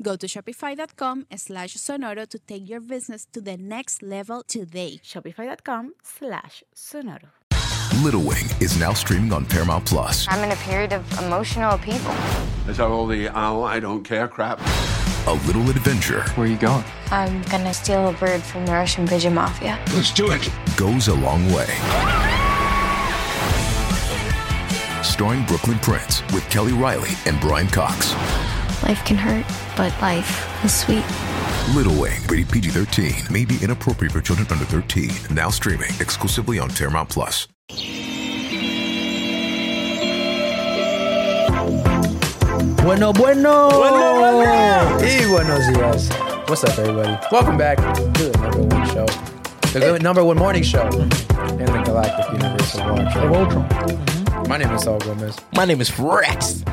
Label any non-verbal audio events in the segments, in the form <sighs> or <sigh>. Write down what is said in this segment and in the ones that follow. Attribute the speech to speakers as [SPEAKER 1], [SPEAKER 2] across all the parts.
[SPEAKER 1] Go to shopify.com slash sonoro to take your business to the next level today.
[SPEAKER 2] Shopify.com slash sonoro.
[SPEAKER 3] Little Wing is now streaming on Paramount Plus.
[SPEAKER 4] I'm in a period of emotional upheaval.
[SPEAKER 5] Is that all the oh, I don't care crap?
[SPEAKER 3] A little adventure
[SPEAKER 6] Where are you going?
[SPEAKER 4] I'm gonna steal a bird from the Russian pigeon mafia.
[SPEAKER 5] Let's do it.
[SPEAKER 3] goes a long way. Starring Brooklyn Prince with Kelly Riley and Brian Cox.
[SPEAKER 4] Life can hurt, but life is sweet.
[SPEAKER 3] Little Wing, rated PG 13, may be inappropriate for children under 13. Now streaming exclusively on Paramount Plus.
[SPEAKER 7] Bueno, bueno. Bueno, bueno. Y buenos días. What's up, everybody? Welcome back to the number one show. The good number one morning show in the galactic universe of watch. My name is Saul Gomez.
[SPEAKER 8] My name is Rex.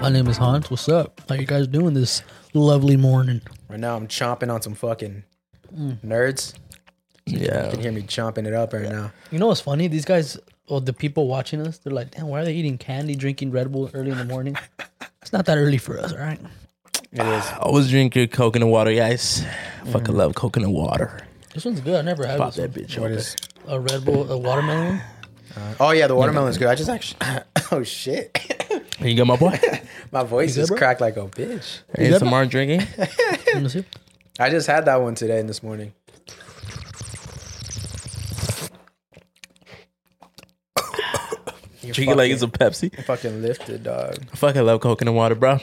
[SPEAKER 9] My name is Hans. What's up? How you guys doing this lovely morning?
[SPEAKER 7] Right now, I'm chomping on some fucking nerds. You
[SPEAKER 8] Yeah.
[SPEAKER 7] can hear me chomping it up right now.
[SPEAKER 9] You know what's funny? These guys, or the people watching us, they're like, "Damn, why are they eating candy, drinking Red Bull early in the morning?" <laughs> It's not that early for us, all right?
[SPEAKER 7] It is.
[SPEAKER 8] Ah, I always drink your coconut water, guys. Fucking love coconut water.
[SPEAKER 9] This one's good. I never had
[SPEAKER 8] Pop
[SPEAKER 9] this
[SPEAKER 8] that bitch
[SPEAKER 7] What
[SPEAKER 8] open.
[SPEAKER 7] is?
[SPEAKER 9] one. a Red Bull, a watermelon.
[SPEAKER 7] Oh yeah, the watermelon's good. I just actually. <coughs> Oh shit,
[SPEAKER 8] Here you go,
[SPEAKER 7] <laughs>
[SPEAKER 8] my boy.
[SPEAKER 7] my voice
[SPEAKER 9] good,
[SPEAKER 7] is
[SPEAKER 9] bro?
[SPEAKER 7] cracked like a bitch. <laughs>
[SPEAKER 8] ASMR drinking.
[SPEAKER 9] Let me see.
[SPEAKER 7] I just had that one today and this morning. You're
[SPEAKER 8] Drinking like it's a
[SPEAKER 7] fucking-
[SPEAKER 8] Pepsi.
[SPEAKER 7] fucking lifted, dog.
[SPEAKER 8] I fucking love coconut water, bro.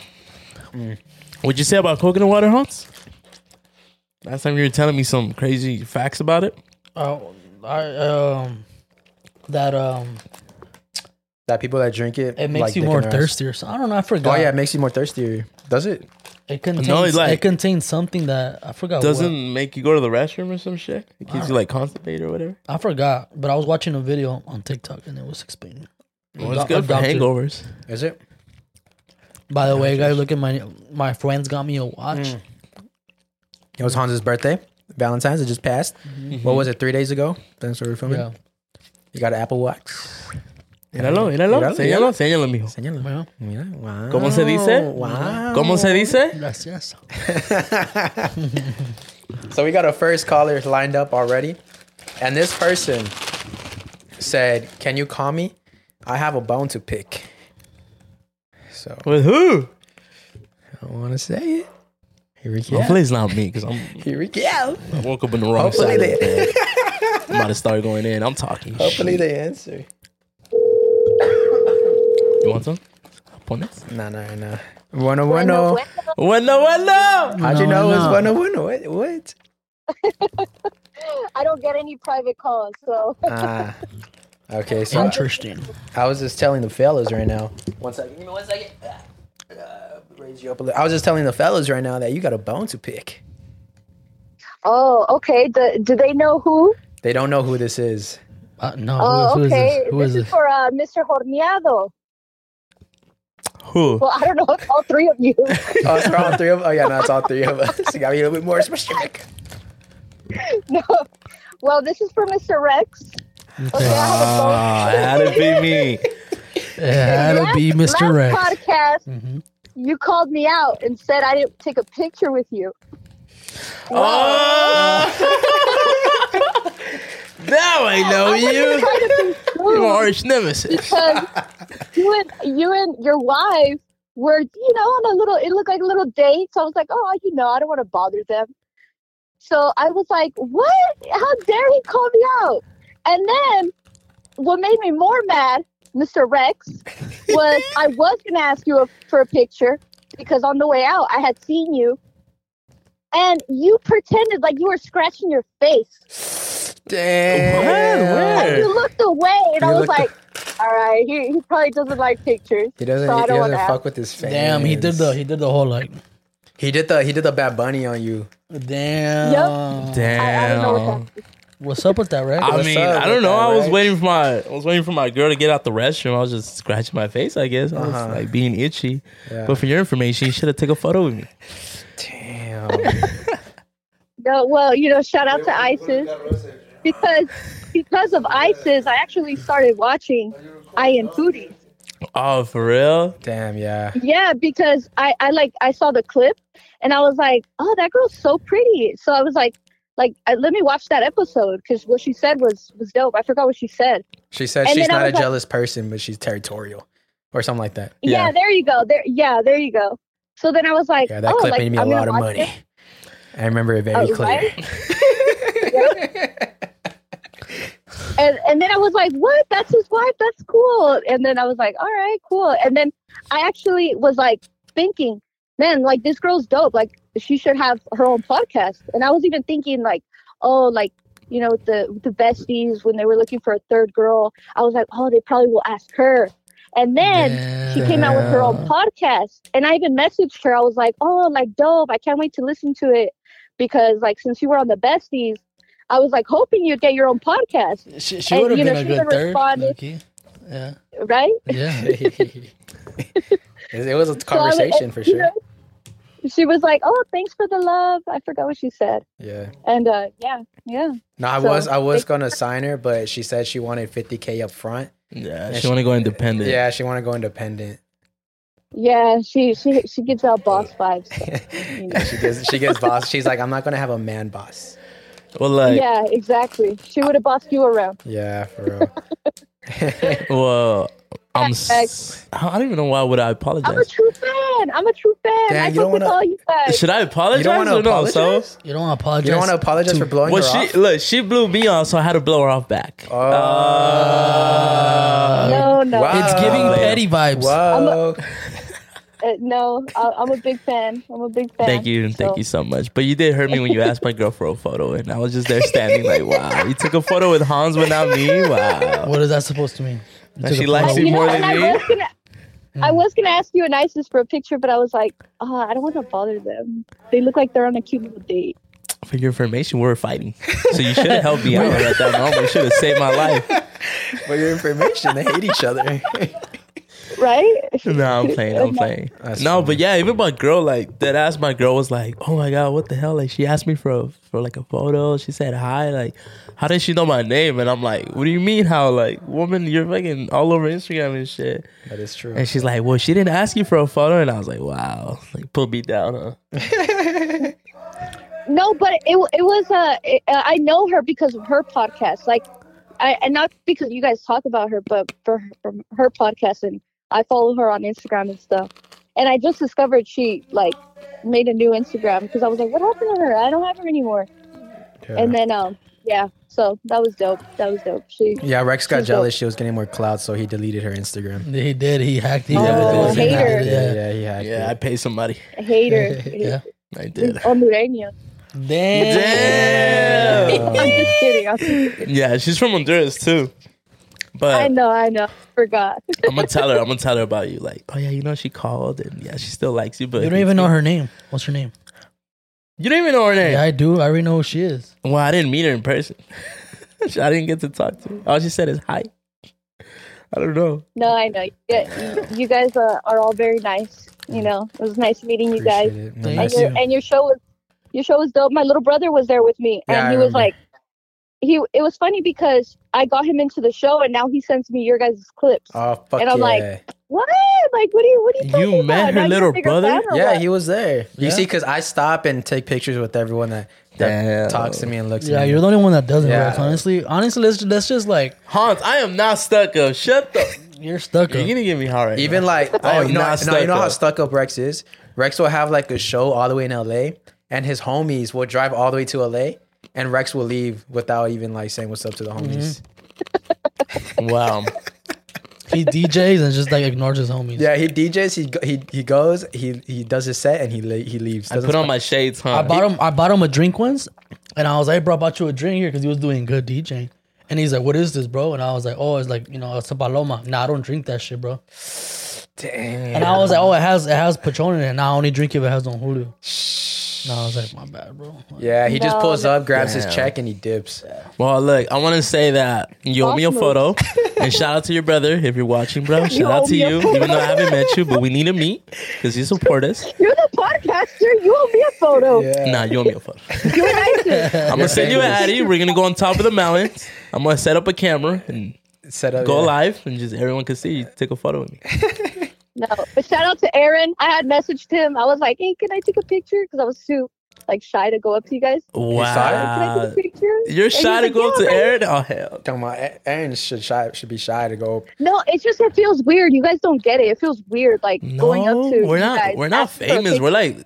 [SPEAKER 9] Mm.
[SPEAKER 8] What'd you say about coconut water, Hans? Last time you were telling me some crazy facts about it.
[SPEAKER 9] Oh, I um, that um,
[SPEAKER 7] That people that drink it,
[SPEAKER 9] it makes
[SPEAKER 7] like,
[SPEAKER 9] you
[SPEAKER 7] dick
[SPEAKER 9] more
[SPEAKER 7] in their ass.
[SPEAKER 9] thirsty or something. I don't know. I
[SPEAKER 7] Oh
[SPEAKER 9] forgot.
[SPEAKER 7] yeah, it makes you more thirsty. Does it?
[SPEAKER 9] it contains
[SPEAKER 8] like-
[SPEAKER 9] it contains something that I forgot. Oh, what-
[SPEAKER 8] Doesn't make you go to the restroom or some shit. It keeps you like constipated or whatever.
[SPEAKER 9] I forgot? But I was watching a video on TikTok and it was explaining.
[SPEAKER 8] Well,
[SPEAKER 9] Doc-
[SPEAKER 8] it's good for
[SPEAKER 9] doctor-
[SPEAKER 8] hangovers.
[SPEAKER 7] Is it?
[SPEAKER 9] By the way, guys, look at my my friends got me a watch.
[SPEAKER 8] Mm.
[SPEAKER 7] It was Hans's birthday, Valentine's. It just passed. What was it? Three days ago. Thanks for filming.
[SPEAKER 9] Mm-hmm. Yeah.
[SPEAKER 7] You got an Apple Watch.
[SPEAKER 8] Míralo, míralo,
[SPEAKER 7] Míralo,
[SPEAKER 8] señalo, señalo, mijo.
[SPEAKER 7] Señala.
[SPEAKER 9] Well,
[SPEAKER 7] Mira, wow.
[SPEAKER 8] ¿Cómo se dice?
[SPEAKER 7] Wow.
[SPEAKER 8] ¿Cómo se dice?
[SPEAKER 9] yes, yes.
[SPEAKER 7] <laughs> So we got a first caller lined up already. And this person said, Can you call me? I have a bone to pick. So I
[SPEAKER 8] With who?
[SPEAKER 7] don't want to say it. Here we go.
[SPEAKER 8] Hopefully it's not Oh, me because I'm
[SPEAKER 7] <laughs> Here we go.
[SPEAKER 8] I woke up on the wrong
[SPEAKER 7] Hopefully
[SPEAKER 8] side. of the bed.
[SPEAKER 7] <laughs>
[SPEAKER 8] I'm about to start going in. I'm talking.
[SPEAKER 7] Hopefully
[SPEAKER 8] shit.
[SPEAKER 7] they answer.
[SPEAKER 8] You want some? Pones?
[SPEAKER 7] Nah, nah, nah. Bueno, bueno.
[SPEAKER 8] Bueno, bueno.
[SPEAKER 7] How'd you know
[SPEAKER 9] No,
[SPEAKER 7] it's
[SPEAKER 9] no.
[SPEAKER 7] bueno, bueno? What? What?
[SPEAKER 10] I don't get any private calls, so
[SPEAKER 7] Ah. Okay, so I-
[SPEAKER 9] Interesting.
[SPEAKER 7] I was just telling the fellas right now. One second. Give me one second. Uh, raise you up a little. I was just telling the fellas right now that you got a bone to pick.
[SPEAKER 10] <laughs> oh, okay. The, do they know who?
[SPEAKER 7] They don't know who this is.
[SPEAKER 9] Uh, no,
[SPEAKER 10] Oh,
[SPEAKER 9] who, who
[SPEAKER 10] okay.
[SPEAKER 9] is this? Who is
[SPEAKER 10] is
[SPEAKER 9] this?
[SPEAKER 10] for uh, Mr. Horneado.
[SPEAKER 8] Who?
[SPEAKER 10] Well, I don't know if all three
[SPEAKER 9] <laughs>
[SPEAKER 10] of you. <laughs>
[SPEAKER 7] Oh, it's for all three of Oh, yeah, no, it's all three of us. <laughs> You got to be a little bit more specific.
[SPEAKER 10] no. Well, this is for Mr. Rex.
[SPEAKER 11] <laughs>
[SPEAKER 10] Okay, I have a phone.
[SPEAKER 8] Ah, it had to be me.
[SPEAKER 9] Yeah, it'll be
[SPEAKER 10] Last
[SPEAKER 9] Mr. Rex. Mm-hmm.
[SPEAKER 10] podcast, you called me out and said I didn't take a picture with you.
[SPEAKER 8] <laughs> Now I know you.
[SPEAKER 10] Ooh,
[SPEAKER 8] You're arch nemesis. <laughs>
[SPEAKER 10] because you and you and your wife were, you know, on a little. It looked like a little date, so I was like, oh, you know, I don't want to bother them. So I was like, what? How dare he call me out? And then what made me more mad, Mr. Rex,
[SPEAKER 8] <laughs>
[SPEAKER 10] was I was gonna ask you for a picture because on the way out I had seen you, and you pretended like you were scratching your face.
[SPEAKER 8] <laughs>
[SPEAKER 7] Damn.
[SPEAKER 8] Where?
[SPEAKER 10] You looked away, and
[SPEAKER 7] You
[SPEAKER 10] I was
[SPEAKER 7] looked-
[SPEAKER 10] like, "All right, he, he probably doesn't like pictures."
[SPEAKER 7] He doesn't.
[SPEAKER 10] So I
[SPEAKER 7] he
[SPEAKER 10] don't
[SPEAKER 7] doesn't
[SPEAKER 10] wanna
[SPEAKER 7] fuck with his fans.
[SPEAKER 9] Damn, he did the he did the whole like.
[SPEAKER 7] He did the. He did the bad bunny on you.
[SPEAKER 9] Damn.
[SPEAKER 10] I, I don't know
[SPEAKER 8] Damn.
[SPEAKER 10] what that.
[SPEAKER 9] What's up with that, right?
[SPEAKER 8] I
[SPEAKER 7] What's
[SPEAKER 8] mean,
[SPEAKER 7] up
[SPEAKER 8] I
[SPEAKER 7] with
[SPEAKER 8] don't know.
[SPEAKER 7] that,
[SPEAKER 8] I was
[SPEAKER 7] right?
[SPEAKER 8] waiting for my I was waiting for my girl to get out the restroom. I was just scratching my face, I guess. I was
[SPEAKER 7] Uh-huh.
[SPEAKER 8] like being itchy.
[SPEAKER 7] Yeah.
[SPEAKER 8] But for your information, you should have took a photo with me.
[SPEAKER 7] Damn.
[SPEAKER 10] No, well, you know, shout out to ISIS because because of ISIS, I actually started watching I Am Foodie.
[SPEAKER 8] Oh, for real?
[SPEAKER 7] Damn. Yeah.
[SPEAKER 10] Yeah, because I I like I saw the clip and I was like, oh, that girl's so pretty. So I was like, like I, let me watch that episode because what she said was was dope. I forgot what she said.
[SPEAKER 7] She said
[SPEAKER 10] And
[SPEAKER 7] she's
[SPEAKER 10] then I
[SPEAKER 7] not a
[SPEAKER 10] was like-
[SPEAKER 7] jealous person, but she's territorial, or something like that.
[SPEAKER 10] Yeah, there you go. There, yeah, there you go. So then I was like,
[SPEAKER 7] Yeah, that
[SPEAKER 10] oh,
[SPEAKER 7] clip
[SPEAKER 10] like,
[SPEAKER 7] made me a
[SPEAKER 10] I'm gonna
[SPEAKER 7] lot of
[SPEAKER 10] watch
[SPEAKER 7] money.
[SPEAKER 10] it.
[SPEAKER 7] <laughs> I remember it very
[SPEAKER 10] Oh,
[SPEAKER 7] clear. <laughs>
[SPEAKER 10] and and then I was like, "What? That's his wife. That's cool." And then I was like, "All right, cool." And then I actually was like thinking, "Man, like this girl's dope. Like she should have her own podcast." And I was even thinking, like, "Oh, like you know the the besties when they were looking for a third girl, I was like, oh, they probably will ask her." And then she came out with her own podcast, and I even messaged her. I was like, "Oh, like dope! I can't wait to listen to it." Because like since you were on the besties, I was like hoping you'd get your own podcast
[SPEAKER 9] She,
[SPEAKER 10] and,
[SPEAKER 9] would have
[SPEAKER 10] you know,
[SPEAKER 9] been a
[SPEAKER 10] she
[SPEAKER 9] good
[SPEAKER 10] would've
[SPEAKER 9] third.
[SPEAKER 10] responded.
[SPEAKER 9] low-key. Yeah.
[SPEAKER 10] right?
[SPEAKER 7] <laughs>
[SPEAKER 9] Yeah. <laughs>
[SPEAKER 7] it it was a
[SPEAKER 10] So I was- uh,
[SPEAKER 7] conversation for
[SPEAKER 10] you
[SPEAKER 7] sure.
[SPEAKER 10] know, she was like, "Oh, thanks for the love." I forgot what she said,
[SPEAKER 7] Yeah.
[SPEAKER 10] and uh, yeah, yeah.
[SPEAKER 7] No, I
[SPEAKER 10] So,
[SPEAKER 7] was I was
[SPEAKER 10] they-
[SPEAKER 7] gonna sign her, but she said she wanted 50k up front.
[SPEAKER 8] Yeah,
[SPEAKER 7] Yeah,
[SPEAKER 8] she,
[SPEAKER 7] she-
[SPEAKER 8] want to go independent.
[SPEAKER 7] Yeah, she wanted to go independent.
[SPEAKER 10] Yeah, she she she gives out boss vibes.
[SPEAKER 7] Yeah, she gets she gets boss. She's like, I'm not gonna have a man boss.
[SPEAKER 8] Well, like,
[SPEAKER 10] yeah, exactly. She would have bossed you around.
[SPEAKER 7] Yeah, for real. <laughs>
[SPEAKER 8] well, I'm. S- I don't even know why would I
[SPEAKER 10] I'm a
[SPEAKER 8] apologize.
[SPEAKER 10] true fan. I'm a true fan.
[SPEAKER 7] Damn,
[SPEAKER 10] I
[SPEAKER 7] you don't
[SPEAKER 10] fuck with
[SPEAKER 7] wanna-
[SPEAKER 10] all you guys.
[SPEAKER 8] Should I apologize
[SPEAKER 7] You don't want to
[SPEAKER 8] or no? So,
[SPEAKER 7] apologize.
[SPEAKER 9] You don't want to apologize.
[SPEAKER 7] You don't want to apologize for blowing
[SPEAKER 8] well,
[SPEAKER 7] her
[SPEAKER 8] she
[SPEAKER 7] off.
[SPEAKER 8] look, she blew me off, so I had to blow her off back. Uh,
[SPEAKER 7] Oh.
[SPEAKER 10] no, no,
[SPEAKER 7] Wow.
[SPEAKER 9] It's giving
[SPEAKER 7] Oh.
[SPEAKER 9] petty vibes.
[SPEAKER 7] Whoa.
[SPEAKER 10] uh, no. I, I'm a big fan. I'm a big fan.
[SPEAKER 8] Thank you, and thank
[SPEAKER 10] So-
[SPEAKER 8] you so much. But you did hurt me when you asked my girl for a photo, and I was just there standing like, wow, you took a photo with Hans without me. Wow,
[SPEAKER 9] What is that supposed to mean? You
[SPEAKER 8] That
[SPEAKER 9] took
[SPEAKER 8] she
[SPEAKER 9] a
[SPEAKER 8] likes
[SPEAKER 9] photo.
[SPEAKER 8] you
[SPEAKER 10] You know,
[SPEAKER 8] more than
[SPEAKER 10] and I
[SPEAKER 8] me.
[SPEAKER 10] was
[SPEAKER 8] <laughs>
[SPEAKER 10] gonna, I was gonna ask you and ISIS for a picture, but I was like, oh, I don't want to bother them. They look like they're on a cute little
[SPEAKER 8] <laughs>
[SPEAKER 10] date.
[SPEAKER 8] For your information, we were fighting, so you should have helped me out at that moment. You should have saved my life.
[SPEAKER 7] For your information, they hate each
[SPEAKER 10] <laughs>
[SPEAKER 7] other.
[SPEAKER 10] right?
[SPEAKER 8] No, I'm playing. I'm playing.
[SPEAKER 7] That's
[SPEAKER 8] no,
[SPEAKER 7] funny.
[SPEAKER 8] but yeah, even my girl, like that ass, my girl was like, "Oh my god, what the hell?" Like she asked me for a, for like a photo. She said hi. Like, how did she know my name? And I'm like, "What do you mean? How? Like, woman, you're fucking all over Instagram and shit."
[SPEAKER 7] that is true.
[SPEAKER 8] And she's like, "Well, she didn't ask you for a photo." And I was like, "Wow, like put me down, huh?"
[SPEAKER 10] No, but it it was uh, it, uh, I know her because of her podcast, like, I, and not because you guys talk about her, but for from her podcast, and I follow her on Instagram and stuff. And I just discovered she like made a new Instagram because I was like, what happened to her? I don't have her anymore.
[SPEAKER 7] Yeah.
[SPEAKER 10] And then um, yeah, so that was dope. That was dope. She
[SPEAKER 7] yeah, Rex got
[SPEAKER 10] She's
[SPEAKER 7] jealous. She was getting more clout, so he deleted her Instagram.
[SPEAKER 9] He did. He hacked. He
[SPEAKER 10] Oh,
[SPEAKER 9] oh,
[SPEAKER 10] hater.
[SPEAKER 7] Yeah, yeah,
[SPEAKER 9] Yeah.
[SPEAKER 7] yeah, he hacked
[SPEAKER 8] Yeah,
[SPEAKER 7] it.
[SPEAKER 8] I paid somebody.
[SPEAKER 7] <laughs>
[SPEAKER 10] a hater.
[SPEAKER 9] Yeah.
[SPEAKER 8] I did.
[SPEAKER 10] Hondureño.
[SPEAKER 9] Damn.
[SPEAKER 8] Damn.
[SPEAKER 10] I'm just kidding. I'm just
[SPEAKER 8] <laughs>
[SPEAKER 10] kidding.
[SPEAKER 8] Yeah, she's from Honduras too. But
[SPEAKER 10] I know, I know. Forgot.
[SPEAKER 8] I'm gonna tell her. I'm gonna tell her about you. Like, oh yeah, you know she called, and yeah, she still likes you, but
[SPEAKER 9] You don't even know her name. What's her name?
[SPEAKER 8] You don't even know her name.
[SPEAKER 9] Yeah, I do. I already know who she is.
[SPEAKER 8] well, I didn't meet her in person. <laughs> I didn't get to talk to her. All she said is hi. I don't know.
[SPEAKER 10] No, I know. Yeah, you guys uh, are all very nice. You know, it was nice meeting you guys.
[SPEAKER 7] Mm. Appreciate it.
[SPEAKER 9] Thank
[SPEAKER 10] And
[SPEAKER 7] Nice.
[SPEAKER 9] you.
[SPEAKER 10] your and your show was your show was dope. My little brother was there with me,
[SPEAKER 7] Yeah,
[SPEAKER 10] and
[SPEAKER 7] I
[SPEAKER 10] he was
[SPEAKER 7] remember.
[SPEAKER 10] like, he. It was funny because I got him into the show, and now he sends me your guys' clips.
[SPEAKER 7] Oh fuck
[SPEAKER 10] And I'm
[SPEAKER 7] yeah!
[SPEAKER 10] like, what? Like, what are you? What are you?
[SPEAKER 8] You
[SPEAKER 10] Talking
[SPEAKER 8] met her
[SPEAKER 10] about? Now you're a
[SPEAKER 8] little
[SPEAKER 10] bigger
[SPEAKER 8] brother?
[SPEAKER 10] fan or
[SPEAKER 7] yeah,
[SPEAKER 10] what?
[SPEAKER 7] he was there. You
[SPEAKER 9] Yeah.
[SPEAKER 7] see, because I stop and take pictures with everyone that,
[SPEAKER 8] Damn.
[SPEAKER 7] that talks to me and looks.
[SPEAKER 9] Yeah,
[SPEAKER 7] at me.
[SPEAKER 9] you're the only one that doesn't.
[SPEAKER 7] Yeah.
[SPEAKER 9] Rex, honestly, honestly, let's let's just like
[SPEAKER 8] Hans, I am not stuck up. Shut the.
[SPEAKER 9] you're stuck.
[SPEAKER 8] You're
[SPEAKER 9] up.
[SPEAKER 8] gonna give me hard. Right
[SPEAKER 7] Even
[SPEAKER 8] now.
[SPEAKER 7] like,
[SPEAKER 8] Oh,
[SPEAKER 7] oh, you know,
[SPEAKER 8] not
[SPEAKER 7] no, you know how stuck
[SPEAKER 8] stuck up.
[SPEAKER 7] up Rex is. Rex will have like a show all the way in LA, and his homies will drive all the way to LA, and Rex will leave without even like saying what's up to the homies.
[SPEAKER 8] Mm-hmm. <laughs> Wow.
[SPEAKER 9] <laughs> He DJs and just like ignores his homies.
[SPEAKER 7] Yeah, he DJs. He go- he he goes. He he does his set and he le- he leaves.
[SPEAKER 8] I put on my shades, huh?
[SPEAKER 9] I bought him. I bought him a drink once, and I was like, "Hey, "Bro, I bought you a drink here because he was doing good DJing." And he's like, "What is this, bro?" And I was like, "Oh, it's like you know, it's a paloma." Nah, I don't drink that shit, bro.
[SPEAKER 7] Damn.
[SPEAKER 9] And I was like, "Oh, it has it has Patron in it. And I only drink if it has Don Julio." And I was like, "My bad, bro."
[SPEAKER 7] Yeah, he just pulls up, grabs
[SPEAKER 8] Damn.
[SPEAKER 7] his check, and he dips.
[SPEAKER 8] Well, look, I want to say that you owe me a
[SPEAKER 10] Awesome. <laughs>
[SPEAKER 8] photo, and shout out to your brother if you're watching, bro. Shout
[SPEAKER 10] owe
[SPEAKER 8] out to
[SPEAKER 10] me a
[SPEAKER 8] you,
[SPEAKER 10] photo.
[SPEAKER 8] even though I haven't met you, but we need to meet because you support us.
[SPEAKER 10] <laughs> You're the podcaster. You owe me a photo.
[SPEAKER 8] Nah, you owe me a
[SPEAKER 7] <laughs>
[SPEAKER 8] photo.
[SPEAKER 10] You're nice.
[SPEAKER 8] I'm gonna send you an Addy. We're gonna go on top of the mountains. I'm gonna set up a camera and
[SPEAKER 7] Set up.
[SPEAKER 8] go
[SPEAKER 7] yeah.
[SPEAKER 8] live, and just everyone can see you. Take a photo with me.
[SPEAKER 10] no, but shout out to Aaron. I had messaged him. I was like, "Hey, can I take a picture?" Because I was too like shy to go up to you guys. Can I
[SPEAKER 8] Wow.
[SPEAKER 10] take a picture?
[SPEAKER 8] You're
[SPEAKER 10] And he's
[SPEAKER 8] shy to
[SPEAKER 10] like,
[SPEAKER 8] go up
[SPEAKER 10] "Yeah,
[SPEAKER 8] to
[SPEAKER 10] man."
[SPEAKER 8] Aaron? Oh hell.
[SPEAKER 7] Talking about A- Aaron should shy should be shy to go.
[SPEAKER 10] No, it's just it feels weird. You guys don't get it. It feels weird, like
[SPEAKER 8] No,
[SPEAKER 10] going up to.
[SPEAKER 8] we're
[SPEAKER 10] you
[SPEAKER 8] not.
[SPEAKER 10] guys,
[SPEAKER 8] We're not
[SPEAKER 10] asking for a
[SPEAKER 8] famous.
[SPEAKER 10] picture.
[SPEAKER 8] We're like,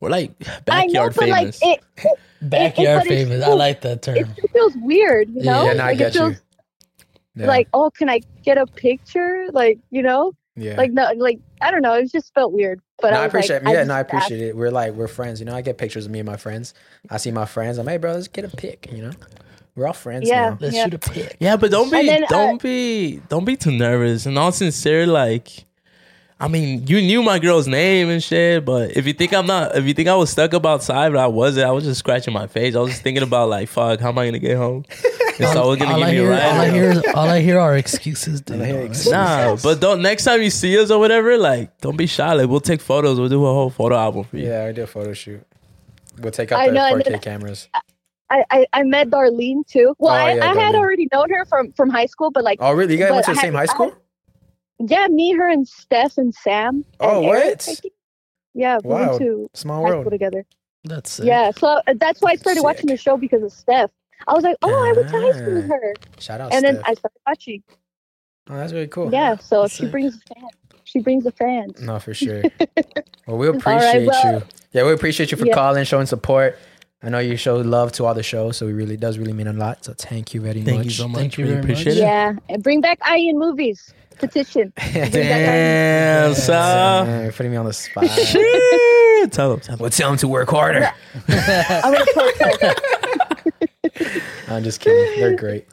[SPEAKER 8] we're like
[SPEAKER 10] I know,
[SPEAKER 8] backyard
[SPEAKER 10] but
[SPEAKER 8] famous.
[SPEAKER 10] like it, it,
[SPEAKER 9] Backyard
[SPEAKER 10] but it's
[SPEAKER 9] famous. I
[SPEAKER 10] cool.
[SPEAKER 9] like that
[SPEAKER 10] it
[SPEAKER 9] term.
[SPEAKER 10] still feels weird, you know?
[SPEAKER 7] Yeah, no, I
[SPEAKER 10] like
[SPEAKER 7] get
[SPEAKER 10] it feels
[SPEAKER 7] Yeah.
[SPEAKER 10] like, oh, can I get a picture? Like, you know,
[SPEAKER 7] yeah.
[SPEAKER 10] like no, like I don't know. It just felt weird. But
[SPEAKER 7] no,
[SPEAKER 10] I,
[SPEAKER 7] I
[SPEAKER 10] was like,
[SPEAKER 7] appreciate. yeah,
[SPEAKER 10] just
[SPEAKER 7] no, I
[SPEAKER 10] asked.
[SPEAKER 7] appreciate it. We're like we're friends. You know, I get pictures of me and my friends. I see my friends. I'm hey, bro, let's get a pic. You know, we're all friends
[SPEAKER 10] Yeah.
[SPEAKER 7] now.
[SPEAKER 9] Let's
[SPEAKER 10] Yeah.
[SPEAKER 9] shoot a pic.
[SPEAKER 8] Yeah, but don't be
[SPEAKER 10] And then, uh,
[SPEAKER 8] don't be don't be too nervous. And all sincere, like I mean, you knew my girl's name and shit, but if you think I'm not if you think I was stuck up outside, but I wasn't, I was just scratching my face. I was just thinking about like fuck, how am I gonna get
[SPEAKER 10] <laughs>
[SPEAKER 8] home? It's always gonna
[SPEAKER 9] All
[SPEAKER 8] give
[SPEAKER 9] I,
[SPEAKER 8] me a
[SPEAKER 9] hear, all, I
[SPEAKER 8] ride.
[SPEAKER 9] hear is, all I hear are excuses, dude.
[SPEAKER 7] hear
[SPEAKER 9] All right.
[SPEAKER 7] excuses.
[SPEAKER 8] Nah, but don't next time you see us or whatever, like don't be shy. Like we'll take photos, we'll do a whole photo album for you.
[SPEAKER 7] Yeah, we did a photo shoot. We'll take out
[SPEAKER 10] I
[SPEAKER 7] the
[SPEAKER 10] know, and
[SPEAKER 7] 4K
[SPEAKER 10] then-
[SPEAKER 7] cameras.
[SPEAKER 10] I, I, I met Darlene too. Well,
[SPEAKER 7] Oh,
[SPEAKER 10] I,
[SPEAKER 7] yeah,
[SPEAKER 10] I had
[SPEAKER 7] Darlene.
[SPEAKER 10] already known her from from high school, but like,
[SPEAKER 7] Oh, really? You guys
[SPEAKER 10] But
[SPEAKER 7] went to the
[SPEAKER 10] I-
[SPEAKER 7] same high
[SPEAKER 10] I-
[SPEAKER 7] school?
[SPEAKER 10] yeah, me, her, and Steph and Sam.
[SPEAKER 7] Oh,
[SPEAKER 10] and Eric,
[SPEAKER 7] what?
[SPEAKER 10] I think. Yeah, we
[SPEAKER 7] Wow.
[SPEAKER 10] went to
[SPEAKER 7] Small
[SPEAKER 10] high school
[SPEAKER 7] world.
[SPEAKER 10] together.
[SPEAKER 9] That's sick.
[SPEAKER 10] Yeah, so uh, that's why I started watching
[SPEAKER 7] Sick.
[SPEAKER 10] the show because of Steph. I was like, oh, I went to high school with
[SPEAKER 7] Ah,
[SPEAKER 10] her,
[SPEAKER 7] Shout out.
[SPEAKER 10] and then
[SPEAKER 7] Steph.
[SPEAKER 10] I started watching.
[SPEAKER 7] oh, that's really cool.
[SPEAKER 10] Yeah, so if she
[SPEAKER 9] Sick.
[SPEAKER 10] brings a fan, she brings a fan.
[SPEAKER 7] No,
[SPEAKER 10] <laughs>
[SPEAKER 7] for sure. well, we
[SPEAKER 10] right,
[SPEAKER 7] appreciate
[SPEAKER 10] well-
[SPEAKER 7] you. Yeah, we appreciate you for
[SPEAKER 10] Yeah.
[SPEAKER 7] calling, showing support. I know you show love to all the shows, so it really does really mean a lot. So thank you very
[SPEAKER 8] Thank
[SPEAKER 7] much.
[SPEAKER 8] you so much.
[SPEAKER 9] Thank you
[SPEAKER 8] really
[SPEAKER 9] very much.
[SPEAKER 8] appreciate it.
[SPEAKER 10] Yeah, and bring back Ian movies petition. E
[SPEAKER 8] Damn, son.
[SPEAKER 7] Damn, you're putting me on the spot.
[SPEAKER 8] Shit. Tell them, tell them.
[SPEAKER 7] well, tell him to work harder.
[SPEAKER 10] I'm gonna protest.
[SPEAKER 7] I'm just kidding. They're great.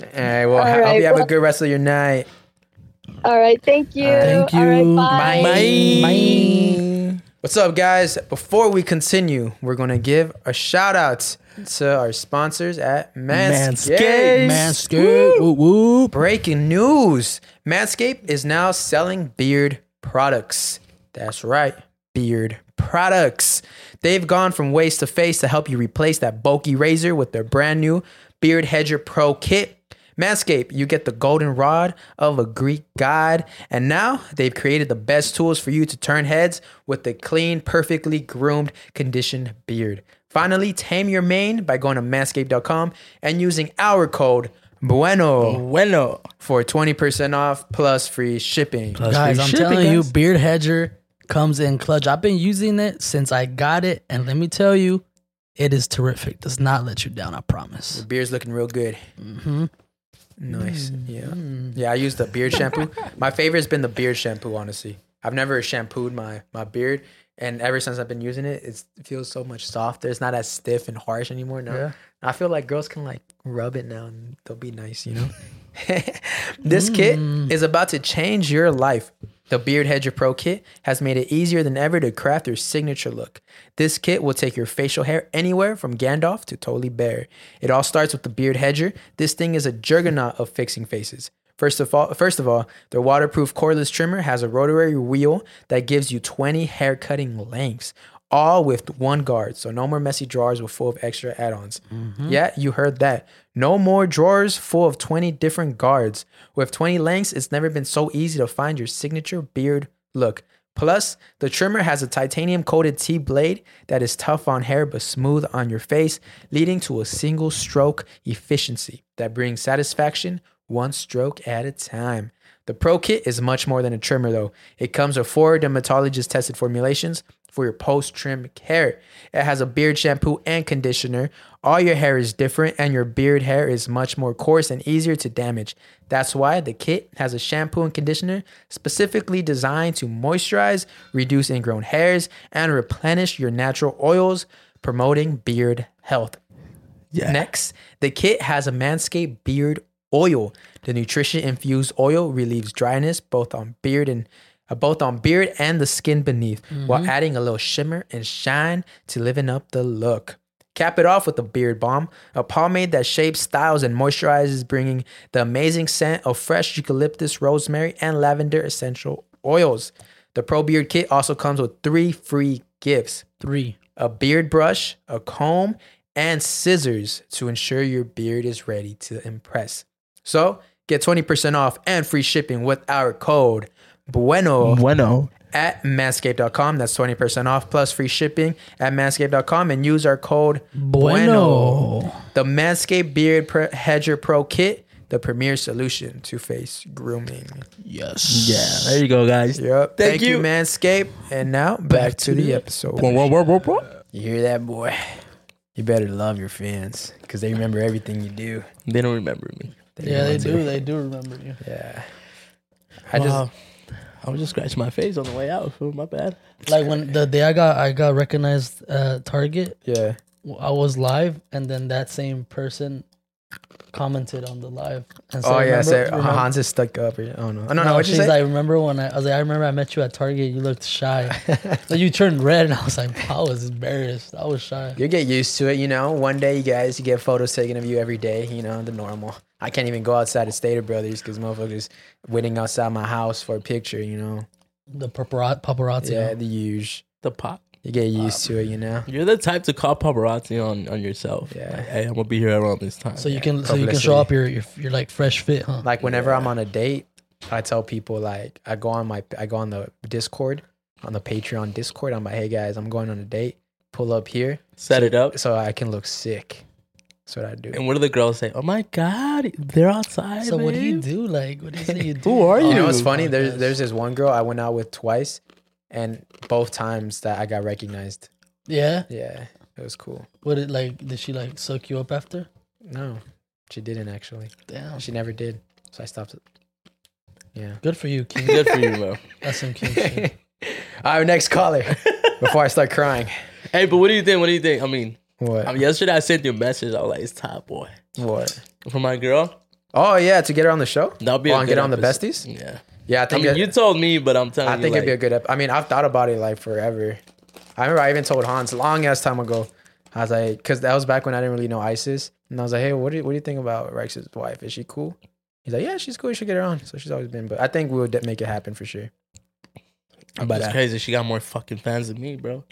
[SPEAKER 7] All right. Well, I
[SPEAKER 10] All
[SPEAKER 7] hope
[SPEAKER 10] right,
[SPEAKER 7] you have a
[SPEAKER 10] well-
[SPEAKER 7] good rest of your night.
[SPEAKER 10] All right, thank you.
[SPEAKER 9] Thank
[SPEAKER 10] All right,
[SPEAKER 9] you.
[SPEAKER 10] bye.
[SPEAKER 8] Bye.
[SPEAKER 7] What's up, guys? Before we continue, we're gonna give a shout out to our sponsors at Manscaped.
[SPEAKER 8] Manscaped.
[SPEAKER 9] Manscaped. Whoop, whoop.
[SPEAKER 7] Breaking news Manscaped is now selling beard products. That's right, beard products. They've gone from waist to face to help you replace that bulky razor with their brand new Beard Hedger Pro kit. Manscaped, you get the golden rod of a Greek god. And now they've created the best tools for you to turn heads with a clean, perfectly groomed, conditioned beard. Finally, tame your mane by going to manscaped.com and using our code BUENO
[SPEAKER 8] Bueno.
[SPEAKER 7] for 20% off plus free shipping.
[SPEAKER 9] guys,
[SPEAKER 8] free
[SPEAKER 9] I'm
[SPEAKER 8] shipping,
[SPEAKER 9] telling you,
[SPEAKER 8] guys.
[SPEAKER 9] Beard Hedger comes in clutch. I've been using it since I got it, and let me tell you, it is terrific. Does not let you down. I promise. Hmm?
[SPEAKER 7] Beard's looking real good.
[SPEAKER 9] Mm.
[SPEAKER 7] Nice. Yeah. Yeah, I use the beard shampoo. my favorite has been the beard shampoo, honestly. I've never shampooed my, my beard. And ever since I've been using it, it's, it feels so much softer. It's not as stiff and harsh anymore. Now I feel like girls can like rub it now and they'll be nice, you
[SPEAKER 9] <laughs>
[SPEAKER 7] know? <laughs> this kit is about to change your life. The Beard Hedger Pro kit has made it easier than ever to craft your signature look. This kit will take your facial hair anywhere from Gandalf to totally bare. It all starts with the Beard Hedger. This thing is a juggernaut of fixing faces. First of all, first of all, their waterproof cordless trimmer has a rotary wheel that gives you 20 hair cutting lengths, all with one guard. So no more messy drawers with full of extra add-ons. Yeah, you heard that. No more drawers full of 20 different guards. With 20 lengths, it's never been so easy to find your signature beard look. Plus, the trimmer has a titanium coated T blade that is tough on hair but smooth on your face, leading to a single stroke efficiency that brings satisfaction one stroke at a time. The Pro Kit is much more than a trimmer, though. It comes with four dermatologist tested formulations for your post trim hair. It has a beard shampoo and conditioner. All your hair is different, and your beard hair is much more coarse and easier to damage. That's why the kit has a shampoo and conditioner specifically designed to moisturize, reduce ingrown hairs, and replenish your natural oils, promoting beard health.
[SPEAKER 8] Yeah.
[SPEAKER 7] Next, the kit has a Manscaped beard oil. The nutrition infused oil relieves dryness both on beard and uh, both on beard and the skin beneath, while adding a little shimmer and shine to liven up the look. Cap it off with a beard balm, a pomade that shapes, styles, and moisturizes, bringing the amazing scent of fresh eucalyptus, rosemary, and lavender essential oils. The Pro Beard Kit also comes with three free gifts
[SPEAKER 9] Three.
[SPEAKER 7] a beard brush, a comb, and scissors to ensure your beard is ready to impress. So get 20% off and free shipping with our code Bueno
[SPEAKER 8] Bueno.
[SPEAKER 7] at manscaped.com. That's 20% off plus free shipping at manscaped.com and use our code Bueno. The Manscaped Beard Pre- Hedger Pro Kit, the premier solution to face grooming.
[SPEAKER 9] Yes.
[SPEAKER 8] Yeah, there you go, guys.
[SPEAKER 7] Yep. Thank,
[SPEAKER 8] Thank
[SPEAKER 7] you.
[SPEAKER 8] you.
[SPEAKER 7] Manscaped. And now back, to, the episode.
[SPEAKER 8] Whoa, whoa, whoa, whoa, whoa.
[SPEAKER 7] You hear that, boy? You better love your fans because they remember everything you do.
[SPEAKER 8] They don't remember me.
[SPEAKER 9] Yeah, they do. They do remember you.
[SPEAKER 7] Yeah. I
[SPEAKER 8] wow. I was just scratching my face on the way out. fool, My bad.
[SPEAKER 9] Like when the day I got I got recognized at Target,
[SPEAKER 7] just, yeah.
[SPEAKER 9] I was live, and then that same person commented on the live. And
[SPEAKER 7] oh, yeah.
[SPEAKER 9] remember-
[SPEAKER 7] So
[SPEAKER 9] remember-
[SPEAKER 7] Hans is stuck up. here. I don't know. No, no,
[SPEAKER 9] No,
[SPEAKER 7] what you
[SPEAKER 9] she's
[SPEAKER 7] say?
[SPEAKER 9] like, remember when I, I was like, I remember I met you at Target. You looked
[SPEAKER 7] <laughs>
[SPEAKER 9] shy. like you turned red, and I was like, I was embarrassed. I was shy.
[SPEAKER 7] you get used to it, you know. One day, you guys, you get photos taken of you every day, you know, the normal. I can't even go outside of Stater Brothers because motherfuckers waiting outside my house for a picture, you know.
[SPEAKER 9] The papara- paparazzi.
[SPEAKER 7] Yeah, the huge.
[SPEAKER 8] The pop.
[SPEAKER 7] You get used to it, you know.
[SPEAKER 8] You're the type to call paparazzi on, on yourself.
[SPEAKER 7] Yeah.
[SPEAKER 8] Like, hey, I'm gonna be here around this time.
[SPEAKER 9] So you can so you can show
[SPEAKER 7] publicity.
[SPEAKER 9] up your your, your like fresh fit, huh?
[SPEAKER 7] Like whenever I'm on a date, I tell people like I go on my I go on the Discord, on the Patreon Discord. I'm like, hey guys, I'm going on a date. Pull up here
[SPEAKER 8] set it up.
[SPEAKER 7] so I can look sick. That's what I do.
[SPEAKER 8] And what do the girls say? Oh my god, they're outside.
[SPEAKER 9] so what do you
[SPEAKER 8] babe."
[SPEAKER 9] do? Like what is
[SPEAKER 7] <laughs>
[SPEAKER 9] it you do?
[SPEAKER 8] Who are
[SPEAKER 7] You
[SPEAKER 8] you?
[SPEAKER 7] know what's funny?
[SPEAKER 9] Oh,
[SPEAKER 7] There's
[SPEAKER 9] yes.
[SPEAKER 7] there's this one girl I went out with twice, and both times that I got recognized.
[SPEAKER 9] Yeah.
[SPEAKER 7] Yeah, it was cool.
[SPEAKER 9] What it like? Did she like suck you up after?
[SPEAKER 7] No, she didn't actually.
[SPEAKER 9] Damn.
[SPEAKER 7] She never did. So I stopped. it. Yeah.
[SPEAKER 9] Good
[SPEAKER 8] <laughs>
[SPEAKER 9] for you, King.
[SPEAKER 8] Good for you, bro.
[SPEAKER 9] That's some king shit.
[SPEAKER 7] <laughs> All right, next
[SPEAKER 9] <laughs>
[SPEAKER 7] caller. Before I start crying.
[SPEAKER 8] hey, but what do you think? What do you think? I mean,
[SPEAKER 7] What?
[SPEAKER 8] I mean, yesterday I sent you a message. I was like, it's top boy
[SPEAKER 7] what?
[SPEAKER 8] for my girl.
[SPEAKER 7] Oh yeah, to get her on the show.
[SPEAKER 8] That'll be
[SPEAKER 7] Oh,
[SPEAKER 8] a
[SPEAKER 7] and get
[SPEAKER 8] good
[SPEAKER 7] on the
[SPEAKER 8] episode.
[SPEAKER 7] besties.
[SPEAKER 8] Yeah.
[SPEAKER 7] Yeah, I
[SPEAKER 8] I
[SPEAKER 7] think
[SPEAKER 8] mean,
[SPEAKER 7] it-
[SPEAKER 8] you told me, but I'm telling
[SPEAKER 7] I
[SPEAKER 8] you,
[SPEAKER 7] think
[SPEAKER 8] like,
[SPEAKER 7] it'd be a good. Ep- I mean, I've thought about it like forever. I remember I even told Hans long ass time ago. I was like, because that was back when I didn't really know ISIS, and I was like, hey, what do you, what do you think about Rex's wife? Is she cool? He's like, yeah, she's cool. You should get her on. So she's always been. But I think we would de- make it happen for sure. <laughs>
[SPEAKER 8] But it's crazy. She got more fucking fans than me, bro.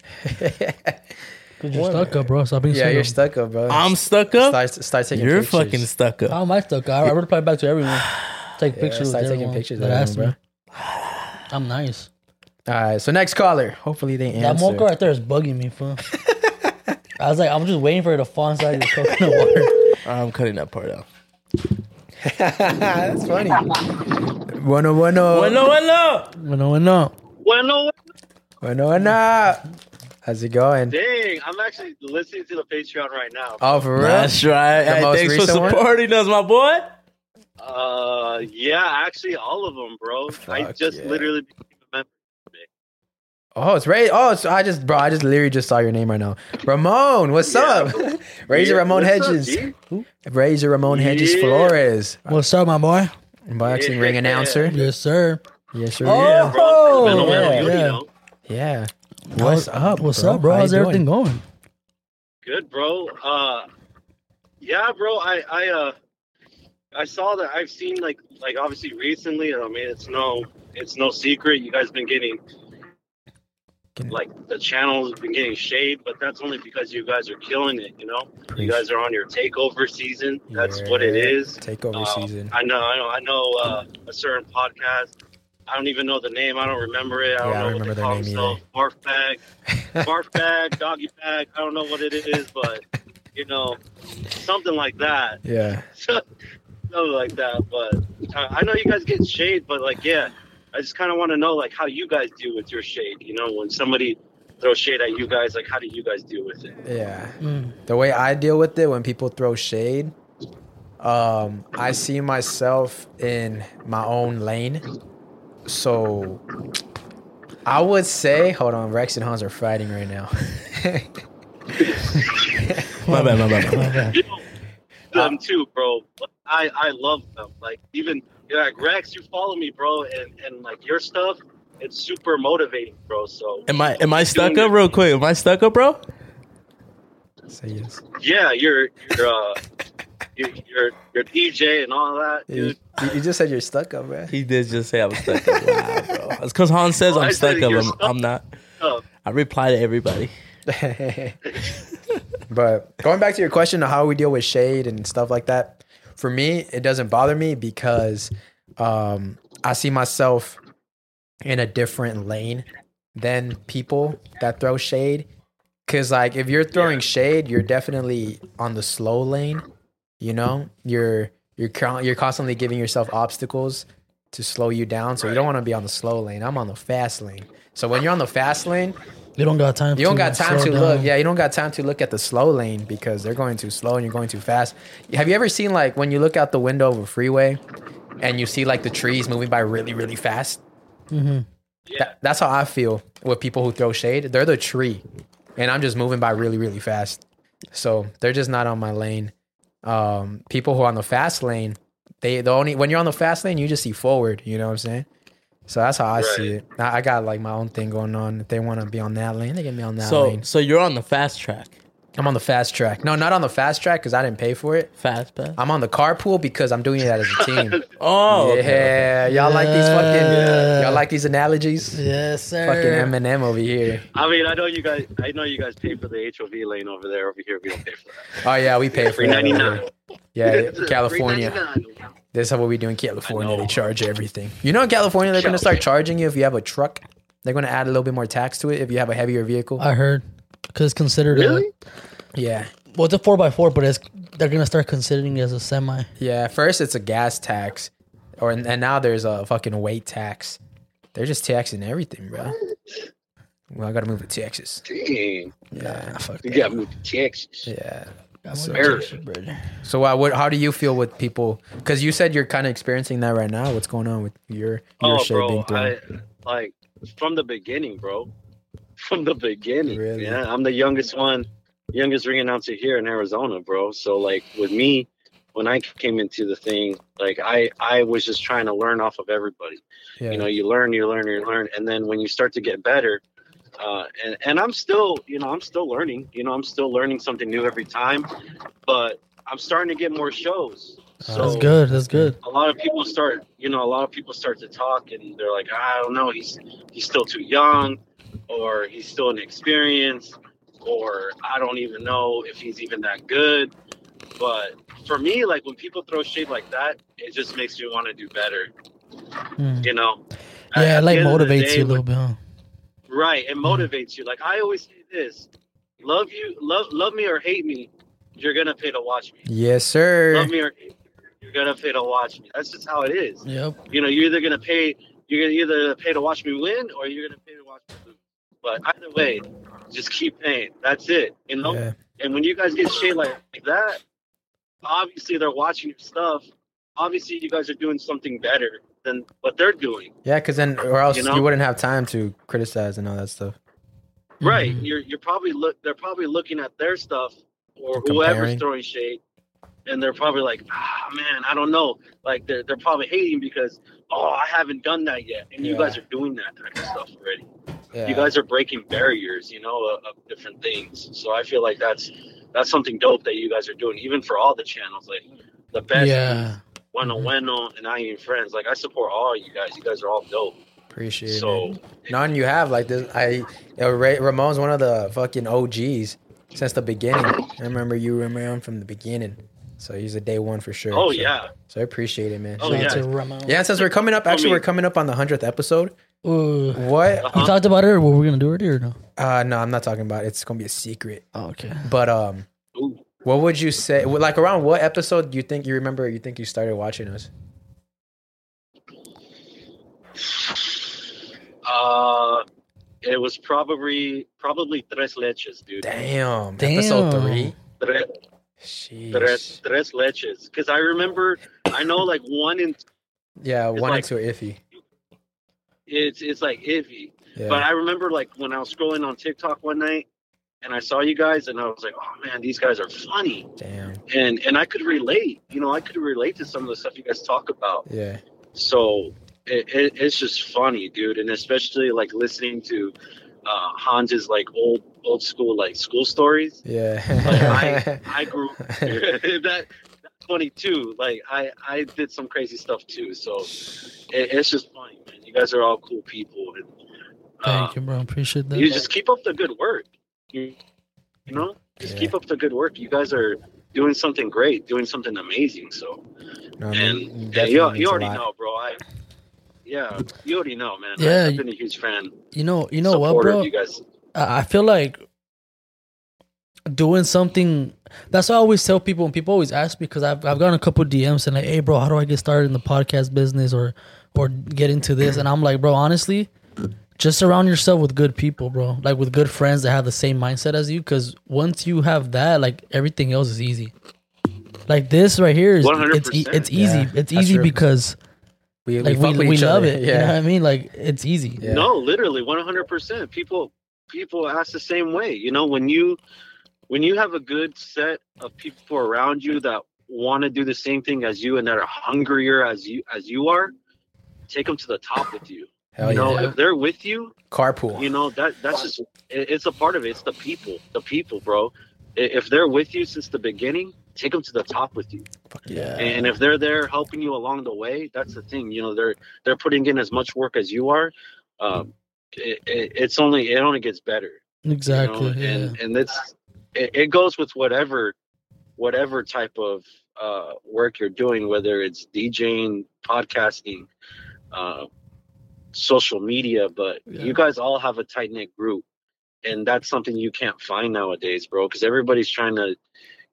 [SPEAKER 9] Dude, you're stuck up, bro. Stop being
[SPEAKER 7] yeah,
[SPEAKER 9] stuck
[SPEAKER 7] you're
[SPEAKER 9] up.
[SPEAKER 7] stuck up, bro.
[SPEAKER 8] I'm stuck up.
[SPEAKER 7] Start, start taking
[SPEAKER 8] You're
[SPEAKER 7] pictures.
[SPEAKER 8] fucking stuck up.
[SPEAKER 9] How am I stuck? I, I reply back to everyone. Take
[SPEAKER 7] Yeah,
[SPEAKER 9] pictures. with
[SPEAKER 7] start taking
[SPEAKER 9] everyone
[SPEAKER 7] pictures
[SPEAKER 9] that
[SPEAKER 7] of
[SPEAKER 9] ask
[SPEAKER 7] them,
[SPEAKER 9] me. I'm nice.
[SPEAKER 7] All right, so next caller. Hopefully they
[SPEAKER 9] That
[SPEAKER 7] answer.
[SPEAKER 9] mocha right there is bugging me,
[SPEAKER 6] <laughs>
[SPEAKER 9] fool. I was like, I'm just waiting for it to fall inside the coconut water.
[SPEAKER 8] I'm cutting that part out.
[SPEAKER 7] That's funny. <laughs> Bueno, bueno.
[SPEAKER 8] Bueno, bueno.
[SPEAKER 9] No, no.
[SPEAKER 6] Bueno,
[SPEAKER 7] Bueno, bueno. How's it going?
[SPEAKER 6] dang, I'm actually listening to the Patreon right now.
[SPEAKER 7] Oh, for real?
[SPEAKER 8] That's right.
[SPEAKER 7] The
[SPEAKER 8] Hey,
[SPEAKER 7] most
[SPEAKER 8] thanks for
[SPEAKER 7] recent one?
[SPEAKER 8] supporting us, my boy.
[SPEAKER 6] Uh, yeah, actually, all of them, bro. I
[SPEAKER 7] Fuck
[SPEAKER 6] just
[SPEAKER 7] yeah.
[SPEAKER 6] literally became a member.
[SPEAKER 7] Oh, it's Ray. Oh, it's, I just, bro, I just literally just saw your name right now. Ramon, what's
[SPEAKER 6] Yeah. <laughs>
[SPEAKER 7] up? Razor
[SPEAKER 6] Yeah,
[SPEAKER 7] Ramon
[SPEAKER 6] what's up,
[SPEAKER 7] Hedges.
[SPEAKER 6] G?
[SPEAKER 7] Razor Ramon Hedges
[SPEAKER 6] Yeah.
[SPEAKER 7] Flores.
[SPEAKER 9] What's up, my boy?
[SPEAKER 7] Boxing ring
[SPEAKER 6] Yeah.
[SPEAKER 7] announcer.
[SPEAKER 9] Yes, sir.
[SPEAKER 7] Yes, sir.
[SPEAKER 9] Oh,
[SPEAKER 7] Yeah.
[SPEAKER 6] Bro, it's been a while,
[SPEAKER 9] yeah,
[SPEAKER 6] you
[SPEAKER 9] yeah.
[SPEAKER 6] know.
[SPEAKER 7] Yeah. What's up?
[SPEAKER 9] What's up, bro?
[SPEAKER 7] How you
[SPEAKER 9] How's everything
[SPEAKER 7] doing?
[SPEAKER 9] going?
[SPEAKER 6] Good, bro. Uh, yeah, bro. I, I, uh, I saw that. I've seen like, like obviously recently. I mean, it's no, it's no secret. You guys been getting, like, the channel's been getting shade, but that's only because you guys are killing it. You know, you guys are on your takeover season. That's what it
[SPEAKER 7] Yeah.
[SPEAKER 6] is.
[SPEAKER 7] Takeover
[SPEAKER 6] Uh,
[SPEAKER 7] season.
[SPEAKER 6] I know, I know, I know uh, a certain podcast. I don't even know the name. I don't remember it. I
[SPEAKER 7] Yeah, I
[SPEAKER 6] don't
[SPEAKER 7] don't
[SPEAKER 6] know
[SPEAKER 7] remember
[SPEAKER 6] what they
[SPEAKER 7] their
[SPEAKER 6] call
[SPEAKER 7] name
[SPEAKER 6] themselves. Barf bag, barf bag, doggy bag. I don't know what it is, but you know, something like that.
[SPEAKER 7] Yeah.
[SPEAKER 6] <laughs> something like that. But uh, I know you guys get shade, but like, yeah, I just kind of want to know like how you guys deal with your shade. You know, when somebody throw shade at you guys. Like, how do you guys deal with it?
[SPEAKER 7] Yeah. The way I deal with it when people throw shade, um, I see myself in my own lane. So I would say, hold on, Rex and Hans are fighting right now. <laughs>
[SPEAKER 8] My bad, my bad, my bad. Uh,
[SPEAKER 6] Them too, bro. I I love them. Like even yeah, like Rex, you follow me, bro, and and like your stuff, it's super motivating, bro. So
[SPEAKER 8] Am I am I stuck up real quick? Am I stuck up, bro?
[SPEAKER 7] Say yes.
[SPEAKER 6] yeah, you're you're uh, <laughs> you're, you're you're DJ and all that,
[SPEAKER 7] You,
[SPEAKER 6] dude.
[SPEAKER 7] you- you just said you're stuck up, man.
[SPEAKER 8] He did just say I'm stuck up. Wow, bro. It's because Han says
[SPEAKER 6] Oh, I
[SPEAKER 8] I'm
[SPEAKER 6] said
[SPEAKER 8] stuck up.
[SPEAKER 6] you're
[SPEAKER 8] I'm,
[SPEAKER 6] stuck
[SPEAKER 8] I'm not.
[SPEAKER 6] Uh,
[SPEAKER 8] I reply to everybody.
[SPEAKER 7] <laughs> but going back to your question of how we deal with shade and stuff like that, for me, it doesn't bother me because um, I see myself in a different lane than people that throw shade. Cause like if you're throwing shade, you're definitely on the slow lane. You know, you're you're con- you're constantly giving yourself obstacles to slow you down. So you don't want to be on the slow lane. I'm on the fast lane. So when you're on the fast lane,
[SPEAKER 9] You don't got time.
[SPEAKER 7] you don't
[SPEAKER 9] to
[SPEAKER 7] got time
[SPEAKER 9] slow
[SPEAKER 7] to
[SPEAKER 9] down.
[SPEAKER 7] look. Yeah, you don't got time to look at the slow lane because they're going too slow and you're going too fast. Have you ever seen like when you look out the window of a freeway and you see like the trees moving by really, really fast? That- that's how I feel with people who throw shade. They're the tree, and I'm just moving by really, really fast. So they're just not on my lane. Um, people who are on the fast lane, they the only when you're on the fast lane, you just see forward. You know what I'm saying? So that's how I see
[SPEAKER 6] Right.
[SPEAKER 7] it. I, I got like my own thing going on. If they want to be on that lane, they can be on that
[SPEAKER 8] so
[SPEAKER 7] lane.
[SPEAKER 8] so you're on the fast track.
[SPEAKER 7] I'm on the fast track. No, not on the fast track because I didn't pay for it.
[SPEAKER 8] Fast pass.
[SPEAKER 7] I'm on the carpool because I'm doing it as a
[SPEAKER 6] <laughs>
[SPEAKER 7] team.
[SPEAKER 8] Oh
[SPEAKER 7] yeah,
[SPEAKER 8] okay, okay.
[SPEAKER 7] y'all like these
[SPEAKER 9] Yeah.
[SPEAKER 7] fucking y'all like these analogies.
[SPEAKER 9] Yes, sir.
[SPEAKER 7] Fucking Eminem over here.
[SPEAKER 6] I mean, I know you guys. I know you guys pay for the HOV lane over there. Over here, we don't pay for that.
[SPEAKER 7] Oh yeah, we pay for
[SPEAKER 6] Three
[SPEAKER 7] that.
[SPEAKER 6] ninety nine. <laughs>
[SPEAKER 7] Yeah, California. This is what we do in
[SPEAKER 6] I
[SPEAKER 7] California.
[SPEAKER 6] know.
[SPEAKER 7] They charge everything. You know, in California, they're going to start charging you if you have a truck. They're going to add a little bit more tax to it if you have a heavier vehicle.
[SPEAKER 9] I heard because it's considered
[SPEAKER 6] Really?
[SPEAKER 9] a
[SPEAKER 7] yeah,
[SPEAKER 9] well, it's a four x four, but it's they're gonna start considering it as a semi.
[SPEAKER 7] yeah. First, it's a gas tax, or and now there's a fucking weight tax. They're just taxing everything, bro. Well, I got to move to Texas.
[SPEAKER 6] Dang,
[SPEAKER 7] Yeah,
[SPEAKER 9] Fuck
[SPEAKER 6] you
[SPEAKER 9] that.
[SPEAKER 6] gotta move to Texas.
[SPEAKER 7] yeah.
[SPEAKER 9] I'm
[SPEAKER 7] so-
[SPEAKER 9] gonna take shit, brother.
[SPEAKER 7] So, uh, what? How do you feel with people? Because you said you're kind of experiencing that right now. What's going on with your your
[SPEAKER 6] Oh,
[SPEAKER 7] shit being
[SPEAKER 6] bro,
[SPEAKER 7] thrown?
[SPEAKER 6] I like from the beginning, bro. <laughs> From the beginning,
[SPEAKER 7] Really?
[SPEAKER 6] yeah. I'm the youngest one, youngest ring announcer here in Arizona, bro. So like with me, when I came into the thing, like I I was just trying to learn off of everybody.
[SPEAKER 7] yeah.
[SPEAKER 6] you know you learn you learn you learn and then when you start to get better uh, and, and i'm still you know i'm still learning you know i'm still learning something new every time but i'm starting to get more shows so
[SPEAKER 9] That's good. That's good.
[SPEAKER 6] a lot of people start you know a lot of people start to talk and they're like i don't know he's he's still too young or he's still inexperienced or i don't even know if he's even that good but for me like when people throw shade like that it just makes me want to do better
[SPEAKER 9] Mm.
[SPEAKER 6] you know At-
[SPEAKER 9] Yeah,
[SPEAKER 6] at
[SPEAKER 9] it like
[SPEAKER 6] the end of the
[SPEAKER 9] motivates
[SPEAKER 6] day,
[SPEAKER 9] you a little bit. Huh?
[SPEAKER 6] right it motivates you like i always say this love you love love me or hate me you're gonna pay to watch me
[SPEAKER 7] yes, sir.
[SPEAKER 6] love me or hate me, you're gonna pay to watch me that's just how it is
[SPEAKER 9] Yep.
[SPEAKER 6] you know you're either gonna pay you're gonna either pay to watch me win or you're gonna pay to watch me lose but either way just keep paying that's it you know
[SPEAKER 7] Yeah.
[SPEAKER 6] and when you guys get shit like, like that, obviously they're watching your stuff. Obviously, you guys are doing something better than what they're doing.
[SPEAKER 7] Yeah, because then, or else you,
[SPEAKER 6] know?
[SPEAKER 7] wouldn't have time to criticize and all that stuff.
[SPEAKER 6] Right?
[SPEAKER 7] Mm-hmm.
[SPEAKER 6] You're you're probably look. They're probably looking at their stuff or
[SPEAKER 7] Comparing.
[SPEAKER 6] whoever's throwing shade, and they're probably like, ah, man, I don't know. Like they're they're probably hating because oh, I haven't done that yet, and you
[SPEAKER 7] Yeah.
[SPEAKER 6] guys are doing that type of stuff already.
[SPEAKER 7] Yeah.
[SPEAKER 6] You guys are breaking barriers, you know, of, of different things. So I feel like that's that's something dope that you guys are doing, even for all the channels. Like the best
[SPEAKER 9] Yeah.
[SPEAKER 6] Bueno Bueno and I Ain't Friends. Like I support all you guys. You guys are all dope.
[SPEAKER 7] appreciate it.
[SPEAKER 6] So
[SPEAKER 7] None you have like this. I uh, Ray, Ramon's one of the fucking OGs since the beginning. I remember you were around from the beginning, so he's a day one for sure.
[SPEAKER 6] oh
[SPEAKER 7] So-
[SPEAKER 6] yeah.
[SPEAKER 7] so I appreciate it, man.
[SPEAKER 6] Oh,
[SPEAKER 9] Shout out
[SPEAKER 6] yeah.
[SPEAKER 9] to Ramon.
[SPEAKER 7] Yeah, since we're coming up, actually,
[SPEAKER 6] mean-
[SPEAKER 7] we're coming up on the hundredth episode.
[SPEAKER 9] Ooh. We
[SPEAKER 7] What?
[SPEAKER 6] Uh-huh.
[SPEAKER 9] talked about it. Or were we gonna do it or no?
[SPEAKER 7] Uh, no, I'm not talking about. It. It's gonna be a secret.
[SPEAKER 9] Oh, okay.
[SPEAKER 7] But um,
[SPEAKER 6] Ooh.
[SPEAKER 7] what would you say? well, Like around what episode do you think you remember? You think you started watching us?
[SPEAKER 6] Uh It was probably probably tres leches, dude.
[SPEAKER 7] Damn. Episode three.
[SPEAKER 6] Tres, tres, tres leches. Because I remember, I know like one in
[SPEAKER 7] Yeah, one
[SPEAKER 6] like-
[SPEAKER 7] and two are iffy.
[SPEAKER 6] it's it's like iffy.
[SPEAKER 7] Yeah.
[SPEAKER 6] But I remember like when I was scrolling on TikTok one night and I saw you guys and I was like, oh man, these guys are funny.
[SPEAKER 7] Damn.
[SPEAKER 6] And and I could relate. You know, I could relate to some of the stuff you guys talk about.
[SPEAKER 7] Yeah.
[SPEAKER 6] So it, it, it's just funny, dude. And especially like listening to uh, Hans's like old old school like school stories. Like, I
[SPEAKER 7] Yeah.
[SPEAKER 6] I grew <laughs> that. That's funny too. Like I I did some crazy stuff too. So it, it's just funny, man. You guys are all cool people, and
[SPEAKER 9] Thank you, bro. Appreciate that.
[SPEAKER 6] uh, you just keep up the good work. You, you know, just keep up the good work. You guys are doing something great, doing something amazing. So
[SPEAKER 7] No, I
[SPEAKER 6] and,
[SPEAKER 7] mean,
[SPEAKER 6] and
[SPEAKER 7] definitely
[SPEAKER 6] you,
[SPEAKER 7] means
[SPEAKER 6] you
[SPEAKER 7] a
[SPEAKER 6] already
[SPEAKER 7] lot.
[SPEAKER 6] know, bro. I yeah, you already know, man.
[SPEAKER 9] Yeah,
[SPEAKER 6] I, I've
[SPEAKER 9] you-
[SPEAKER 6] been a huge fan.
[SPEAKER 9] You know, you
[SPEAKER 7] uh,
[SPEAKER 9] know what,
[SPEAKER 6] supporter
[SPEAKER 9] bro?
[SPEAKER 6] Of you guys.
[SPEAKER 9] I I feel like doing something. That's what I always tell people, and people always ask me because I've I've gotten a couple DMs saying like, "Hey, bro, how do I get started in the podcast business or or get into this?" And I'm like, "Bro, honestly, just surround yourself with good people, bro. Like with good friends that have the same mindset as you. Because once you have that, like everything else is easy. Like this right here is it's e-
[SPEAKER 6] 100%,
[SPEAKER 9] it's easy.
[SPEAKER 7] yeah,
[SPEAKER 9] it's
[SPEAKER 7] that's
[SPEAKER 9] easy
[SPEAKER 7] true.
[SPEAKER 9] because
[SPEAKER 7] We,
[SPEAKER 9] like
[SPEAKER 7] fuck
[SPEAKER 9] we,
[SPEAKER 7] with
[SPEAKER 9] we
[SPEAKER 7] each
[SPEAKER 9] love
[SPEAKER 7] other. <laughs>
[SPEAKER 9] it.
[SPEAKER 7] Yeah.
[SPEAKER 9] You know what I mean? Like it's easy.
[SPEAKER 7] Yeah.
[SPEAKER 6] No, literally, one hundred percent. People people ask the same way. You know, when you when you have a good set of people around you that want to do the same thing as you and that are hungrier as you as you are, take them to the top with you.
[SPEAKER 7] <laughs> Hell
[SPEAKER 6] you know,
[SPEAKER 7] yeah.
[SPEAKER 6] if they're with you,
[SPEAKER 7] Carpool.
[SPEAKER 6] you know that that's just it, it's a part of it. It's the people, the people, bro. I- If they're with you since the beginning, take them to the top with you.
[SPEAKER 9] Yeah.
[SPEAKER 6] And if they're there helping you along the way, that's the thing. You know, they're they're putting in as much work as you are. Um, it, it, it's only it only gets better. you know?
[SPEAKER 9] Exactly. yeah.
[SPEAKER 6] And and it's it, it goes with whatever whatever type of uh, work you're doing, whether it's DJing, podcasting, uh, social media. But
[SPEAKER 9] Yeah.
[SPEAKER 6] you guys all have a tight knit group, and that's something you can't find nowadays, bro. Because everybody's trying to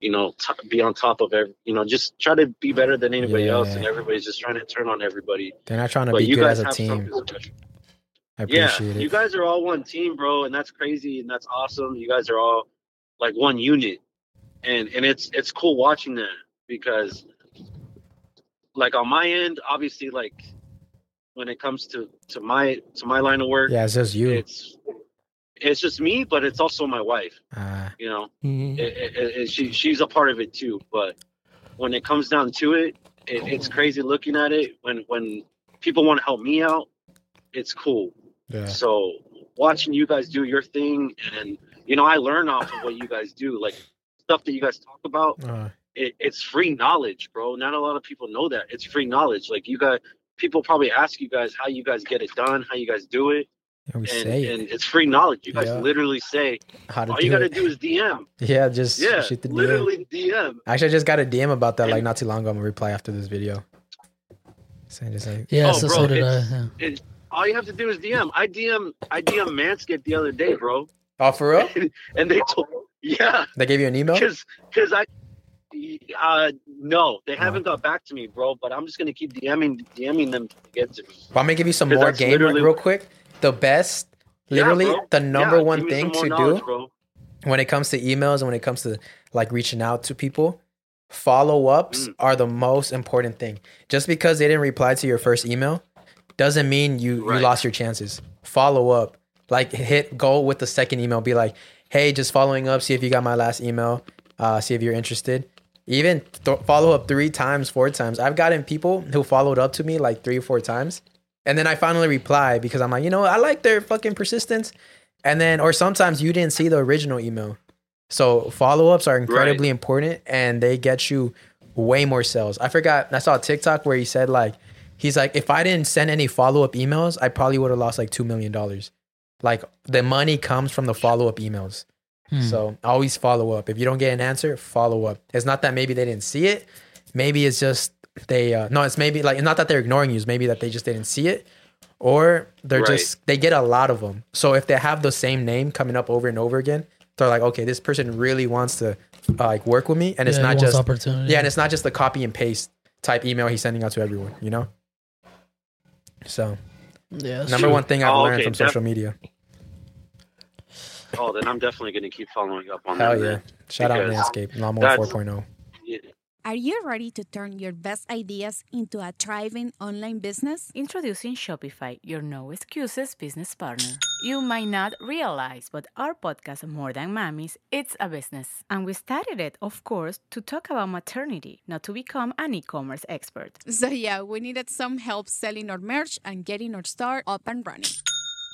[SPEAKER 6] you know, t- be on top of every, you know, just try to be better than anybody
[SPEAKER 7] Yeah.
[SPEAKER 6] else, and everybody's just trying to turn on everybody.
[SPEAKER 7] They're not trying to
[SPEAKER 6] But
[SPEAKER 7] be
[SPEAKER 6] you
[SPEAKER 7] good
[SPEAKER 6] guys
[SPEAKER 7] as a
[SPEAKER 6] have
[SPEAKER 7] team.
[SPEAKER 6] something special.
[SPEAKER 7] I
[SPEAKER 6] Yeah,
[SPEAKER 7] appreciate
[SPEAKER 6] you
[SPEAKER 7] it.
[SPEAKER 6] guys are all one team, bro, and that's crazy and that's awesome. You guys are all like one unit, and and it's it's cool watching that because, like on my end, obviously, like when it comes to to my to my line of work,
[SPEAKER 7] Yeah, it's just you.
[SPEAKER 6] it's it's just me, but it's also my wife.
[SPEAKER 7] Uh, <laughs>
[SPEAKER 6] You know,
[SPEAKER 8] Mhm.
[SPEAKER 6] it, it, it- it, she she's a part of it too. But when it comes down to it, it it's crazy looking at it. When when people want to help me out, it's cool.
[SPEAKER 7] yeah.
[SPEAKER 6] So watching you guys do your thing, and you know, I learn off of what you guys do, like stuff that you guys talk about.
[SPEAKER 7] Uh,
[SPEAKER 6] It, it's free knowledge, bro. Not a lot of people know that it's free knowledge. Like you guys, people probably ask you guys how you guys get it done, how you guys do it,
[SPEAKER 7] yeah, we
[SPEAKER 6] and,
[SPEAKER 7] say it.
[SPEAKER 6] and it's free knowledge. You guys
[SPEAKER 7] Yeah.
[SPEAKER 6] literally say
[SPEAKER 7] How to
[SPEAKER 6] all
[SPEAKER 7] do
[SPEAKER 6] you got to
[SPEAKER 7] it.
[SPEAKER 6] do is DM.
[SPEAKER 7] <laughs> Yeah, just
[SPEAKER 6] Yeah,
[SPEAKER 7] shoot the DM.
[SPEAKER 6] literally DM.
[SPEAKER 7] Actually, I just got a DM about that like
[SPEAKER 6] And-
[SPEAKER 7] not too long ago. I'm gonna reply after this video. Saying just like,
[SPEAKER 9] Yeah,
[SPEAKER 6] Oh,
[SPEAKER 9] so,
[SPEAKER 6] bro,
[SPEAKER 9] so did I.
[SPEAKER 6] it's-
[SPEAKER 9] yeah.
[SPEAKER 6] All you have to do is DM. I DM I DM Manscaped the other day, bro, <laughs>
[SPEAKER 7] oh, for real?
[SPEAKER 6] and they told yeah,
[SPEAKER 7] They gave you an email?
[SPEAKER 6] because because I uh no, they haven't got back to me, bro. But I'm just gonna keep DMing DMing them to get to me.
[SPEAKER 7] Well, I'm gonna give you some
[SPEAKER 6] 'Cause
[SPEAKER 7] more
[SPEAKER 6] that's
[SPEAKER 7] game
[SPEAKER 6] literally-
[SPEAKER 7] real quick. The best,
[SPEAKER 6] Yeah,
[SPEAKER 7] literally,
[SPEAKER 6] bro.
[SPEAKER 7] the number
[SPEAKER 6] Yeah,
[SPEAKER 7] one
[SPEAKER 6] give me
[SPEAKER 7] thing
[SPEAKER 6] some more
[SPEAKER 7] to do
[SPEAKER 6] knowledge, bro.
[SPEAKER 7] when it comes to emails and when it comes to like reaching out to people, follow ups
[SPEAKER 6] Mm.
[SPEAKER 7] are the most important thing. Just because they didn't reply to your first email doesn't mean you,
[SPEAKER 6] Right.
[SPEAKER 7] you lost your chances. Follow up. Like hit go with the second email. Be like, hey, just following up, see if you got my last email, uh, see if you're interested. Even th- follow up three times, four times. I've gotten people who followed up to me like three or four times. And then I finally reply because I'm like, you know, what? I like their fucking persistence. And then, or sometimes you didn't see the original email. So follow ups are incredibly important and they get you way more sales. I forgot, I saw a TikTok where he said, like, he's like, if I didn't send any follow up emails, I probably would have lost like $2 million. Like, the money comes from the follow up emails. So always follow up. If you don't get an answer, follow up. It's not that maybe they didn't see it. Maybe it's just they, uh, no, it's maybe like, not that they're ignoring you, it's maybe that they just didn't see it or they're
[SPEAKER 6] Right.
[SPEAKER 7] just they get a lot of them. So if they have the same name coming up over and over again, they're like, okay, this person really wants to uh, like work with me, and it's
[SPEAKER 9] Yeah, he
[SPEAKER 7] not
[SPEAKER 9] wants
[SPEAKER 7] just
[SPEAKER 9] opportunity.
[SPEAKER 7] yeah, and it's not just the copy and paste type email he's sending out to everyone, you know. So
[SPEAKER 9] Yeah, that's
[SPEAKER 7] number
[SPEAKER 9] true.
[SPEAKER 7] one thing I've
[SPEAKER 6] Oh,
[SPEAKER 7] learned
[SPEAKER 6] okay,
[SPEAKER 7] from
[SPEAKER 6] def-
[SPEAKER 7] social media.
[SPEAKER 6] Oh, then I'm definitely going to keep following up on
[SPEAKER 7] Hell
[SPEAKER 6] that.
[SPEAKER 7] yeah.
[SPEAKER 6] man.
[SPEAKER 7] Shout out
[SPEAKER 6] Because
[SPEAKER 7] Manscaped, Lawnmower oh.
[SPEAKER 6] that's-
[SPEAKER 7] 4.0.
[SPEAKER 1] Are you ready to turn your best ideas into a thriving online business?
[SPEAKER 2] Introducing Shopify, your no excuses business partner. You might not realize, but our podcast, More Than Mammies, it's a business. And we started it, of course, to talk about maternity, not to become an e commerce expert.
[SPEAKER 1] So, yeah, we needed some help selling our merch and getting our store up and running.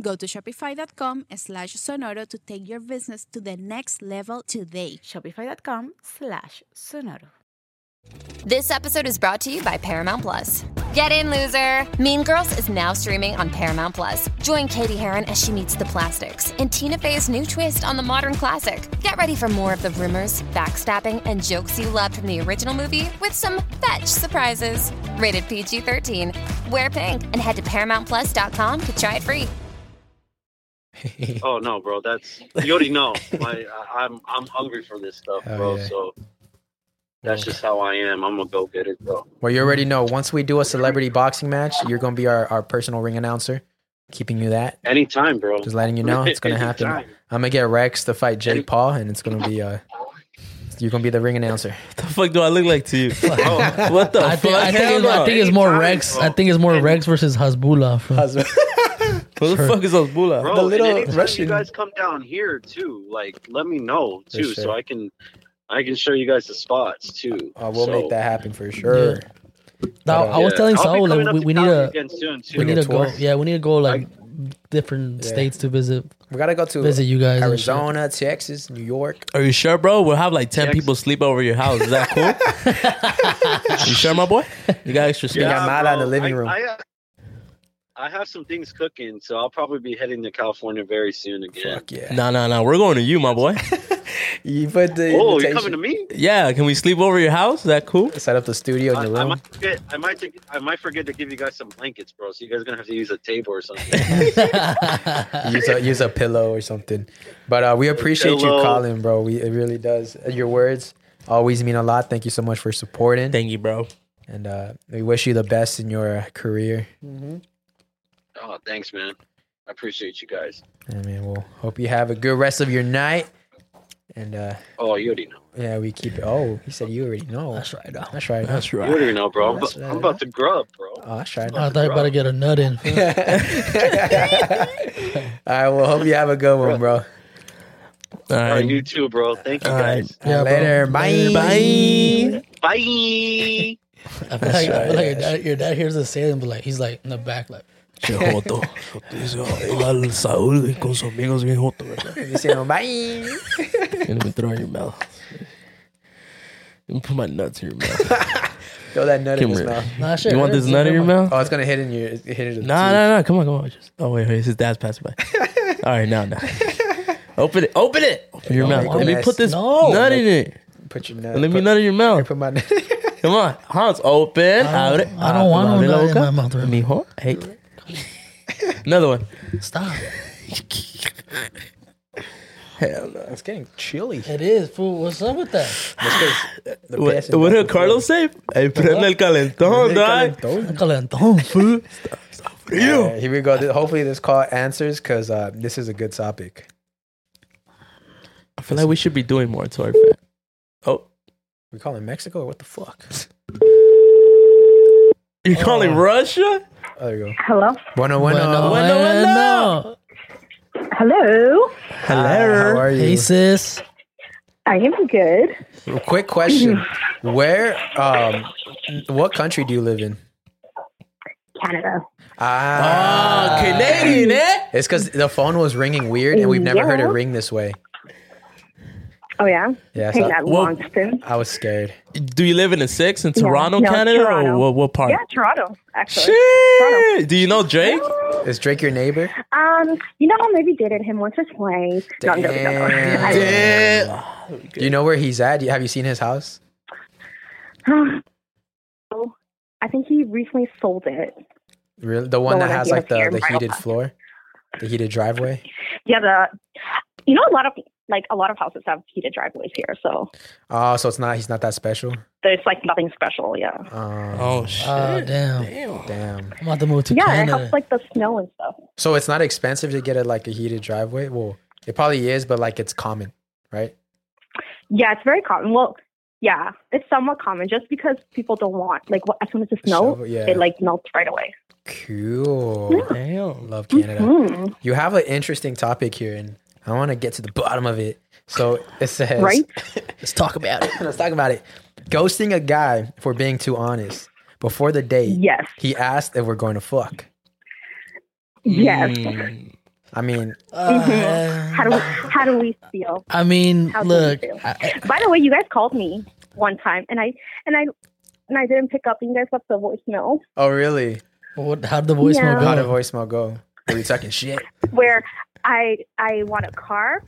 [SPEAKER 1] Go to shopify.com slash sonoro to take your business to the next level today.
[SPEAKER 2] Shopify.com slash sonoro.
[SPEAKER 12] This episode is brought to you by Paramount Plus. Get in, loser! Mean Girls is now streaming on Paramount Plus. Join Katie Heron as she meets the plastics and Tina Fey's new twist on the modern classic. Get ready for more of the rumors, backstabbing, and jokes you loved from the original movie with some fetch surprises. Rated PG 13. Wear pink and head to ParamountPlus.com to try it free.
[SPEAKER 6] oh no, bro, that's you already know. My, I, I'm I'm hungry for this stuff,
[SPEAKER 7] Hell
[SPEAKER 6] bro.
[SPEAKER 7] yeah.
[SPEAKER 6] So that's just how I am. I'm gonna go get it, bro.
[SPEAKER 7] Well, you already know. Once we do a celebrity boxing match, you're gonna be our, our personal ring announcer, keeping you that.
[SPEAKER 6] Anytime, bro.
[SPEAKER 7] Just letting you know it's
[SPEAKER 6] <laughs>
[SPEAKER 7] gonna happen. I'm
[SPEAKER 6] Anytime.
[SPEAKER 7] gonna get Rex to fight Jake Paul, and it's gonna be uh, you're gonna be the ring announcer.
[SPEAKER 8] the fuck do I look like to
[SPEAKER 6] <laughs>
[SPEAKER 8] you? what the
[SPEAKER 9] I think,
[SPEAKER 8] fuck?
[SPEAKER 9] I, think
[SPEAKER 8] Hell
[SPEAKER 9] it's, I
[SPEAKER 8] no.
[SPEAKER 9] think it's more Rex. I think it's more Rex versus Hasbullah. From,
[SPEAKER 8] <laughs> Who the fuck is Osbula?
[SPEAKER 6] Bro,
[SPEAKER 7] The
[SPEAKER 6] and
[SPEAKER 7] little
[SPEAKER 6] anytime
[SPEAKER 7] Russian-
[SPEAKER 6] you guys come down here too, like let me know
[SPEAKER 7] For
[SPEAKER 6] too, so
[SPEAKER 7] sure.
[SPEAKER 6] I can I can show you guys the spots too.
[SPEAKER 7] Uh, we'll
[SPEAKER 6] So,
[SPEAKER 7] make that happen for sure.
[SPEAKER 9] Now, I was
[SPEAKER 6] yeah.
[SPEAKER 9] telling
[SPEAKER 6] I'll be
[SPEAKER 9] Saul
[SPEAKER 6] coming
[SPEAKER 9] like,
[SPEAKER 6] up
[SPEAKER 9] we,
[SPEAKER 6] to
[SPEAKER 9] we need
[SPEAKER 6] Cali
[SPEAKER 9] a
[SPEAKER 6] again soon too.
[SPEAKER 9] we need to go.
[SPEAKER 7] tour.
[SPEAKER 9] Yeah, we need to go like different
[SPEAKER 7] Yeah.
[SPEAKER 9] states to visit
[SPEAKER 7] We gotta go to
[SPEAKER 9] visit you guys. and shit.
[SPEAKER 7] Arizona, Texas, New
[SPEAKER 8] <laughs>
[SPEAKER 7] York.
[SPEAKER 8] Are you sure, bro? We'll have like 10
[SPEAKER 6] Jackson.
[SPEAKER 8] people sleep over your house. Is that cool?
[SPEAKER 7] <laughs>
[SPEAKER 8] you sure, my boy? You got extra space?
[SPEAKER 7] Yeah. got Mala in
[SPEAKER 6] bro,
[SPEAKER 7] the living
[SPEAKER 6] I-
[SPEAKER 7] room.
[SPEAKER 6] I, I have some things cooking, so I'll probably be heading to California very soon again.
[SPEAKER 7] Fuck yeah!
[SPEAKER 8] No, no, no. We're going to you, my boy.
[SPEAKER 7] <laughs> You put the
[SPEAKER 6] Oh, you're
[SPEAKER 7] invitation-
[SPEAKER 6] coming to me?
[SPEAKER 8] Yeah, can we sleep over your house? Is that cool?
[SPEAKER 7] set up the studio
[SPEAKER 6] I,
[SPEAKER 7] in your
[SPEAKER 6] I
[SPEAKER 7] room.
[SPEAKER 6] might forget. I might. Think, I might forget to give you guys some blankets, bro. So you guys are gonna have to use a table or something.
[SPEAKER 7] <laughs> use a use a pillow or something. But uh, we appreciate you
[SPEAKER 6] Pillow.
[SPEAKER 7] calling, bro. We it really does. Uh, Your words always mean a lot. Thank you so much for supporting,
[SPEAKER 8] Thank you, bro.
[SPEAKER 7] and uh, we wish you the best in your career.
[SPEAKER 6] oh, thanks, man. I appreciate you guys.
[SPEAKER 7] I mean, we'll hope you have a good rest of your night. And uh,
[SPEAKER 6] Oh, you already know.
[SPEAKER 7] yeah, we keep it. Oh, he said you already know. That's right. That's right. That's
[SPEAKER 6] You already know, bro. I'm,
[SPEAKER 7] That's
[SPEAKER 6] bu-
[SPEAKER 7] right.
[SPEAKER 6] I'm about to grub, bro.
[SPEAKER 7] Oh, that's right. <laughs>
[SPEAKER 9] I thought I better get a nut <laughs> in.
[SPEAKER 7] All right. Well, hope you have a good one, bro.
[SPEAKER 8] All
[SPEAKER 6] All right,
[SPEAKER 8] right.
[SPEAKER 6] you too, bro. Thank you
[SPEAKER 8] right.
[SPEAKER 6] guys.
[SPEAKER 9] Yeah, bro.
[SPEAKER 7] Later. Bye.
[SPEAKER 8] Bye.
[SPEAKER 6] Bye.
[SPEAKER 9] I feel like, I feel like your, dad, your dad hears us say them, but like he's like in the back, like <laughs>
[SPEAKER 8] oh, Saúl y con sus amigos bien joto,
[SPEAKER 7] <laughs> Diciendo, bye.
[SPEAKER 8] Gonna throw in your mouth. Let me put my nuts in your mouth.
[SPEAKER 7] Throw that nut in
[SPEAKER 8] Come
[SPEAKER 7] his
[SPEAKER 8] here.
[SPEAKER 7] mouth.
[SPEAKER 9] nah, shit,
[SPEAKER 8] You want this nut in your mouth?
[SPEAKER 7] Oh, it's gonna hit in your hit it. in the
[SPEAKER 8] No,
[SPEAKER 7] teeth.
[SPEAKER 8] no, no. Come on, come on. Just, oh, wait, wait. His dad's
[SPEAKER 7] <laughs>
[SPEAKER 8] passing by. All right, now, now. Open it. Open it. Open your
[SPEAKER 7] Don't
[SPEAKER 8] mouth.
[SPEAKER 7] make a
[SPEAKER 8] Let me
[SPEAKER 7] mess.
[SPEAKER 8] put this
[SPEAKER 9] No.
[SPEAKER 8] nut in it.
[SPEAKER 7] Put your nut.
[SPEAKER 8] Let me
[SPEAKER 7] put-
[SPEAKER 8] nut in your mouth.
[SPEAKER 7] Put my nut. <laughs>
[SPEAKER 8] Come on. Hans, open.
[SPEAKER 9] I
[SPEAKER 8] <laughs> Abre.
[SPEAKER 9] don't- I don't want
[SPEAKER 8] Abre
[SPEAKER 9] no
[SPEAKER 8] la
[SPEAKER 9] nut in
[SPEAKER 8] boca.
[SPEAKER 9] my mouth right now.
[SPEAKER 8] Mijo. Hey. Another one.
[SPEAKER 9] Stop.
[SPEAKER 7] Hell no. It's getting chilly.
[SPEAKER 9] It is fool. What's up with that?
[SPEAKER 7] The passing
[SPEAKER 8] What, what
[SPEAKER 7] back
[SPEAKER 8] did
[SPEAKER 7] and forth.
[SPEAKER 8] Carlos say?
[SPEAKER 7] <laughs>
[SPEAKER 8] Hey, prende el calentón, dog.
[SPEAKER 7] Calentón.
[SPEAKER 8] <laughs>
[SPEAKER 9] Calentón, fool.
[SPEAKER 7] All right, here we go. Th- Hopefully, this call answers because uh, this is a good topic.
[SPEAKER 8] I feel like we should be doing more to our fan. Oh,
[SPEAKER 7] We call in Mexico or what the fuck?
[SPEAKER 8] you're calling Russia?
[SPEAKER 7] Oh, there you go.
[SPEAKER 10] Hello.
[SPEAKER 7] Bueno, bueno.
[SPEAKER 9] Bueno,
[SPEAKER 8] bueno, bueno.
[SPEAKER 10] Hello.
[SPEAKER 7] Hello. how are you?
[SPEAKER 9] Hey sis.
[SPEAKER 10] I am good.
[SPEAKER 7] Quick question. Where, um, what country do you live in?
[SPEAKER 10] Canada.
[SPEAKER 7] Ah.
[SPEAKER 8] Canadian, eh?
[SPEAKER 7] It's because the phone was ringing weird and we've never heard it
[SPEAKER 10] Yeah.
[SPEAKER 7] ring this way.
[SPEAKER 10] Oh yeah.
[SPEAKER 7] Yeah,
[SPEAKER 10] Hey,
[SPEAKER 7] so-
[SPEAKER 10] that
[SPEAKER 8] Well-
[SPEAKER 10] long spin.
[SPEAKER 7] I was scared.
[SPEAKER 8] Do you live in a six in Toronto,
[SPEAKER 10] No,
[SPEAKER 8] Canada,
[SPEAKER 10] Toronto.
[SPEAKER 8] or what, what part?
[SPEAKER 10] Yeah, Toronto. Actually.
[SPEAKER 8] Shit! Do you know Drake?
[SPEAKER 7] Is Drake your neighbor?
[SPEAKER 13] Um, you know, maybe dated him once or twice. No, no, no, no. I-
[SPEAKER 7] Do you know where he's at? Have you seen his house?
[SPEAKER 13] <sighs> Oh, I think he recently sold it.
[SPEAKER 7] Really? The one
[SPEAKER 13] The
[SPEAKER 7] that
[SPEAKER 13] one that
[SPEAKER 7] has
[SPEAKER 13] he
[SPEAKER 7] like
[SPEAKER 13] has
[SPEAKER 7] the,
[SPEAKER 13] here in
[SPEAKER 7] the
[SPEAKER 13] my
[SPEAKER 7] heated
[SPEAKER 13] apartment.
[SPEAKER 7] floor, the heated driveway.
[SPEAKER 13] Yeah, the you know a lot of like a lot of houses have heated driveways here, so
[SPEAKER 7] Oh, so it's not. He's not that special.
[SPEAKER 13] there's like nothing special. Yeah.
[SPEAKER 7] oh
[SPEAKER 8] shit!
[SPEAKER 9] Oh, damn.
[SPEAKER 8] Damn.
[SPEAKER 7] Damn.
[SPEAKER 9] I'm about to move to
[SPEAKER 13] yeah, it
[SPEAKER 9] Canada.
[SPEAKER 13] helps like the snow and stuff.
[SPEAKER 7] So it's not expensive to get a like a heated driveway. Well, it probably is, but like it's common, right?
[SPEAKER 13] Yeah, it's very common. Well, yeah, it's somewhat common just because people don't want like what, as soon as it snows,
[SPEAKER 7] Shovel, yeah.
[SPEAKER 13] it like melts right away.
[SPEAKER 7] Cool. Damn. Love Canada.
[SPEAKER 13] Mhm.
[SPEAKER 7] You have an interesting topic here, and I want to get to the bottom of it. So it says,
[SPEAKER 13] Right?
[SPEAKER 7] <laughs> Let's talk about it. Let's talk about it. Ghosting a guy for being too honest before the date.
[SPEAKER 13] Yes.
[SPEAKER 7] He asked if we're going to fuck. Mm.
[SPEAKER 13] Yes.
[SPEAKER 7] I mean,
[SPEAKER 13] Mhm. How do we, how do we feel?
[SPEAKER 9] Mm-hmm. I mean,
[SPEAKER 13] How do we
[SPEAKER 9] look,
[SPEAKER 13] feel?
[SPEAKER 9] I,
[SPEAKER 13] By the way, you guys called me one time, and I and I and I didn't pick up. And you guys left the voicemail
[SPEAKER 7] oh really?
[SPEAKER 9] What? How'd the
[SPEAKER 13] voicemail Yeah. go?
[SPEAKER 7] How'd the voicemail go? Are we talking shit?
[SPEAKER 13] where I I want a car.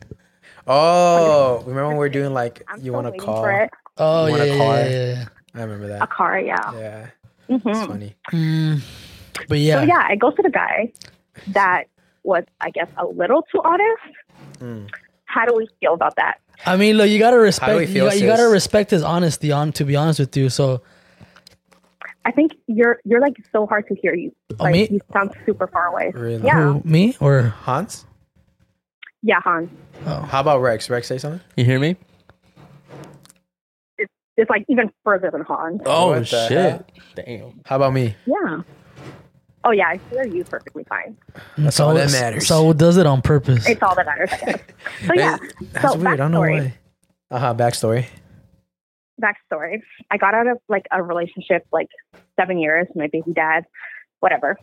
[SPEAKER 7] Oh, remember when we were doing like you want a
[SPEAKER 13] waiting
[SPEAKER 7] car?
[SPEAKER 13] for it.
[SPEAKER 9] Oh,
[SPEAKER 7] You want
[SPEAKER 9] yeah,
[SPEAKER 7] a car?
[SPEAKER 9] yeah, yeah, yeah.
[SPEAKER 7] I remember that.
[SPEAKER 13] A car, yeah.
[SPEAKER 7] Yeah.
[SPEAKER 13] Mhm.
[SPEAKER 7] It's funny.
[SPEAKER 9] Mm, but yeah,
[SPEAKER 13] So yeah, I ghosted a guy that was, I guess, a little too honest.
[SPEAKER 9] Mm.
[SPEAKER 13] How do we feel about that?
[SPEAKER 9] I mean, look, you gotta
[SPEAKER 13] How do
[SPEAKER 9] respect.
[SPEAKER 13] we
[SPEAKER 9] You,
[SPEAKER 13] feel,
[SPEAKER 9] got, you gotta
[SPEAKER 13] sis?
[SPEAKER 9] respect his honesty. On to be honest with you, so
[SPEAKER 13] I think you're you're like so hard to hear you.
[SPEAKER 9] Oh,
[SPEAKER 13] Like
[SPEAKER 9] me?
[SPEAKER 13] you sound super far away.
[SPEAKER 7] Really?
[SPEAKER 13] Yeah,
[SPEAKER 9] Who, me or Oh.
[SPEAKER 7] Hans?
[SPEAKER 13] yeah, Han.
[SPEAKER 7] How about Rex? Rex, say something.
[SPEAKER 8] You hear me?
[SPEAKER 13] It's, it's like even further than Han.
[SPEAKER 8] Oh
[SPEAKER 7] What the
[SPEAKER 8] shit!
[SPEAKER 7] hell?
[SPEAKER 8] Damn.
[SPEAKER 7] How about me?
[SPEAKER 13] Yeah. Oh yeah, I hear you perfectly fine.
[SPEAKER 9] That's so,
[SPEAKER 7] all that matters.
[SPEAKER 9] So does it on purpose.
[SPEAKER 13] It's all that matters. I
[SPEAKER 7] <laughs>
[SPEAKER 13] guess. So yeah,
[SPEAKER 7] That's
[SPEAKER 13] so
[SPEAKER 7] weird. I don't know
[SPEAKER 13] backstory.
[SPEAKER 7] why. Uh huh. Backstory.
[SPEAKER 13] backstory. I got out of like a relationship like seven years, my baby dad, whatever.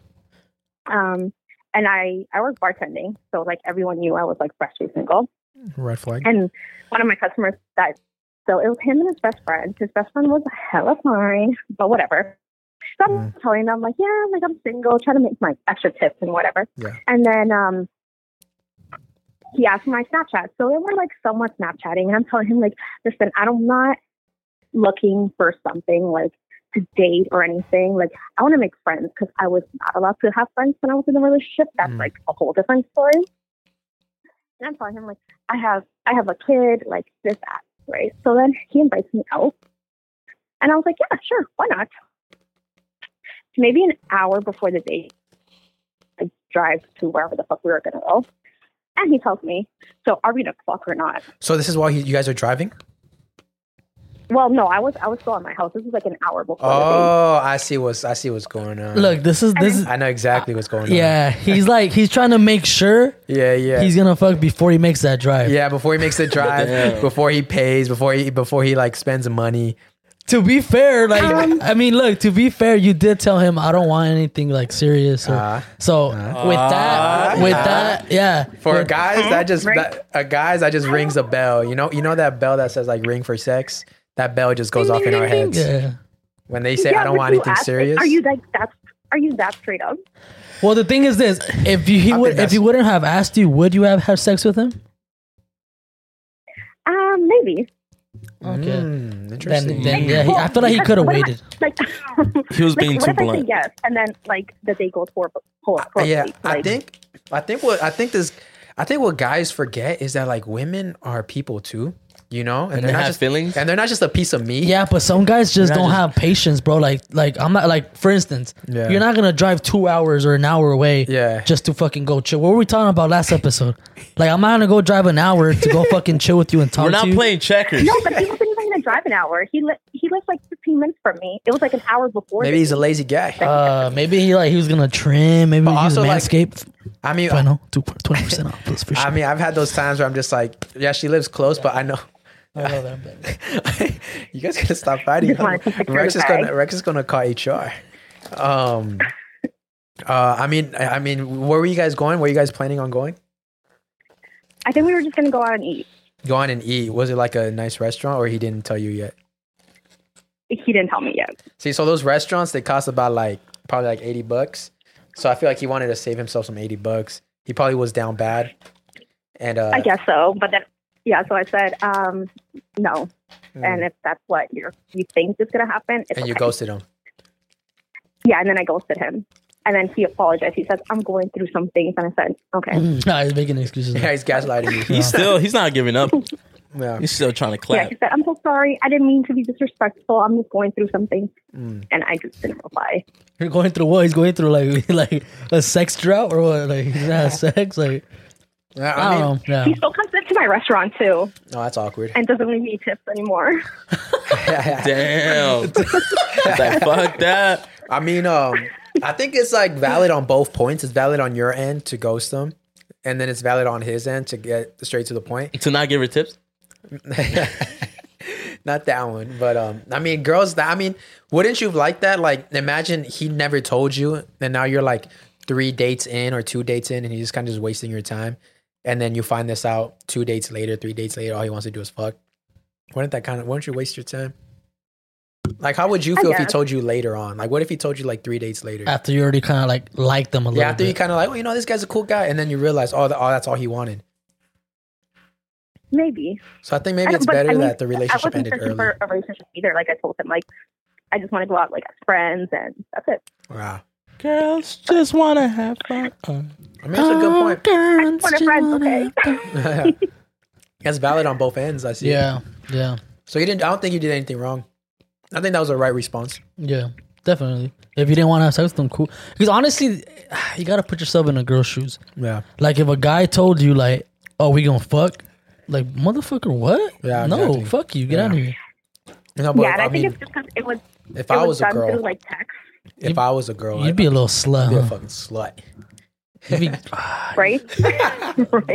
[SPEAKER 13] Um, and I I was bartending, so like everyone knew I was like freshly single.
[SPEAKER 7] Red flag.
[SPEAKER 13] <laughs>
[SPEAKER 11] <laughs>
[SPEAKER 13] And one of my customers that so it was him and his best friend. His best friend was hella fine, but whatever. So I'm
[SPEAKER 7] Mm.
[SPEAKER 13] telling them like, yeah, like I'm single, trying to make my extra tips and whatever.
[SPEAKER 7] Yeah.
[SPEAKER 13] And then um he asked for my Snapchat. So they were like somewhat Snapchatting and I'm telling him like, listen, I don't not looking for something like to date or anything. Like I want to make friends because I was not allowed to have friends when I was in a relationship. That's like a whole different story. And I'm telling him like I have I have a kid, like this that, right? So then he invites me out. And I was like, Yeah, sure, why not? Maybe an hour before the date, I drive to wherever the fuck we were gonna go. And he tells me, So are we gonna fuck or not?
[SPEAKER 7] So this is why he, you guys are driving.
[SPEAKER 13] Well, no, I was I was still at my house. This was like an hour before the date.
[SPEAKER 7] Oh, I see what's I see what's going on.
[SPEAKER 9] Look, this is- this is-
[SPEAKER 7] I know exactly what's going
[SPEAKER 9] yeah, he's like he's trying to make sure
[SPEAKER 7] on. Yeah. Yeah.
[SPEAKER 9] he's gonna fuck before he makes that drive.
[SPEAKER 7] yeah. Before he makes the
[SPEAKER 8] <laughs>
[SPEAKER 7] drive,
[SPEAKER 9] Damn.
[SPEAKER 7] before he pays, before he before he like spends money.
[SPEAKER 9] To be fair, like I mean, look. To be fair, you did tell him I don't want anything like serious. Or, so
[SPEAKER 7] Uh-huh.
[SPEAKER 9] with that, with
[SPEAKER 7] Ah.
[SPEAKER 9] that, yeah.
[SPEAKER 7] For
[SPEAKER 9] with-
[SPEAKER 7] guys, that just that, uh, guys that just rings a bell. You know, you know that bell that says like ring for sex. That bell just goes off in our heads
[SPEAKER 9] Yeah.
[SPEAKER 7] when they say
[SPEAKER 13] Yeah,
[SPEAKER 7] I don't
[SPEAKER 13] but
[SPEAKER 7] want
[SPEAKER 13] you
[SPEAKER 7] anything
[SPEAKER 13] asked, like,
[SPEAKER 7] serious.
[SPEAKER 13] Are you like that's are you that straight up?
[SPEAKER 9] Well, the thing is this: if you, he would, if he wouldn't have asked you, would you have had sex with him?
[SPEAKER 13] Um, maybe.
[SPEAKER 9] Okay.
[SPEAKER 7] Mm, interesting.
[SPEAKER 9] Then, then yeah, he, I feel like he
[SPEAKER 13] Because
[SPEAKER 9] could have
[SPEAKER 13] what if I-
[SPEAKER 9] waited.
[SPEAKER 13] <laughs> like,
[SPEAKER 8] He was
[SPEAKER 13] like,
[SPEAKER 8] being
[SPEAKER 13] what
[SPEAKER 8] too
[SPEAKER 13] if I say
[SPEAKER 8] blunt.
[SPEAKER 13] yes, and then like the day goes horrible.
[SPEAKER 7] Uh, yeah, I think, I think what I think this, I think what guys forget is that like women are people too, you know, and,
[SPEAKER 8] And
[SPEAKER 7] they're
[SPEAKER 8] they
[SPEAKER 7] not
[SPEAKER 8] have
[SPEAKER 7] just feelings, and they're not just a piece of meat.
[SPEAKER 9] Yeah, but some guys just
[SPEAKER 7] You're not
[SPEAKER 9] don't have patience, bro. Like, like I'm not like, for instance, you're not gonna drive two hours or an hour away,
[SPEAKER 7] Yeah.
[SPEAKER 9] just to fucking go chill. What were we talking about last episode? like, I'm not gonna go drive an hour to <laughs> go fucking chill with you and talk.
[SPEAKER 8] We're
[SPEAKER 9] to
[SPEAKER 8] not
[SPEAKER 9] you.
[SPEAKER 8] playing checkers.
[SPEAKER 13] No, but he wasn't even gonna drive an hour. He li- he lives like 15 minutes from me. It was like an hour before. the date.
[SPEAKER 7] lazy guy.
[SPEAKER 9] Uh, maybe he like he was gonna trim. Maybe he was
[SPEAKER 7] also, like,
[SPEAKER 9] manscaped.
[SPEAKER 7] I mean,
[SPEAKER 9] final twenty percent off. Please, for sure.
[SPEAKER 7] I mean, I've had those times where I'm just like, yeah, she lives close, but I know.
[SPEAKER 9] I know that
[SPEAKER 7] you guys gotta stop fighting.
[SPEAKER 9] Just wanted to secure
[SPEAKER 7] Rex
[SPEAKER 9] the
[SPEAKER 7] is
[SPEAKER 9] bag.
[SPEAKER 7] gonna Rex is gonna call HR. Um, uh, I mean, I I mean, where were you guys going? Were you guys planning on going?
[SPEAKER 13] I think we were just gonna go out and eat.
[SPEAKER 7] Go on and eat. Was it like a nice restaurant, or he didn't tell you yet?
[SPEAKER 13] He didn't tell me yet.
[SPEAKER 7] See, so those restaurants they cost about like probably like eighty bucks. So I feel like he wanted to save himself some eighty bucks. He probably was down bad, and uh,
[SPEAKER 13] I guess so. But then, yeah, so I said, um, no.
[SPEAKER 9] Hmm.
[SPEAKER 7] Mm.
[SPEAKER 13] And if that's what you you think is going to happen, it's
[SPEAKER 7] and you
[SPEAKER 13] okay.
[SPEAKER 7] ghosted him.
[SPEAKER 13] Yeah, and then I ghosted him. And then he apologized. He says, I'm going through some things. And I said, okay.
[SPEAKER 9] nah, he's making excuses.
[SPEAKER 7] Yeah, he's gaslighting you.
[SPEAKER 8] He's still he's not giving up.
[SPEAKER 7] <laughs> Yeah.
[SPEAKER 8] He's still trying to
[SPEAKER 13] Yeah,
[SPEAKER 8] clap.
[SPEAKER 13] he said, I'm so sorry. I didn't mean to be disrespectful. I'm just going through something.
[SPEAKER 8] Mm.
[SPEAKER 13] And I just didn't reply.
[SPEAKER 9] You're going through what? He's going through like <laughs> like a sex drought or what? Like he's not had sex. Like I
[SPEAKER 7] Oh,
[SPEAKER 9] don't know. Yeah.
[SPEAKER 13] He still comes into my restaurant too
[SPEAKER 7] No, that's awkward.
[SPEAKER 13] and doesn't leave me tips anymore.
[SPEAKER 7] <laughs>
[SPEAKER 8] Damn. fuck that.
[SPEAKER 7] I mean, um, I think it's like valid on both points. It's valid on your end to ghost them, and then it's valid on his end to get straight to the point.
[SPEAKER 8] To not give her tips.
[SPEAKER 7] Not that one, but um, I mean, girls. That I mean, wouldn't you like that? Like, imagine he never told you, and now you're like three dates in or two dates in, and he's just kind of just wasting your time. And then you find this out two dates later, three dates later. All he wants to do is fuck. Wouldn't that kind of? Wouldn't you waste your time? Like, how would you
[SPEAKER 9] I
[SPEAKER 7] feel if he
[SPEAKER 9] guess.
[SPEAKER 7] told you later on? Like, what if he told you like three dates later?
[SPEAKER 9] After you already kind of like liked them a little
[SPEAKER 7] yeah, after
[SPEAKER 9] bit.
[SPEAKER 7] you kind of like, oh, you know, this guy's a cool guy, and then you realize, oh, the, oh that's all he wanted.
[SPEAKER 13] Maybe.
[SPEAKER 7] So I think
[SPEAKER 13] I
[SPEAKER 7] maybe
[SPEAKER 13] don't-
[SPEAKER 7] it's
[SPEAKER 13] but,
[SPEAKER 7] better
[SPEAKER 13] I mean,
[SPEAKER 7] that the
[SPEAKER 13] I
[SPEAKER 7] relationship
[SPEAKER 13] wasn't
[SPEAKER 7] ended
[SPEAKER 13] searching
[SPEAKER 7] early.
[SPEAKER 13] for a relationship either. Like I told him, like I just want to go out like as friends, and that's it.
[SPEAKER 7] Wow.
[SPEAKER 8] Girls just wanna have fun.
[SPEAKER 7] I mean, that's a good point.
[SPEAKER 13] I just want to friends, okay?
[SPEAKER 7] <laughs> That's valid on both ends. I see.
[SPEAKER 9] Yeah, yeah,
[SPEAKER 7] So you didn't. I don't think you did anything wrong. I think that was the right response.
[SPEAKER 9] yeah, definitely. If you didn't want to have sex with them, cool. Because honestly, <sighs> you gotta put yourself in a girl's shoes.
[SPEAKER 7] Yeah.
[SPEAKER 9] Like if a guy told you like, "Oh, we gonna fuck," like motherfucker, what?
[SPEAKER 7] Yeah,
[SPEAKER 9] no,
[SPEAKER 7] exactly.
[SPEAKER 9] fuck you, get
[SPEAKER 7] Yeah.
[SPEAKER 9] out of here.
[SPEAKER 7] No, but
[SPEAKER 13] yeah, and I,
[SPEAKER 7] I,
[SPEAKER 13] think
[SPEAKER 7] mean,
[SPEAKER 13] it's just because it was.
[SPEAKER 7] if
[SPEAKER 13] it
[SPEAKER 7] I was a
[SPEAKER 13] done
[SPEAKER 7] girl-
[SPEAKER 13] through like text,
[SPEAKER 7] if I was a girl,
[SPEAKER 9] You'd be a little slut,
[SPEAKER 7] I'd be a
[SPEAKER 9] huh?
[SPEAKER 7] fucking slut. <laughs>
[SPEAKER 13] right? right?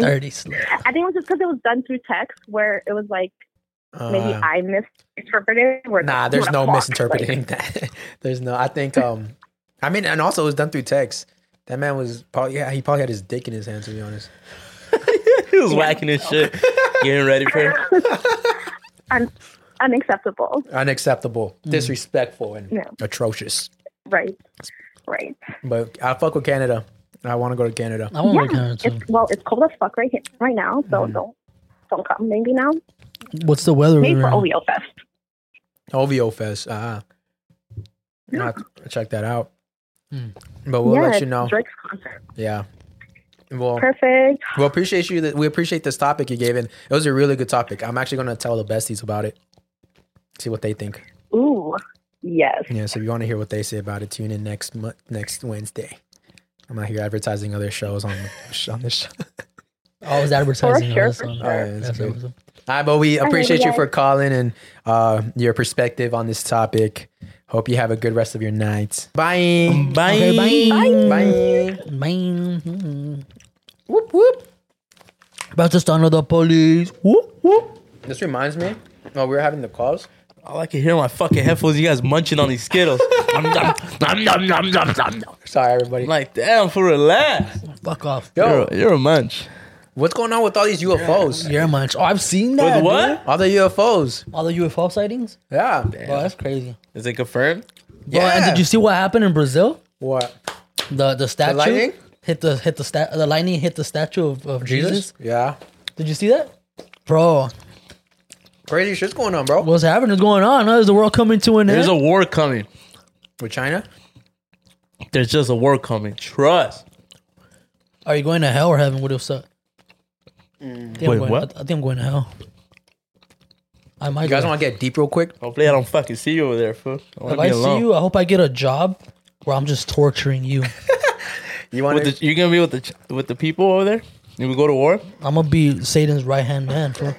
[SPEAKER 9] Dirty slut.
[SPEAKER 13] I think it was just because it was done through text, where it was like maybe
[SPEAKER 7] Uh,
[SPEAKER 13] I misinterpreted. Where
[SPEAKER 7] Nah, there's
[SPEAKER 13] what
[SPEAKER 7] no
[SPEAKER 13] the fuck,
[SPEAKER 7] misinterpreting <laughs>
[SPEAKER 13] like-
[SPEAKER 7] that. there's no. I think. Um, I mean, and also it was done through text. That man was probably yeah. He probably had his dick in his hand to be honest.
[SPEAKER 8] <laughs> He was whacking his shit, getting ready for him.
[SPEAKER 13] Un- unacceptable.
[SPEAKER 7] Unacceptable,
[SPEAKER 9] Mm.
[SPEAKER 7] disrespectful, and
[SPEAKER 13] Yeah.
[SPEAKER 7] atrocious.
[SPEAKER 13] Right. Right.
[SPEAKER 7] But I fuck with Canada. I want to go to Canada.
[SPEAKER 13] it's, well, it's cold as fuck right here, right now, so don't don't come. Maybe now.
[SPEAKER 9] What's the weather?
[SPEAKER 13] Maybe for
[SPEAKER 9] around?
[SPEAKER 13] OVO Fest.
[SPEAKER 7] OVO Fest. Ah, I'll have to check that out. But we'll
[SPEAKER 13] yeah,
[SPEAKER 7] let
[SPEAKER 13] it's
[SPEAKER 7] you know.
[SPEAKER 13] Drake's concert.
[SPEAKER 7] Yeah. Well,
[SPEAKER 13] Perfect.
[SPEAKER 7] Well, appreciate you. That we appreciate this topic you gave, and it was a really good topic. I'm actually going to tell the besties about it, see what they think.
[SPEAKER 13] Ooh. Yes.
[SPEAKER 7] Yeah, so if you want to hear what they say about it, tune in next month, next Wednesday. I'm out here advertising other shows on the on the show.
[SPEAKER 9] I was Oh, advertising.
[SPEAKER 7] sure,
[SPEAKER 9] on this
[SPEAKER 7] for
[SPEAKER 9] one.
[SPEAKER 7] sure. Alright, that's
[SPEAKER 9] That's
[SPEAKER 7] good.
[SPEAKER 9] awesome.
[SPEAKER 7] All right, but we
[SPEAKER 9] All right,
[SPEAKER 7] appreciate you
[SPEAKER 9] guys.
[SPEAKER 7] for calling and uh, your perspective on this topic. Hope you have a good rest of your night.
[SPEAKER 9] Um,
[SPEAKER 7] Bye. Bye.
[SPEAKER 9] Okay, bye.
[SPEAKER 7] Bye.
[SPEAKER 9] Bye. Hmm. Whoop whoop. About to stand with the police. Whoop whoop.
[SPEAKER 7] This reminds me. Oh, we were having the calls.
[SPEAKER 8] All I can hear in my fucking headphones, you guys munching on
[SPEAKER 7] <laughs>
[SPEAKER 8] these Skittles. Nom, nom, nom, nom, nom, nom, nom, nom.
[SPEAKER 7] Sorry, everybody.
[SPEAKER 8] Like, damn, for relax.
[SPEAKER 9] Fuck off.
[SPEAKER 8] You're, a- you're a munch.
[SPEAKER 7] What's going on with all these UFOs?
[SPEAKER 9] Yeah, munch. Oh, I've seen that. dude.
[SPEAKER 7] All the UFOs.
[SPEAKER 9] All the UFO sightings.
[SPEAKER 7] Yeah.
[SPEAKER 9] Bro, that's crazy.
[SPEAKER 8] Is it confirmed?
[SPEAKER 9] Bro, and did you see what happened in Brazil?
[SPEAKER 7] What?
[SPEAKER 9] The the statue
[SPEAKER 7] lightning?
[SPEAKER 9] hit the hit the sta- the lightning hit the statue of, of Jesus.
[SPEAKER 7] Yeah.
[SPEAKER 9] Did you see that, bro?
[SPEAKER 7] Crazy shit's going on, bro.
[SPEAKER 9] What's happening? What's going on? Huh? Is the world coming to an
[SPEAKER 8] There's a
[SPEAKER 9] end?
[SPEAKER 8] war coming.
[SPEAKER 7] With China?
[SPEAKER 8] There's just a war coming. Trust.
[SPEAKER 9] Are you going to hell or heaven? What else? Up? I think I'm
[SPEAKER 8] Wait,
[SPEAKER 9] going-
[SPEAKER 8] what?
[SPEAKER 9] I, I think I'm going to hell. I might.
[SPEAKER 7] You guys
[SPEAKER 9] go.
[SPEAKER 7] want to get deep real quick?
[SPEAKER 8] Hopefully, I don't fucking see you over there, fool. I wanna
[SPEAKER 9] If
[SPEAKER 8] be
[SPEAKER 9] I
[SPEAKER 8] alone.
[SPEAKER 9] see you, I hope I get a job where I'm just torturing you. <laughs>
[SPEAKER 7] You
[SPEAKER 8] want the, you gonna be with the ch- with the people over there? You would go to war?
[SPEAKER 9] I'm gonna be Satan's right hand man. Bro.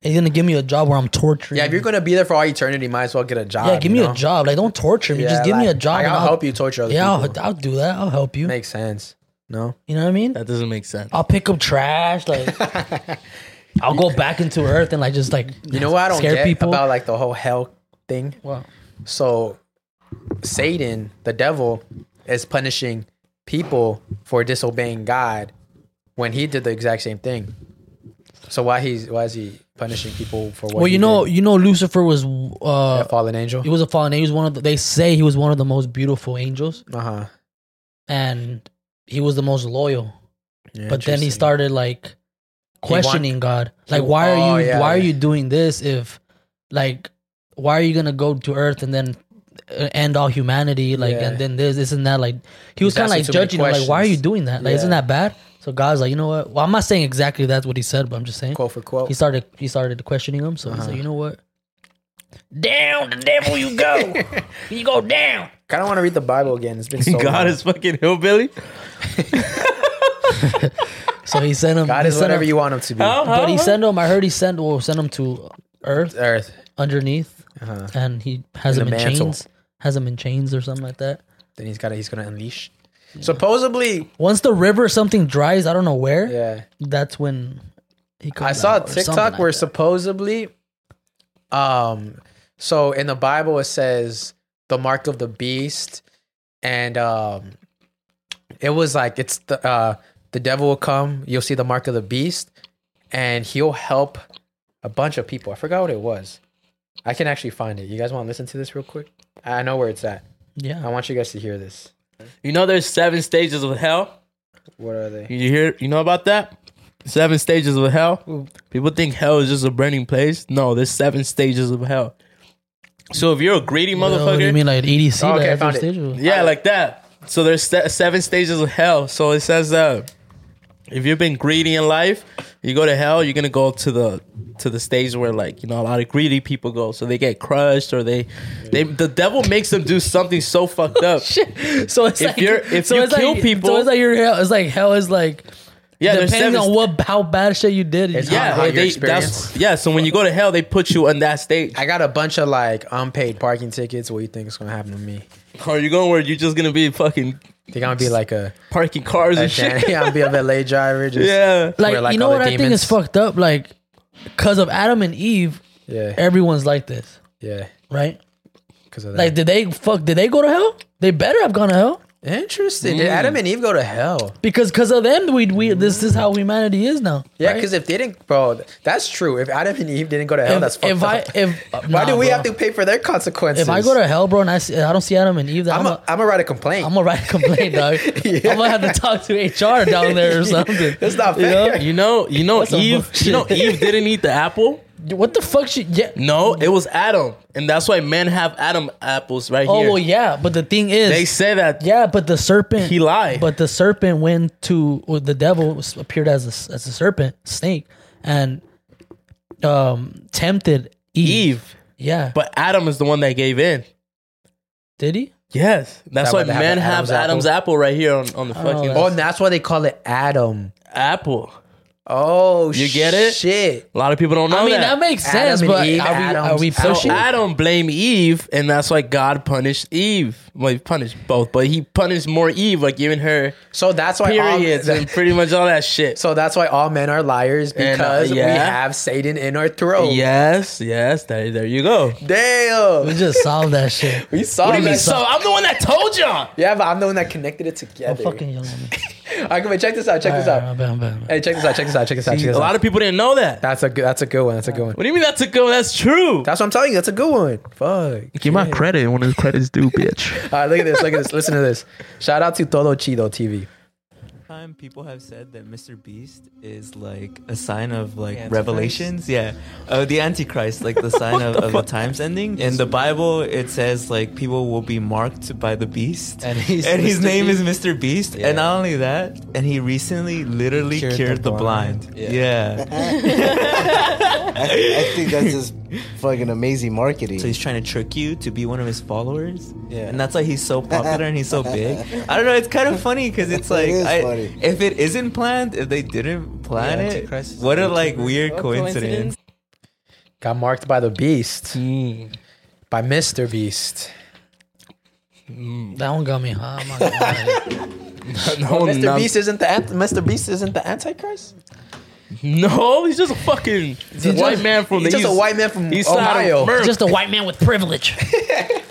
[SPEAKER 9] He's gonna give me a job where I'm torturing.
[SPEAKER 7] Yeah, if you're gonna be there for all eternity, might as well get a job.
[SPEAKER 9] yeah, give
[SPEAKER 7] you
[SPEAKER 9] me
[SPEAKER 7] know?
[SPEAKER 9] a job. Like, don't torture me.
[SPEAKER 7] Yeah,
[SPEAKER 9] just give me a
[SPEAKER 7] like-
[SPEAKER 9] job.
[SPEAKER 7] like,
[SPEAKER 9] and
[SPEAKER 7] I'll help you torture other
[SPEAKER 9] yeah,
[SPEAKER 7] people.
[SPEAKER 9] I'll, I'll do that. I'll help you.
[SPEAKER 7] Makes sense. No,
[SPEAKER 9] you know what I mean.
[SPEAKER 8] That doesn't make sense.
[SPEAKER 9] I'll pick up trash.
[SPEAKER 7] <laughs>
[SPEAKER 9] Like, I'll go back into Earth and like just like
[SPEAKER 7] You know what I don't
[SPEAKER 9] scare
[SPEAKER 7] get
[SPEAKER 9] people.
[SPEAKER 7] about like the whole hell thing?
[SPEAKER 9] What?
[SPEAKER 7] So Satan, the devil, is punishing people for disobeying God when he did the exact same thing. So why he's why is he punishing people for what?
[SPEAKER 9] well,
[SPEAKER 7] he
[SPEAKER 9] you know,
[SPEAKER 7] did?
[SPEAKER 9] you know, Lucifer was uh,
[SPEAKER 7] a fallen angel.
[SPEAKER 9] He was a fallen angel. He was one of the, they say he was one of the most beautiful angels.
[SPEAKER 7] Uh huh.
[SPEAKER 9] and he was the most loyal.
[SPEAKER 7] Yeah,
[SPEAKER 9] but then he
[SPEAKER 7] interesting.
[SPEAKER 9] started like
[SPEAKER 7] He want-
[SPEAKER 9] questioning God.
[SPEAKER 7] he-
[SPEAKER 9] Like, why
[SPEAKER 7] Oh,
[SPEAKER 9] are you?
[SPEAKER 7] yeah,
[SPEAKER 9] why are
[SPEAKER 7] yeah.
[SPEAKER 9] you doing this? If like, why are you gonna go to Earth and then uh, end all humanity? Like,
[SPEAKER 7] Yeah.
[SPEAKER 9] and then this, isn't that like? He was
[SPEAKER 7] He's
[SPEAKER 9] kind of like
[SPEAKER 7] asking too many
[SPEAKER 9] judging. him, Like, why are you
[SPEAKER 7] questions.
[SPEAKER 9] doing that? Like, isn't
[SPEAKER 7] Yeah.
[SPEAKER 9] that bad? So God's like, you know what? Well, I'm not saying exactly that's what he said, but I'm just saying quote
[SPEAKER 7] for quote.
[SPEAKER 9] He started. He started questioning him. So he's
[SPEAKER 7] Uh-huh.
[SPEAKER 9] like, you know what?
[SPEAKER 14] Down the devil you go. you go down.
[SPEAKER 7] Kind of want to read the Bible again. It's
[SPEAKER 9] <laughs>
[SPEAKER 7] been so
[SPEAKER 8] <laughs> God is fucking hillbilly.
[SPEAKER 9] So he sent him.
[SPEAKER 7] God
[SPEAKER 9] he
[SPEAKER 7] is
[SPEAKER 9] sent
[SPEAKER 7] whatever
[SPEAKER 9] him-
[SPEAKER 7] you want him to be.
[SPEAKER 9] But he sent him. I heard he sent. Well, sent him to Earth.
[SPEAKER 7] Earth
[SPEAKER 9] underneath,
[SPEAKER 7] Uh-huh.
[SPEAKER 9] and he has
[SPEAKER 7] In
[SPEAKER 9] him
[SPEAKER 7] the
[SPEAKER 9] in
[SPEAKER 7] mantle.
[SPEAKER 9] chains. Has him in chains or something like that.
[SPEAKER 7] Then he's got. He's gonna unleash. Supposedly,
[SPEAKER 9] once the river or something dries, I don't know where.
[SPEAKER 7] Yeah,
[SPEAKER 9] that's when he.
[SPEAKER 7] I
[SPEAKER 9] comes
[SPEAKER 7] saw a
[SPEAKER 9] out or something
[SPEAKER 7] TikTok
[SPEAKER 9] like
[SPEAKER 7] where supposedly, um, so in the Bible it says the mark of the beast, and um, it was like it's the uh the devil will come. You'll see the mark of the beast, and he'll help a bunch of people. I forgot what it was. I can actually find it. You guys want to listen to this real quick? I know where it's at.
[SPEAKER 9] Yeah,
[SPEAKER 7] I want you guys to hear this.
[SPEAKER 8] You know there's seven stages of hell.
[SPEAKER 7] What are they?
[SPEAKER 8] You hear? You know about that? Seven stages of hell. People think hell is just a burning place. No, there's seven stages of hell. So if you're a greedy
[SPEAKER 9] What-
[SPEAKER 8] motherfucker,
[SPEAKER 9] what do you mean, like EDC, Oh, okay, like I found every it. stage?
[SPEAKER 8] Yeah, like that. So there's se- seven stages of hell. So it says that if you've been greedy in life, you go to hell. You're gonna go to the to the stage where like you know a lot of greedy people go. So they get crushed or they they the devil makes them do something so fucked <laughs> up.
[SPEAKER 9] that. So <laughs> it's
[SPEAKER 8] if
[SPEAKER 9] like,
[SPEAKER 8] you're if
[SPEAKER 9] so
[SPEAKER 8] you
[SPEAKER 9] it's
[SPEAKER 8] kill
[SPEAKER 9] like,
[SPEAKER 8] people,
[SPEAKER 9] so it's like your hell. It's like hell is like.
[SPEAKER 8] Yeah, there's
[SPEAKER 9] depending
[SPEAKER 8] seven
[SPEAKER 9] on what how bad shit you did.
[SPEAKER 8] yeah, they- they- that's yeah. So when you go to hell, they put you on that stage.
[SPEAKER 7] I got a bunch of like unpaid parking tickets. What do you think is gonna happen to me?
[SPEAKER 8] Are you going where you're just gonna be fucking?
[SPEAKER 7] They're gonna be like a
[SPEAKER 8] parking cars
[SPEAKER 7] a
[SPEAKER 8] and shit.
[SPEAKER 7] yeah, I'm be a valet driver. Just
[SPEAKER 9] like,
[SPEAKER 7] we're
[SPEAKER 9] you know
[SPEAKER 7] all the
[SPEAKER 9] what I think
[SPEAKER 7] demons.
[SPEAKER 9] is fucked up. Like, because of Adam and Eve,
[SPEAKER 7] Yeah.
[SPEAKER 9] everyone's like this,
[SPEAKER 7] yeah,
[SPEAKER 9] right?
[SPEAKER 7] because of that.
[SPEAKER 9] Like, did they fuck? Did they go to hell? They better have gone to hell.
[SPEAKER 7] Interesting.
[SPEAKER 8] Mm.
[SPEAKER 7] Did Adam and Eve go to hell?
[SPEAKER 9] Because because of them, we we this is how humanity is now.
[SPEAKER 7] Yeah, because if they didn't, bro, th- that's true. If Adam and Eve didn't go to hell,
[SPEAKER 9] If-
[SPEAKER 7] that's fucked
[SPEAKER 9] if I-
[SPEAKER 7] up. <laughs>
[SPEAKER 9] if
[SPEAKER 7] why
[SPEAKER 9] nah,
[SPEAKER 7] do we
[SPEAKER 9] bro.
[SPEAKER 7] have to pay for their consequences?
[SPEAKER 9] If I go to hell, bro, and I see, I don't see Adam and Eve, then I'm gonna
[SPEAKER 7] I'm write a complaint.
[SPEAKER 9] I'm gonna write a
[SPEAKER 7] <laughs>
[SPEAKER 9] complaint, dog. I'm gonna have to talk to HR down there or
[SPEAKER 8] <laughs>
[SPEAKER 9] something.
[SPEAKER 7] That's not
[SPEAKER 9] You know?
[SPEAKER 8] You know, you know,
[SPEAKER 9] That's some
[SPEAKER 8] Eve.
[SPEAKER 9] bullshit.
[SPEAKER 8] You know, Eve didn't eat the <laughs> apple.
[SPEAKER 9] What the fuck? She yeah.
[SPEAKER 8] No, it was Adam, and that's why men have Adam apples right
[SPEAKER 9] Oh
[SPEAKER 8] here.
[SPEAKER 9] well, yeah, but the thing is,
[SPEAKER 8] They say that.
[SPEAKER 9] Yeah, but the serpent.
[SPEAKER 8] He lied.
[SPEAKER 9] But the serpent went to well, the devil was, appeared as a, as a serpent snake and um tempted Eve. Yeah,
[SPEAKER 8] but Adam is the one that gave in.
[SPEAKER 9] Did he?
[SPEAKER 8] Yes, that's
[SPEAKER 7] That
[SPEAKER 8] why
[SPEAKER 7] why they have
[SPEAKER 8] men
[SPEAKER 7] the
[SPEAKER 8] have
[SPEAKER 7] Adam's
[SPEAKER 8] Adam's,
[SPEAKER 7] apple?
[SPEAKER 8] apple. right here on on the
[SPEAKER 7] Oh,
[SPEAKER 8] fucking
[SPEAKER 7] and that's why they call it Adam.
[SPEAKER 8] apple.
[SPEAKER 7] Oh,
[SPEAKER 8] you get it?
[SPEAKER 7] Shit,
[SPEAKER 8] a lot of people don't know.
[SPEAKER 9] I mean, that makes Adam sense, and but Eve, are we- are we
[SPEAKER 8] So
[SPEAKER 9] pushing it?
[SPEAKER 8] Adam blamed Eve, and that's why God punished Eve. Well, he punished both, but he punished more Eve by giving her.
[SPEAKER 7] So that's why all-
[SPEAKER 8] periods and pretty much all that
[SPEAKER 7] <laughs>
[SPEAKER 8] shit.
[SPEAKER 7] So that's why all men are liars
[SPEAKER 8] And, uh,
[SPEAKER 7] because we
[SPEAKER 8] yeah.
[SPEAKER 7] have Satan in our throat.
[SPEAKER 8] Yes, yes. There, there you go.
[SPEAKER 7] Oh. Damn.
[SPEAKER 9] We just solved that shit.
[SPEAKER 7] <laughs> We
[SPEAKER 8] What
[SPEAKER 7] solved
[SPEAKER 8] do you mean?
[SPEAKER 7] that.
[SPEAKER 8] So I'm the one that told y'all.
[SPEAKER 7] Yeah, but I'm the one that connected it together.
[SPEAKER 9] fucking young
[SPEAKER 7] <laughs> All right, come on, check this out. Check this out. Hey, check this out. Check this out. Check this out. Check
[SPEAKER 8] See,
[SPEAKER 7] this
[SPEAKER 8] a lot
[SPEAKER 7] out.
[SPEAKER 8] of people didn't know that.
[SPEAKER 7] That's a good. That's a good one. That's a good one.
[SPEAKER 8] What do you mean that's a good one? That's true.
[SPEAKER 7] That's what I'm telling you. That's a good one. Fuck.
[SPEAKER 8] Give my credit when the credit's due, bitch.
[SPEAKER 9] <laughs>
[SPEAKER 7] All right, look at this. Look at this. Listen to this. Shout out to Todo Chido TV.
[SPEAKER 15] time people have said that Mr. Beast is like a sign of like
[SPEAKER 16] The Antichrist?
[SPEAKER 15] revelations. Yeah. Oh, the Antichrist, like
[SPEAKER 8] <laughs>
[SPEAKER 15] the sign of,
[SPEAKER 16] the
[SPEAKER 15] of the
[SPEAKER 16] fuck?
[SPEAKER 15] times ending. In the Bible, it says like people will be marked by the beast.
[SPEAKER 16] And he's
[SPEAKER 15] his
[SPEAKER 16] Mr.
[SPEAKER 15] name is
[SPEAKER 16] Beast.
[SPEAKER 15] Mr. Beast. And not only that, and he recently literally cured, the, blind. Yeah.
[SPEAKER 16] I, I think that's just fucking amazing marketing.
[SPEAKER 15] So he's trying to trick you to be one of his followers.
[SPEAKER 16] Yeah.
[SPEAKER 15] And that's why he's so popular and he's
[SPEAKER 16] <laughs>
[SPEAKER 15] so big. I don't know. It's kind of funny because it's
[SPEAKER 16] It
[SPEAKER 15] like,
[SPEAKER 16] is
[SPEAKER 15] I-
[SPEAKER 16] funny.
[SPEAKER 15] if it isn't planned, if they didn't plan
[SPEAKER 16] Yeah, Antichrist
[SPEAKER 15] it,
[SPEAKER 16] is
[SPEAKER 15] what
[SPEAKER 16] a
[SPEAKER 15] a like
[SPEAKER 16] YouTuber.
[SPEAKER 15] weird
[SPEAKER 16] Oh, coincidence.
[SPEAKER 15] coincidence.
[SPEAKER 7] Got marked by the beast.
[SPEAKER 8] Mm.
[SPEAKER 7] By Mr.
[SPEAKER 8] <laughs>
[SPEAKER 7] Beast.
[SPEAKER 9] That one got me hot. I'm not gonna lie.
[SPEAKER 7] Well, Mr. Beast isn't the ant- Mr. Beast isn't the Antichrist.
[SPEAKER 8] No, he's just a fucking
[SPEAKER 7] He's just-
[SPEAKER 8] white man from
[SPEAKER 7] he's
[SPEAKER 8] the
[SPEAKER 7] just a
[SPEAKER 8] east-
[SPEAKER 7] white man from
[SPEAKER 8] east side of
[SPEAKER 7] Ohio.
[SPEAKER 8] America.
[SPEAKER 9] Just a white man
[SPEAKER 7] <laughs>
[SPEAKER 9] with privilege.
[SPEAKER 7] Now, did you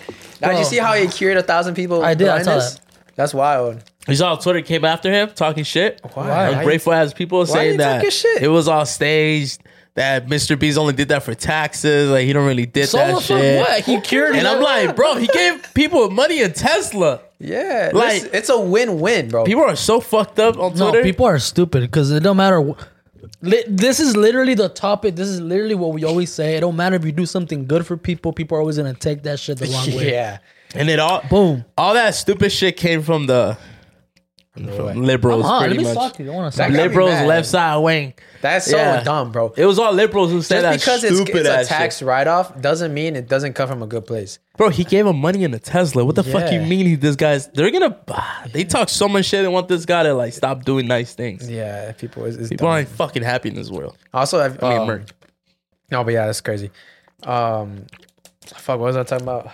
[SPEAKER 9] Bro.
[SPEAKER 7] see how he cured a thousand people?
[SPEAKER 9] I did, I saw
[SPEAKER 7] blindness? That's wild.
[SPEAKER 8] You saw Twitter came after him talking shit.
[SPEAKER 7] Why?
[SPEAKER 8] Ungrateful as people
[SPEAKER 7] Why
[SPEAKER 8] saying
[SPEAKER 7] you
[SPEAKER 8] that
[SPEAKER 7] talking shit?
[SPEAKER 8] it was all staged. that Mr. Beast only did that for taxes. Like he don't really did
[SPEAKER 9] So
[SPEAKER 8] that
[SPEAKER 9] what?
[SPEAKER 8] shit.
[SPEAKER 9] What? He cured
[SPEAKER 8] And I'm
[SPEAKER 9] him.
[SPEAKER 8] like, bro, he gave people money in Tesla.
[SPEAKER 7] Yeah,
[SPEAKER 8] like
[SPEAKER 7] listen, it's a win-win, bro.
[SPEAKER 8] People are so fucked up on
[SPEAKER 9] No,
[SPEAKER 8] Twitter.
[SPEAKER 9] people are stupid because it don't matter. wh- Li- This is literally the topic. This is literally what we always say. It don't matter if you do something good for people. People are always gonna take that shit the wrong
[SPEAKER 8] <laughs>
[SPEAKER 9] way.
[SPEAKER 8] and it all boom. All that stupid shit came from the from liberals.
[SPEAKER 9] Come on,
[SPEAKER 8] pretty
[SPEAKER 9] let me
[SPEAKER 8] much.
[SPEAKER 9] talk to you. I wanna
[SPEAKER 8] That
[SPEAKER 9] talk.
[SPEAKER 8] liberals,
[SPEAKER 9] That got me mad.
[SPEAKER 8] left side wing.
[SPEAKER 7] That's so dumb, bro.
[SPEAKER 8] It was all liberals who said
[SPEAKER 7] Just
[SPEAKER 8] that
[SPEAKER 7] because it's,
[SPEAKER 8] stupid
[SPEAKER 7] it's
[SPEAKER 8] ass
[SPEAKER 7] a tax
[SPEAKER 8] shit.
[SPEAKER 7] write-off doesn't mean it doesn't come from a good place.
[SPEAKER 8] Bro, he gave him money in a Tesla. What the fuck you
[SPEAKER 7] Yeah.
[SPEAKER 8] mean? He, this guy's they're gonna ah, they talk so much shit and want this guy to like stop doing nice things.
[SPEAKER 7] Yeah, people is,
[SPEAKER 8] people ain't fucking happy in this world.
[SPEAKER 7] Also, I've,
[SPEAKER 8] I mean,
[SPEAKER 7] um,
[SPEAKER 8] Merc.
[SPEAKER 7] no, Oh, but yeah, that's crazy. Um, fuck, what was I talking about?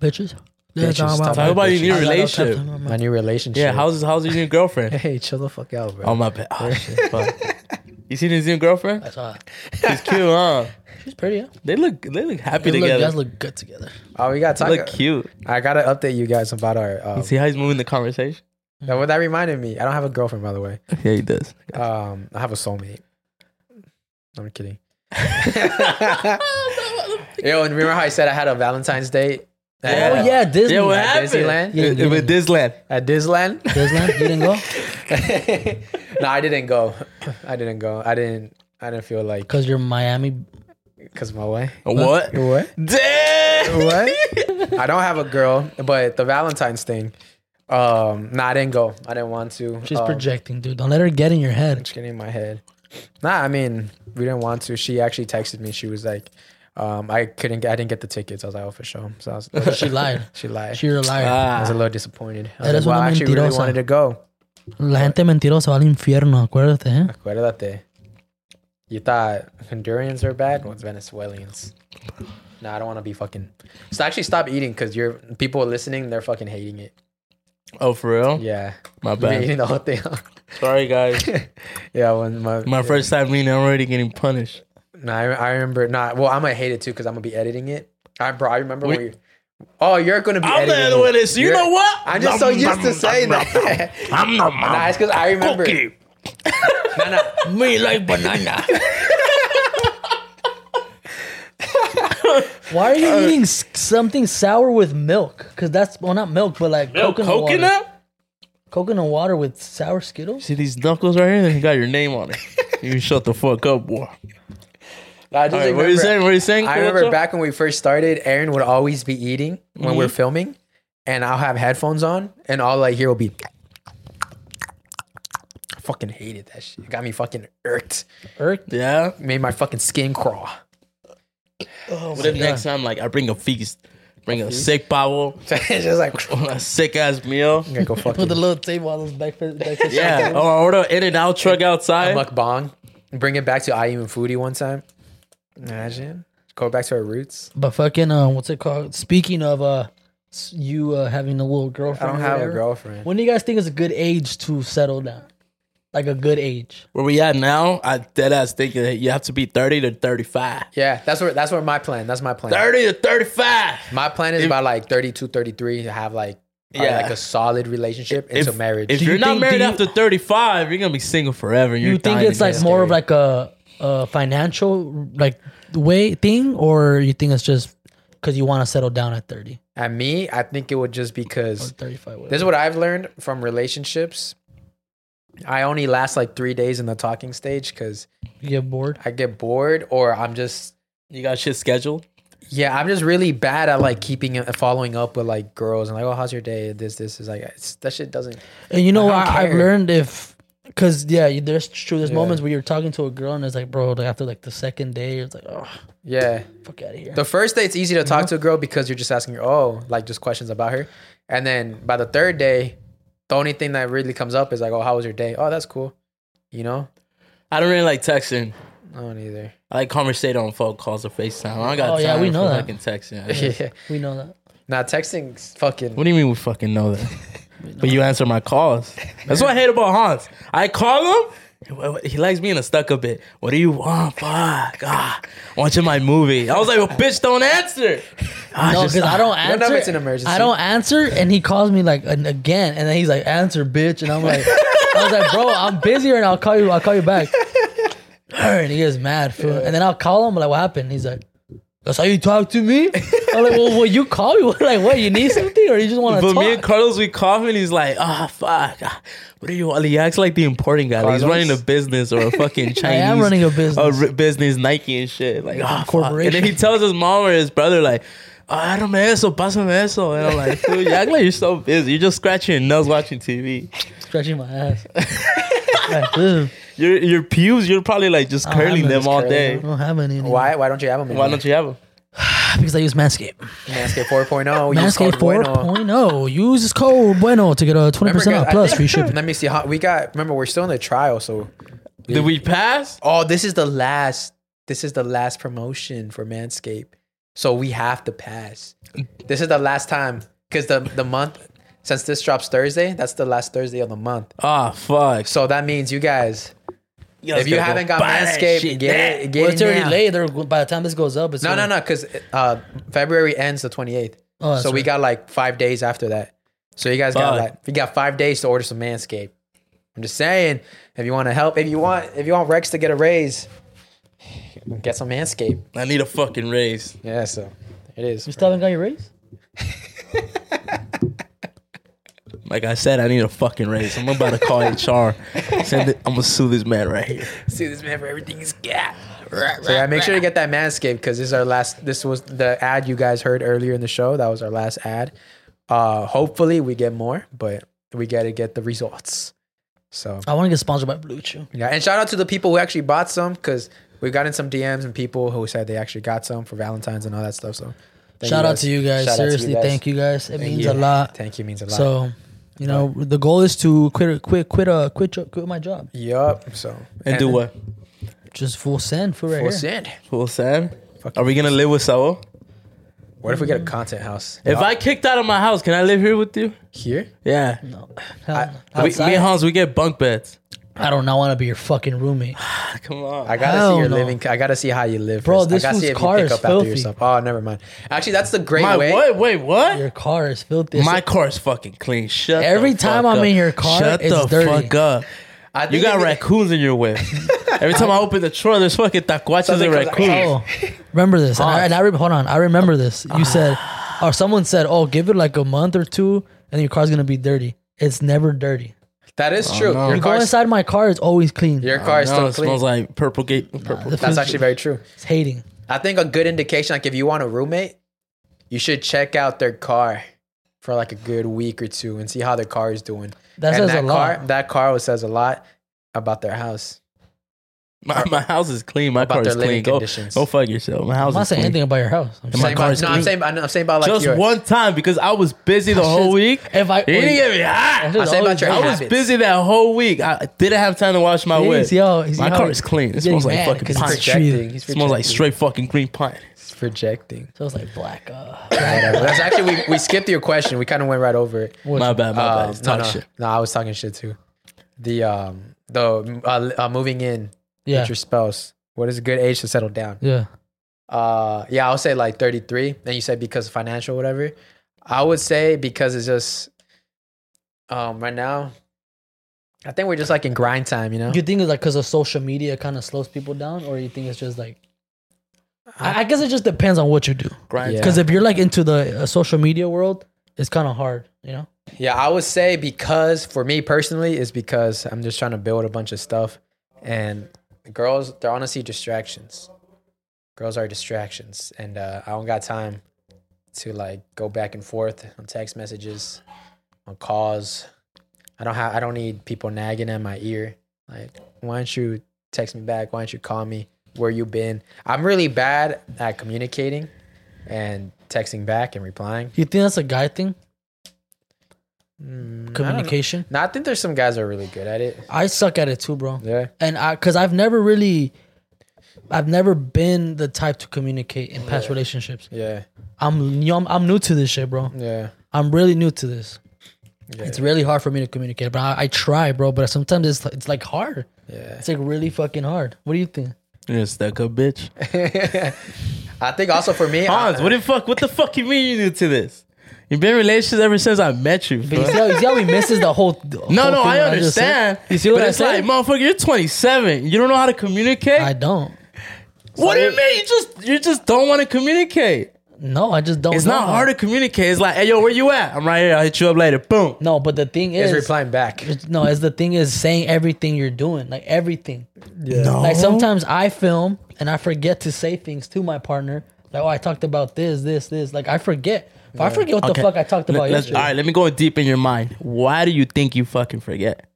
[SPEAKER 9] Bitches.
[SPEAKER 7] Yeah,
[SPEAKER 8] Bitches,
[SPEAKER 7] talking
[SPEAKER 8] talk
[SPEAKER 7] about
[SPEAKER 8] about your
[SPEAKER 7] bitches. I
[SPEAKER 8] new
[SPEAKER 7] got no
[SPEAKER 8] relationship.
[SPEAKER 7] time for my- My new relationship.
[SPEAKER 8] Yeah, how's how's your new girlfriend?
[SPEAKER 7] hey, chill the fuck out, bro.
[SPEAKER 8] Oh my bad. Oh, shit, fuck. You seen his new girlfriend?
[SPEAKER 9] I saw.
[SPEAKER 8] She's cute, huh?
[SPEAKER 9] She's pretty. Yeah.
[SPEAKER 8] They look they look happy
[SPEAKER 9] They look-
[SPEAKER 8] together.
[SPEAKER 9] guys look good together.
[SPEAKER 7] Oh, we got to talk.
[SPEAKER 8] Look cute.
[SPEAKER 7] I gotta update you guys about our. Um,
[SPEAKER 8] You see how he's moving the conversation?
[SPEAKER 7] now, what that reminded me, I don't have a girlfriend, by the way.
[SPEAKER 8] Yeah, he does.
[SPEAKER 7] Um, I have a soulmate. I'm kidding. Yo, and remember how I said I had a Valentine's Day?
[SPEAKER 9] Oh, yeah, Disney.
[SPEAKER 7] Yeah, what
[SPEAKER 9] At
[SPEAKER 7] happened?
[SPEAKER 9] Disneyland? Yeah,
[SPEAKER 7] It- it was
[SPEAKER 8] Disneyland.
[SPEAKER 7] At Disneyland?
[SPEAKER 9] Disneyland? You didn't
[SPEAKER 7] <laughs>
[SPEAKER 9] go?
[SPEAKER 7] no, I didn't go. I didn't go. I didn't. I didn't feel like
[SPEAKER 9] Cause you're Miami.
[SPEAKER 7] because my way.
[SPEAKER 8] What?
[SPEAKER 7] What?
[SPEAKER 8] Damn.
[SPEAKER 7] What? I don't have a girl, but the Valentine's thing. Um, no, I didn't go. I didn't want to.
[SPEAKER 9] She's
[SPEAKER 7] um,
[SPEAKER 9] projecting, dude. Don't let her get in your head.
[SPEAKER 7] She's getting in my head. Nah, I mean, we didn't want to. She actually texted me. She was like, um, I couldn't. I didn't get the tickets. I was like, oh, for sure. So I
[SPEAKER 9] <laughs>
[SPEAKER 7] was, <laughs>
[SPEAKER 9] She lied.
[SPEAKER 7] She lied.
[SPEAKER 9] She a liar.
[SPEAKER 7] I was a little disappointed. I
[SPEAKER 9] Eres
[SPEAKER 7] was like, well,
[SPEAKER 9] una
[SPEAKER 7] I actually really
[SPEAKER 9] mentirosa.
[SPEAKER 7] wanted to go.
[SPEAKER 9] La gente mentirosa va al infierno. Acuérdate, eh.
[SPEAKER 7] Acuérdate. You thought Hondurans were bad? What's Venezuelans? No, I don't want to be fucking. So actually, stop eating because you're people listening. They're fucking hating it.
[SPEAKER 8] Oh, for real?
[SPEAKER 7] Yeah,
[SPEAKER 8] My
[SPEAKER 7] You've been
[SPEAKER 8] bad.
[SPEAKER 7] Eating the whole thing.
[SPEAKER 8] <laughs> Sorry, guys.
[SPEAKER 7] <laughs> yeah, when my
[SPEAKER 8] My first time meeting, I'm already getting punished.
[SPEAKER 7] No, I, I remember not. Well, I'm gonna hate it too because I'm gonna be editing it. I bro, I remember
[SPEAKER 8] We-
[SPEAKER 7] when you. Oh, you're gonna be.
[SPEAKER 8] I'm the
[SPEAKER 7] editing
[SPEAKER 8] editor, so you
[SPEAKER 7] You're-
[SPEAKER 8] know what?
[SPEAKER 7] I'm just so used to saying that.
[SPEAKER 8] I'm the
[SPEAKER 7] <laughs>
[SPEAKER 8] mom.
[SPEAKER 7] Nah, it's because I remember.
[SPEAKER 14] Me like banana.
[SPEAKER 9] Why are you
[SPEAKER 7] Uh,
[SPEAKER 9] eating s- something sour with milk? Because that's well, not milk, but like
[SPEAKER 8] Milk,
[SPEAKER 9] coconut, water.
[SPEAKER 8] coconut?
[SPEAKER 9] coconut water with sour Skittles.
[SPEAKER 8] See these knuckles right here? They got your name on it. you shut the fuck up, boy.
[SPEAKER 7] I just
[SPEAKER 8] All right, what are you saying? What are you saying?
[SPEAKER 7] I remember
[SPEAKER 8] Camacho?
[SPEAKER 7] back when we first started, Aaron would always be eating when we're
[SPEAKER 8] Mhm.
[SPEAKER 7] filming, and I'll have headphones on, and all I hear will be. I fucking hated that shit. It got me fucking irked.
[SPEAKER 9] Irked?
[SPEAKER 8] Yeah.
[SPEAKER 7] Made my fucking skin crawl.
[SPEAKER 8] what if next time, like, I bring a feast? Bring Oh, a,
[SPEAKER 7] <laughs>
[SPEAKER 8] sick bottle.
[SPEAKER 7] just like
[SPEAKER 8] <laughs> a sick ass meal.
[SPEAKER 7] go fuck
[SPEAKER 9] Put the little table on those back.
[SPEAKER 8] <laughs>
[SPEAKER 9] back
[SPEAKER 8] Yeah. Or order an Oh, in and out truck outside.
[SPEAKER 7] A mukbang. Bring it back to IU and Foodie one time. Imagine. Go back to our roots.
[SPEAKER 9] <laughs> But fucking, uh, what's it called? Speaking of uh, s- you uh, having a little girlfriend.
[SPEAKER 7] don't
[SPEAKER 9] or
[SPEAKER 7] have a
[SPEAKER 9] whatever,
[SPEAKER 7] girlfriend.
[SPEAKER 9] When do you guys think is a good age to settle down? Like a good age.
[SPEAKER 8] Where we at now? I dead ass thinking that you have to be 30 to 35.
[SPEAKER 7] Yeah, that's where that's where my plan. That's my plan.
[SPEAKER 8] 30 to 35.
[SPEAKER 7] My plan is about like 32, 33 to have like probably,
[SPEAKER 8] Yeah.
[SPEAKER 7] like a solid relationship into
[SPEAKER 8] if,
[SPEAKER 7] marriage.
[SPEAKER 8] If you're not married after 35, you're gonna be single forever. You're
[SPEAKER 9] you think
[SPEAKER 8] dying
[SPEAKER 9] it's like
[SPEAKER 8] again.
[SPEAKER 9] more of like a, a financial like way thing, or you think it's just because you want to settle down at thirty?
[SPEAKER 7] At me, I think it would just because
[SPEAKER 9] 35,
[SPEAKER 7] this is what I've learned from relationships. I only last like three days in the talking stage because
[SPEAKER 9] You get bored.
[SPEAKER 7] I get bored or I'm just
[SPEAKER 8] you got shit scheduled.
[SPEAKER 7] Yeah, I'm just really bad at like keeping following up with like girls and like, oh, how's your day? This, this is like it's, that shit doesn't.
[SPEAKER 9] And you know
[SPEAKER 7] I
[SPEAKER 9] what
[SPEAKER 7] don't
[SPEAKER 9] I, I've
[SPEAKER 7] care.
[SPEAKER 9] learned if because yeah, you- there's true. There's
[SPEAKER 7] Yeah.
[SPEAKER 9] moments where you're talking to a girl and it's like, bro, like after like the second day, it's like, oh,
[SPEAKER 7] Yeah,
[SPEAKER 9] fuck out of here.
[SPEAKER 7] the first day it's easy to talk to a girl because you're just asking her, oh, like just questions about her, and then by the third day, the only thing that really comes up is like, oh, how was your day? Oh, that's cool, you know.
[SPEAKER 8] I don't really like texting.
[SPEAKER 7] I don't either.
[SPEAKER 8] I like conversate on phone calls or FaceTime. I don't got
[SPEAKER 9] Oh,
[SPEAKER 8] time
[SPEAKER 9] yeah, we know
[SPEAKER 8] for
[SPEAKER 9] that. <laughs>
[SPEAKER 8] fucking texting.
[SPEAKER 7] yeah.
[SPEAKER 9] We know that.
[SPEAKER 7] Nah, texting's fucking.
[SPEAKER 8] what do you mean we fucking know that? <laughs> but you answer my calls. That's what I hate about Hans. I call him. He likes being a stuck a bit. What do you want? Fuck. Ah, watching my movie. I was like, well, bitch, don't answer. Ah,
[SPEAKER 9] No,
[SPEAKER 8] just-
[SPEAKER 9] because I
[SPEAKER 8] <laughs>
[SPEAKER 9] don't
[SPEAKER 8] You
[SPEAKER 9] answer.
[SPEAKER 8] know if it's an
[SPEAKER 9] I
[SPEAKER 8] emergency.
[SPEAKER 9] don't answer, and he calls me like an, again, and then he's like, "Answer, bitch," and I'm like, "I was like, bro, I'm busy right now. I'll call you. I'll call you back." her, and he gets mad. fool. And then I'll call him like, what happened? He's like, that's how you talk to me. I'm like, well, well, you call me. <laughs> like, what? You need something, or you just want to
[SPEAKER 8] But
[SPEAKER 9] talk?
[SPEAKER 8] me and Carlos, we cough and he's like, ah, fuck. ah, What do you want? He acts like the important guy. Like, he's
[SPEAKER 9] Carlos?
[SPEAKER 8] running a
[SPEAKER 9] <laughs>
[SPEAKER 8] business or a fucking Chinese.
[SPEAKER 9] I am running a business.
[SPEAKER 8] ri- business, Nike and shit. Like, ah, corporation. And
[SPEAKER 9] corporation.
[SPEAKER 8] then he tells his mom or his brother, like, ah, dame eso, pásame eso. And I'm like, dude, you act like you're so busy. You're just scratching your nose watching TV.
[SPEAKER 9] Stretching my ass.
[SPEAKER 8] <laughs> your, your pubes, you're probably like just
[SPEAKER 9] I don't have
[SPEAKER 8] curling
[SPEAKER 9] any.
[SPEAKER 8] them all
[SPEAKER 9] Curling
[SPEAKER 8] day.
[SPEAKER 9] them. I don't have any. anymore.
[SPEAKER 7] Why? Why don't you have them?
[SPEAKER 8] Why don't you have them?
[SPEAKER 9] Because I use Manscaped.
[SPEAKER 7] Manscaped
[SPEAKER 8] Oh,
[SPEAKER 7] 4.0. you just
[SPEAKER 9] Manscaped oh?
[SPEAKER 7] called Bueno.
[SPEAKER 9] 4.0 Use this code Bueno to get a 20%
[SPEAKER 7] Remember, guys,
[SPEAKER 9] off
[SPEAKER 7] I
[SPEAKER 9] plus
[SPEAKER 7] think-
[SPEAKER 9] free
[SPEAKER 8] <laughs>
[SPEAKER 7] <laughs>
[SPEAKER 9] shipping.
[SPEAKER 7] Let me see. How, we got. Remember, we're still in the trial, so
[SPEAKER 8] did we pass?
[SPEAKER 7] Oh, this is the last. This is the last promotion for Manscaped, so we have to pass. This is the last time because the the month since this drops Thursday, that's the last Thursday of the month.
[SPEAKER 8] Ah, fuck.
[SPEAKER 7] So that means you guys,
[SPEAKER 9] guys
[SPEAKER 7] if you
[SPEAKER 9] gotta go
[SPEAKER 7] haven't got
[SPEAKER 9] buy that
[SPEAKER 7] Manscaped,
[SPEAKER 9] shit
[SPEAKER 7] get
[SPEAKER 9] now.
[SPEAKER 7] it. Get
[SPEAKER 9] Well,
[SPEAKER 7] it
[SPEAKER 9] it's already
[SPEAKER 7] now.
[SPEAKER 9] late. They're- By the time this goes up, it's
[SPEAKER 7] No, no,
[SPEAKER 9] already-
[SPEAKER 7] no, because uh, February ends the 28th.
[SPEAKER 9] Oh, that's
[SPEAKER 7] so we
[SPEAKER 9] right.
[SPEAKER 7] got like five days after that. So you guys got
[SPEAKER 9] Fuck.
[SPEAKER 7] like you got five days to order some Manscaped. I'm just saying, if you want to help, if you want, if you want Rex to get a raise, <sighs> get some Manscaped.
[SPEAKER 8] I need a fucking raise.
[SPEAKER 7] Yeah, so it is.
[SPEAKER 9] You still haven't got your raise?
[SPEAKER 8] Like I said, I need a fucking raise. I'm about
[SPEAKER 9] <laughs>
[SPEAKER 8] to call HR. Send it. I'm gonna sue this man right here.
[SPEAKER 7] See this man for everything
[SPEAKER 8] <laughs>
[SPEAKER 7] he's got. So yeah, make sure to get that Manscaped because this is our last. This was the ad you guys heard earlier in the show. That was our last ad. Uh, hopefully we get more, but we got to get the results. So
[SPEAKER 9] I want to get sponsored by Blue Chew.
[SPEAKER 7] Yeah, and shout out to the people who actually bought some because we got in some DMs and people who said they actually got some for Valentine's and all that stuff. So thank
[SPEAKER 9] Shout out to you guys.
[SPEAKER 7] Shout out to
[SPEAKER 9] Seriously, thank you guys. It
[SPEAKER 7] Thank
[SPEAKER 9] means
[SPEAKER 7] you.
[SPEAKER 9] a lot.
[SPEAKER 7] Thank you means a lot.
[SPEAKER 9] So, you know, the goal is to quit, quit, quit, uh, quit, jo- quit my job.
[SPEAKER 7] Yup. So and,
[SPEAKER 8] do what?
[SPEAKER 9] Just full send for right
[SPEAKER 7] Full
[SPEAKER 9] here.
[SPEAKER 7] send.
[SPEAKER 8] Full Sam. Are we gonna live with Saul?
[SPEAKER 7] What if we get a content house?
[SPEAKER 8] If I kicked out of my house, can I live here with you?
[SPEAKER 7] Here?
[SPEAKER 8] Yeah.
[SPEAKER 9] No.
[SPEAKER 8] We, me and Hans, we get bunk beds.
[SPEAKER 9] I don't not want to be your fucking roommate.
[SPEAKER 8] Come on.
[SPEAKER 7] I gotta
[SPEAKER 9] Hell
[SPEAKER 7] see your
[SPEAKER 9] no.
[SPEAKER 7] living. I gotta see how you live,
[SPEAKER 9] Bro,
[SPEAKER 7] first.
[SPEAKER 9] this
[SPEAKER 7] I gotta
[SPEAKER 9] fool's car is filthy.
[SPEAKER 7] Oh, never mind. Actually, that's the great
[SPEAKER 8] My
[SPEAKER 7] way.
[SPEAKER 8] what? Wait, what? Your
[SPEAKER 9] car is filthy.
[SPEAKER 8] My car is fucking clean. Shut. the
[SPEAKER 9] Every time
[SPEAKER 8] fuck
[SPEAKER 9] I'm
[SPEAKER 8] up.
[SPEAKER 9] in your car,
[SPEAKER 8] shut
[SPEAKER 9] it's
[SPEAKER 8] the
[SPEAKER 9] dirty.
[SPEAKER 8] fuck up. You
[SPEAKER 9] think
[SPEAKER 8] got
[SPEAKER 9] if it-
[SPEAKER 8] raccoons in
[SPEAKER 9] <laughs>
[SPEAKER 8] your whip. Every time I open the drawer, there's fucking tacuaches
[SPEAKER 9] Something
[SPEAKER 8] and
[SPEAKER 9] comes out.
[SPEAKER 8] <laughs> raccoons.
[SPEAKER 9] Remember this. And I, and I re- hold on. I remember this. You said, or someone said, oh, give it like a month or two and your car's going to be dirty. It's never dirty.
[SPEAKER 7] That is true. Your
[SPEAKER 9] Oh, you go
[SPEAKER 7] car,
[SPEAKER 9] inside my car, it's always clean.
[SPEAKER 7] your car is still clean.
[SPEAKER 8] smells
[SPEAKER 9] Oh.
[SPEAKER 8] like purple gate. Purple.
[SPEAKER 7] that's actually very true.
[SPEAKER 9] It's hating.
[SPEAKER 7] I think a good indication, like if you want a roommate, you should check out their car for like a good week or two and see how their car is doing.
[SPEAKER 9] That
[SPEAKER 7] And
[SPEAKER 9] says a
[SPEAKER 7] car,
[SPEAKER 9] lot.
[SPEAKER 7] That car says a lot about their house.
[SPEAKER 8] my, my house is clean. My
[SPEAKER 7] About
[SPEAKER 8] car
[SPEAKER 7] their
[SPEAKER 8] is clean.
[SPEAKER 7] living
[SPEAKER 8] Go,
[SPEAKER 7] conditions.
[SPEAKER 8] go fuck yourself. My house
[SPEAKER 9] I'm not
[SPEAKER 8] is clean.
[SPEAKER 9] saying anything about your house. I'm
[SPEAKER 8] And my
[SPEAKER 7] Saying
[SPEAKER 8] car
[SPEAKER 7] about-
[SPEAKER 8] is
[SPEAKER 7] no,
[SPEAKER 8] clean.
[SPEAKER 7] I'm saying, I'm I'm saying about like
[SPEAKER 8] just
[SPEAKER 7] your,
[SPEAKER 8] one time because I was busy the
[SPEAKER 7] That
[SPEAKER 8] whole
[SPEAKER 7] shit's-
[SPEAKER 8] week.
[SPEAKER 9] If I,
[SPEAKER 8] you didn't get me hot.
[SPEAKER 7] I'm saying about your
[SPEAKER 8] I was
[SPEAKER 7] habits.
[SPEAKER 8] busy that whole week. I didn't have time to wash my
[SPEAKER 9] See,
[SPEAKER 8] whip.
[SPEAKER 9] see how- see
[SPEAKER 8] my
[SPEAKER 9] how
[SPEAKER 8] car
[SPEAKER 9] he-
[SPEAKER 8] is clean. It
[SPEAKER 9] he's
[SPEAKER 8] smells
[SPEAKER 9] getting
[SPEAKER 8] like
[SPEAKER 9] mad
[SPEAKER 8] fucking
[SPEAKER 9] 'cause he's
[SPEAKER 8] pine.
[SPEAKER 9] projecting.
[SPEAKER 8] It
[SPEAKER 9] He's
[SPEAKER 8] smells like
[SPEAKER 9] projecting.
[SPEAKER 8] straight fucking green pine.
[SPEAKER 7] It's projecting.
[SPEAKER 9] So it's like black. Uh,
[SPEAKER 7] Whatever. That's actually we, we skipped your question. We kind of went right over it.
[SPEAKER 8] What? My bad, my bad.
[SPEAKER 7] Um,
[SPEAKER 8] It's
[SPEAKER 7] no,
[SPEAKER 8] talk
[SPEAKER 7] no,
[SPEAKER 8] shit.
[SPEAKER 7] no, I was talking shit too. The um the uh, uh, moving in
[SPEAKER 9] Yeah.
[SPEAKER 7] with your spouse. What is a good age to settle down?
[SPEAKER 9] Yeah.
[SPEAKER 7] Uh yeah, I'll say like 33. And you said because of financial whatever. I would say because it's just um right now I think we're just like in grind time, you know?
[SPEAKER 9] You think it's like because of social media kind of slows people down, or you think it's just like? I, I guess it just depends on what you do.
[SPEAKER 7] Grind. Yeah.
[SPEAKER 9] Because if you're like into the uh, social media world, it's kind of hard. You know.
[SPEAKER 7] Yeah, I would say because for me personally is because I'm just trying to build a bunch of stuff, and girls they're honestly distractions. Girls are distractions, and uh, I don't got time to like go back and forth on text messages, on calls. I don't have I don't need people nagging at my ear. Like, why don't you text me back? Why don't you call me? Where you been? I'm really bad at communicating and texting back and replying.
[SPEAKER 9] You think that's a guy thing?
[SPEAKER 7] Mm, I don't know.
[SPEAKER 9] Communication?
[SPEAKER 7] No, I think there's some guys that are really good at it.
[SPEAKER 9] I suck at it too, bro.
[SPEAKER 7] Yeah.
[SPEAKER 9] And I, cause I've never really, I've never been the type to communicate in past relationships.
[SPEAKER 7] Yeah.
[SPEAKER 9] I'm, you know, I'm I'm new to this shit, bro.
[SPEAKER 7] Yeah.
[SPEAKER 9] I'm really new to this. It's really hard for me to communicate, but I, I try, bro. But sometimes it's like- it's like hard.
[SPEAKER 7] Yeah.
[SPEAKER 9] It's like really fucking hard. What do you
[SPEAKER 8] <laughs>
[SPEAKER 9] think?
[SPEAKER 8] Yeah, stuck up <laughs> bitch.
[SPEAKER 7] I think also for me,
[SPEAKER 8] Hans,
[SPEAKER 7] I,
[SPEAKER 8] what the fuck? What the fuck you mean you new to this? You've been in relationships ever since I met you.
[SPEAKER 9] You see, how, you see how he misses the whole. the whole
[SPEAKER 8] No, no,
[SPEAKER 9] thing
[SPEAKER 8] I
[SPEAKER 9] that just said?
[SPEAKER 8] understand.
[SPEAKER 9] you see what
[SPEAKER 8] but
[SPEAKER 9] I
[SPEAKER 8] it's
[SPEAKER 9] said?
[SPEAKER 8] like, motherfucker, you're 27. You don't know how to communicate. I
[SPEAKER 9] don't.
[SPEAKER 8] What do you mean? You just you just don't want to communicate.
[SPEAKER 9] No, I just don't.
[SPEAKER 8] It's
[SPEAKER 9] know.
[SPEAKER 8] not hard to communicate. It's like, hey, yo, where you at? I'm right here. I'll hit you up later. Boom.
[SPEAKER 9] No, but the thing
[SPEAKER 8] It's
[SPEAKER 9] is
[SPEAKER 8] replying
[SPEAKER 9] back. no, it's the thing is saying everything you're doing, like everything. Yeah.
[SPEAKER 8] No.
[SPEAKER 9] Like sometimes I film and I forget to say things to my partner. Like, oh, I talked about this, this, this. Like I forget. If I forget what the
[SPEAKER 8] Okay.
[SPEAKER 9] fuck I talked
[SPEAKER 8] Let-
[SPEAKER 9] about
[SPEAKER 8] let's- All
[SPEAKER 9] yesterday,
[SPEAKER 8] right, let me go deep in your mind. Why do you think you fucking forget?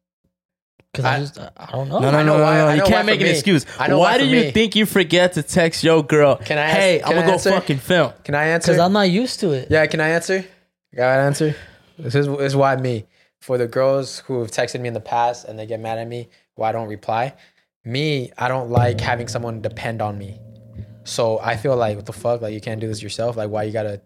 [SPEAKER 9] because I, just I don't know.
[SPEAKER 8] No, no, no, no, no, You can't make an excuse. Why do you think you forget to text your girl? Can
[SPEAKER 7] I ask-
[SPEAKER 8] Hey,
[SPEAKER 7] can
[SPEAKER 8] I'm gonna
[SPEAKER 7] I
[SPEAKER 8] go
[SPEAKER 7] answer?
[SPEAKER 8] fucking film.
[SPEAKER 7] Can I answer?
[SPEAKER 9] 'Cause I'm not used to it.
[SPEAKER 7] Yeah, can I answer? Got an answer? This is, this is why me. For the girls who have texted me in the past and they get mad at me, why I don't reply. Me, I don't like having someone depend on me. So I feel like, what the fuck? Like, you can't do this yourself. Like, why you gotta,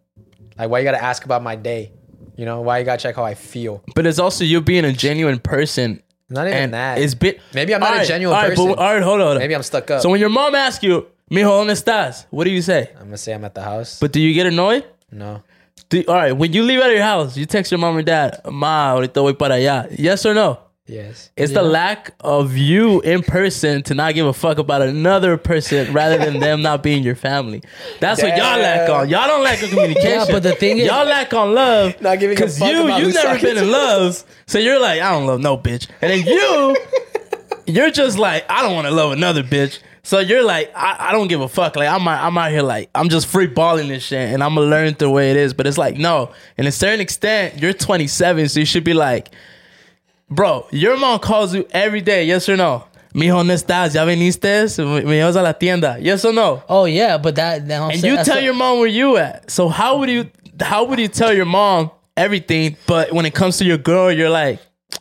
[SPEAKER 7] like, why you gotta ask about my day? You know, why you gotta check how I feel?
[SPEAKER 8] But it's also you being a genuine person.
[SPEAKER 7] Not even
[SPEAKER 8] and
[SPEAKER 7] that.
[SPEAKER 8] It's been
[SPEAKER 7] Maybe I'm not a genuine person.
[SPEAKER 8] all right, hold on.
[SPEAKER 7] Maybe I'm stuck up.
[SPEAKER 8] So when your mom asks you, "Mijo, dónde estás?" What do you say?
[SPEAKER 7] I'm gonna say I'm at the house.
[SPEAKER 8] But do you get annoyed?
[SPEAKER 7] No.
[SPEAKER 8] Do, all right, when you leave out of your house, you text your mom or dad, "Ma, ahorita voy para allá." Yes or no?
[SPEAKER 7] Yes.
[SPEAKER 8] It's the
[SPEAKER 7] Yeah.
[SPEAKER 8] lack of you in person to not give a fuck about another person rather than them not being your family. That's what y'all lack on. Y'all don't lack on
[SPEAKER 9] <laughs>
[SPEAKER 8] communication.
[SPEAKER 9] Yeah, but the thing is-
[SPEAKER 8] y'all lack on love. Not
[SPEAKER 7] giving
[SPEAKER 9] a fuck
[SPEAKER 8] you
[SPEAKER 9] about
[SPEAKER 8] you
[SPEAKER 9] who's
[SPEAKER 8] never
[SPEAKER 9] talking
[SPEAKER 8] been
[SPEAKER 9] to
[SPEAKER 8] in love, so you're like, I don't love no bitch, and
[SPEAKER 9] <laughs>
[SPEAKER 8] then you, you're just like, I don't want to love another bitch. So you're like, I, I don't give a fuck. Like I'm out, I'm out here like I'm just free balling this shit, and I'm gonna learn the way it is. But it's like no, and a certain extent, you're 27, so you should be like. Bro, your mom calls you every day, yes or no? Mijo, ¿dónde estás? ¿Ya viniste? ¿Me llevas a la tienda? Yes or no?
[SPEAKER 9] Oh yeah, but that now I'm
[SPEAKER 8] And
[SPEAKER 9] saying-
[SPEAKER 8] you
[SPEAKER 9] that's
[SPEAKER 8] tell
[SPEAKER 9] what-
[SPEAKER 8] your mom where you at. So how would you how would you tell your mom everything, but when it comes to your girl, you're like,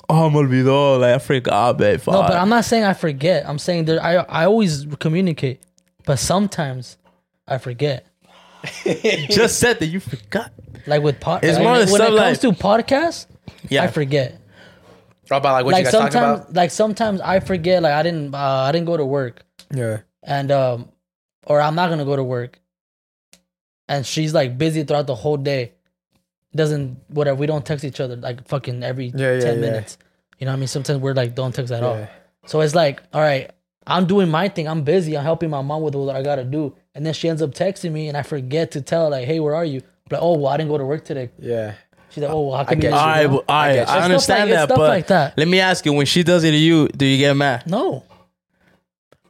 [SPEAKER 8] oh, me olvidó, like I forgot, babe.
[SPEAKER 9] No, but
[SPEAKER 8] <laughs>
[SPEAKER 9] I'm not saying I forget. I'm saying that I I always communicate, but sometimes I forget.
[SPEAKER 8] just said <laughs> that you forgot.
[SPEAKER 9] Like with pod,
[SPEAKER 8] It's
[SPEAKER 9] like,
[SPEAKER 8] more
[SPEAKER 9] when
[SPEAKER 8] the stuff
[SPEAKER 9] it comes
[SPEAKER 8] like-
[SPEAKER 9] to podcasts,
[SPEAKER 8] Yeah.
[SPEAKER 9] I forget.
[SPEAKER 7] What <laughs> about like what you guys talking
[SPEAKER 9] sometimes,
[SPEAKER 7] about?
[SPEAKER 9] like sometimes I forget. Like I didn't, uh, I didn't go to work,
[SPEAKER 7] Yeah.
[SPEAKER 9] and um, or I'm not gonna go to work, and she's like busy throughout the whole day. Doesn't whatever. We don't text each other like fucking every
[SPEAKER 7] Yeah, yeah,
[SPEAKER 9] ten
[SPEAKER 7] yeah.
[SPEAKER 9] minutes. You know what I mean? Sometimes we're like don't text at
[SPEAKER 7] Yeah.
[SPEAKER 9] all. So it's like, all right, I'm doing my thing. I'm busy. I'm helping my mom with what I gotta do, and then she ends up texting me, and I forget to tell her like, hey, where are you? But oh well, I didn't go to work today.
[SPEAKER 7] Yeah.
[SPEAKER 9] She's like, oh well, how
[SPEAKER 8] I
[SPEAKER 9] come you?
[SPEAKER 8] all
[SPEAKER 9] didn't,
[SPEAKER 8] right,
[SPEAKER 9] you know?
[SPEAKER 8] well, all right,
[SPEAKER 9] It's
[SPEAKER 8] I,
[SPEAKER 9] stuff like-
[SPEAKER 8] understand
[SPEAKER 9] it's
[SPEAKER 8] that,
[SPEAKER 9] stuff
[SPEAKER 8] but
[SPEAKER 9] like that.
[SPEAKER 8] let me ask you: When she does it to you, do you get mad?
[SPEAKER 9] No,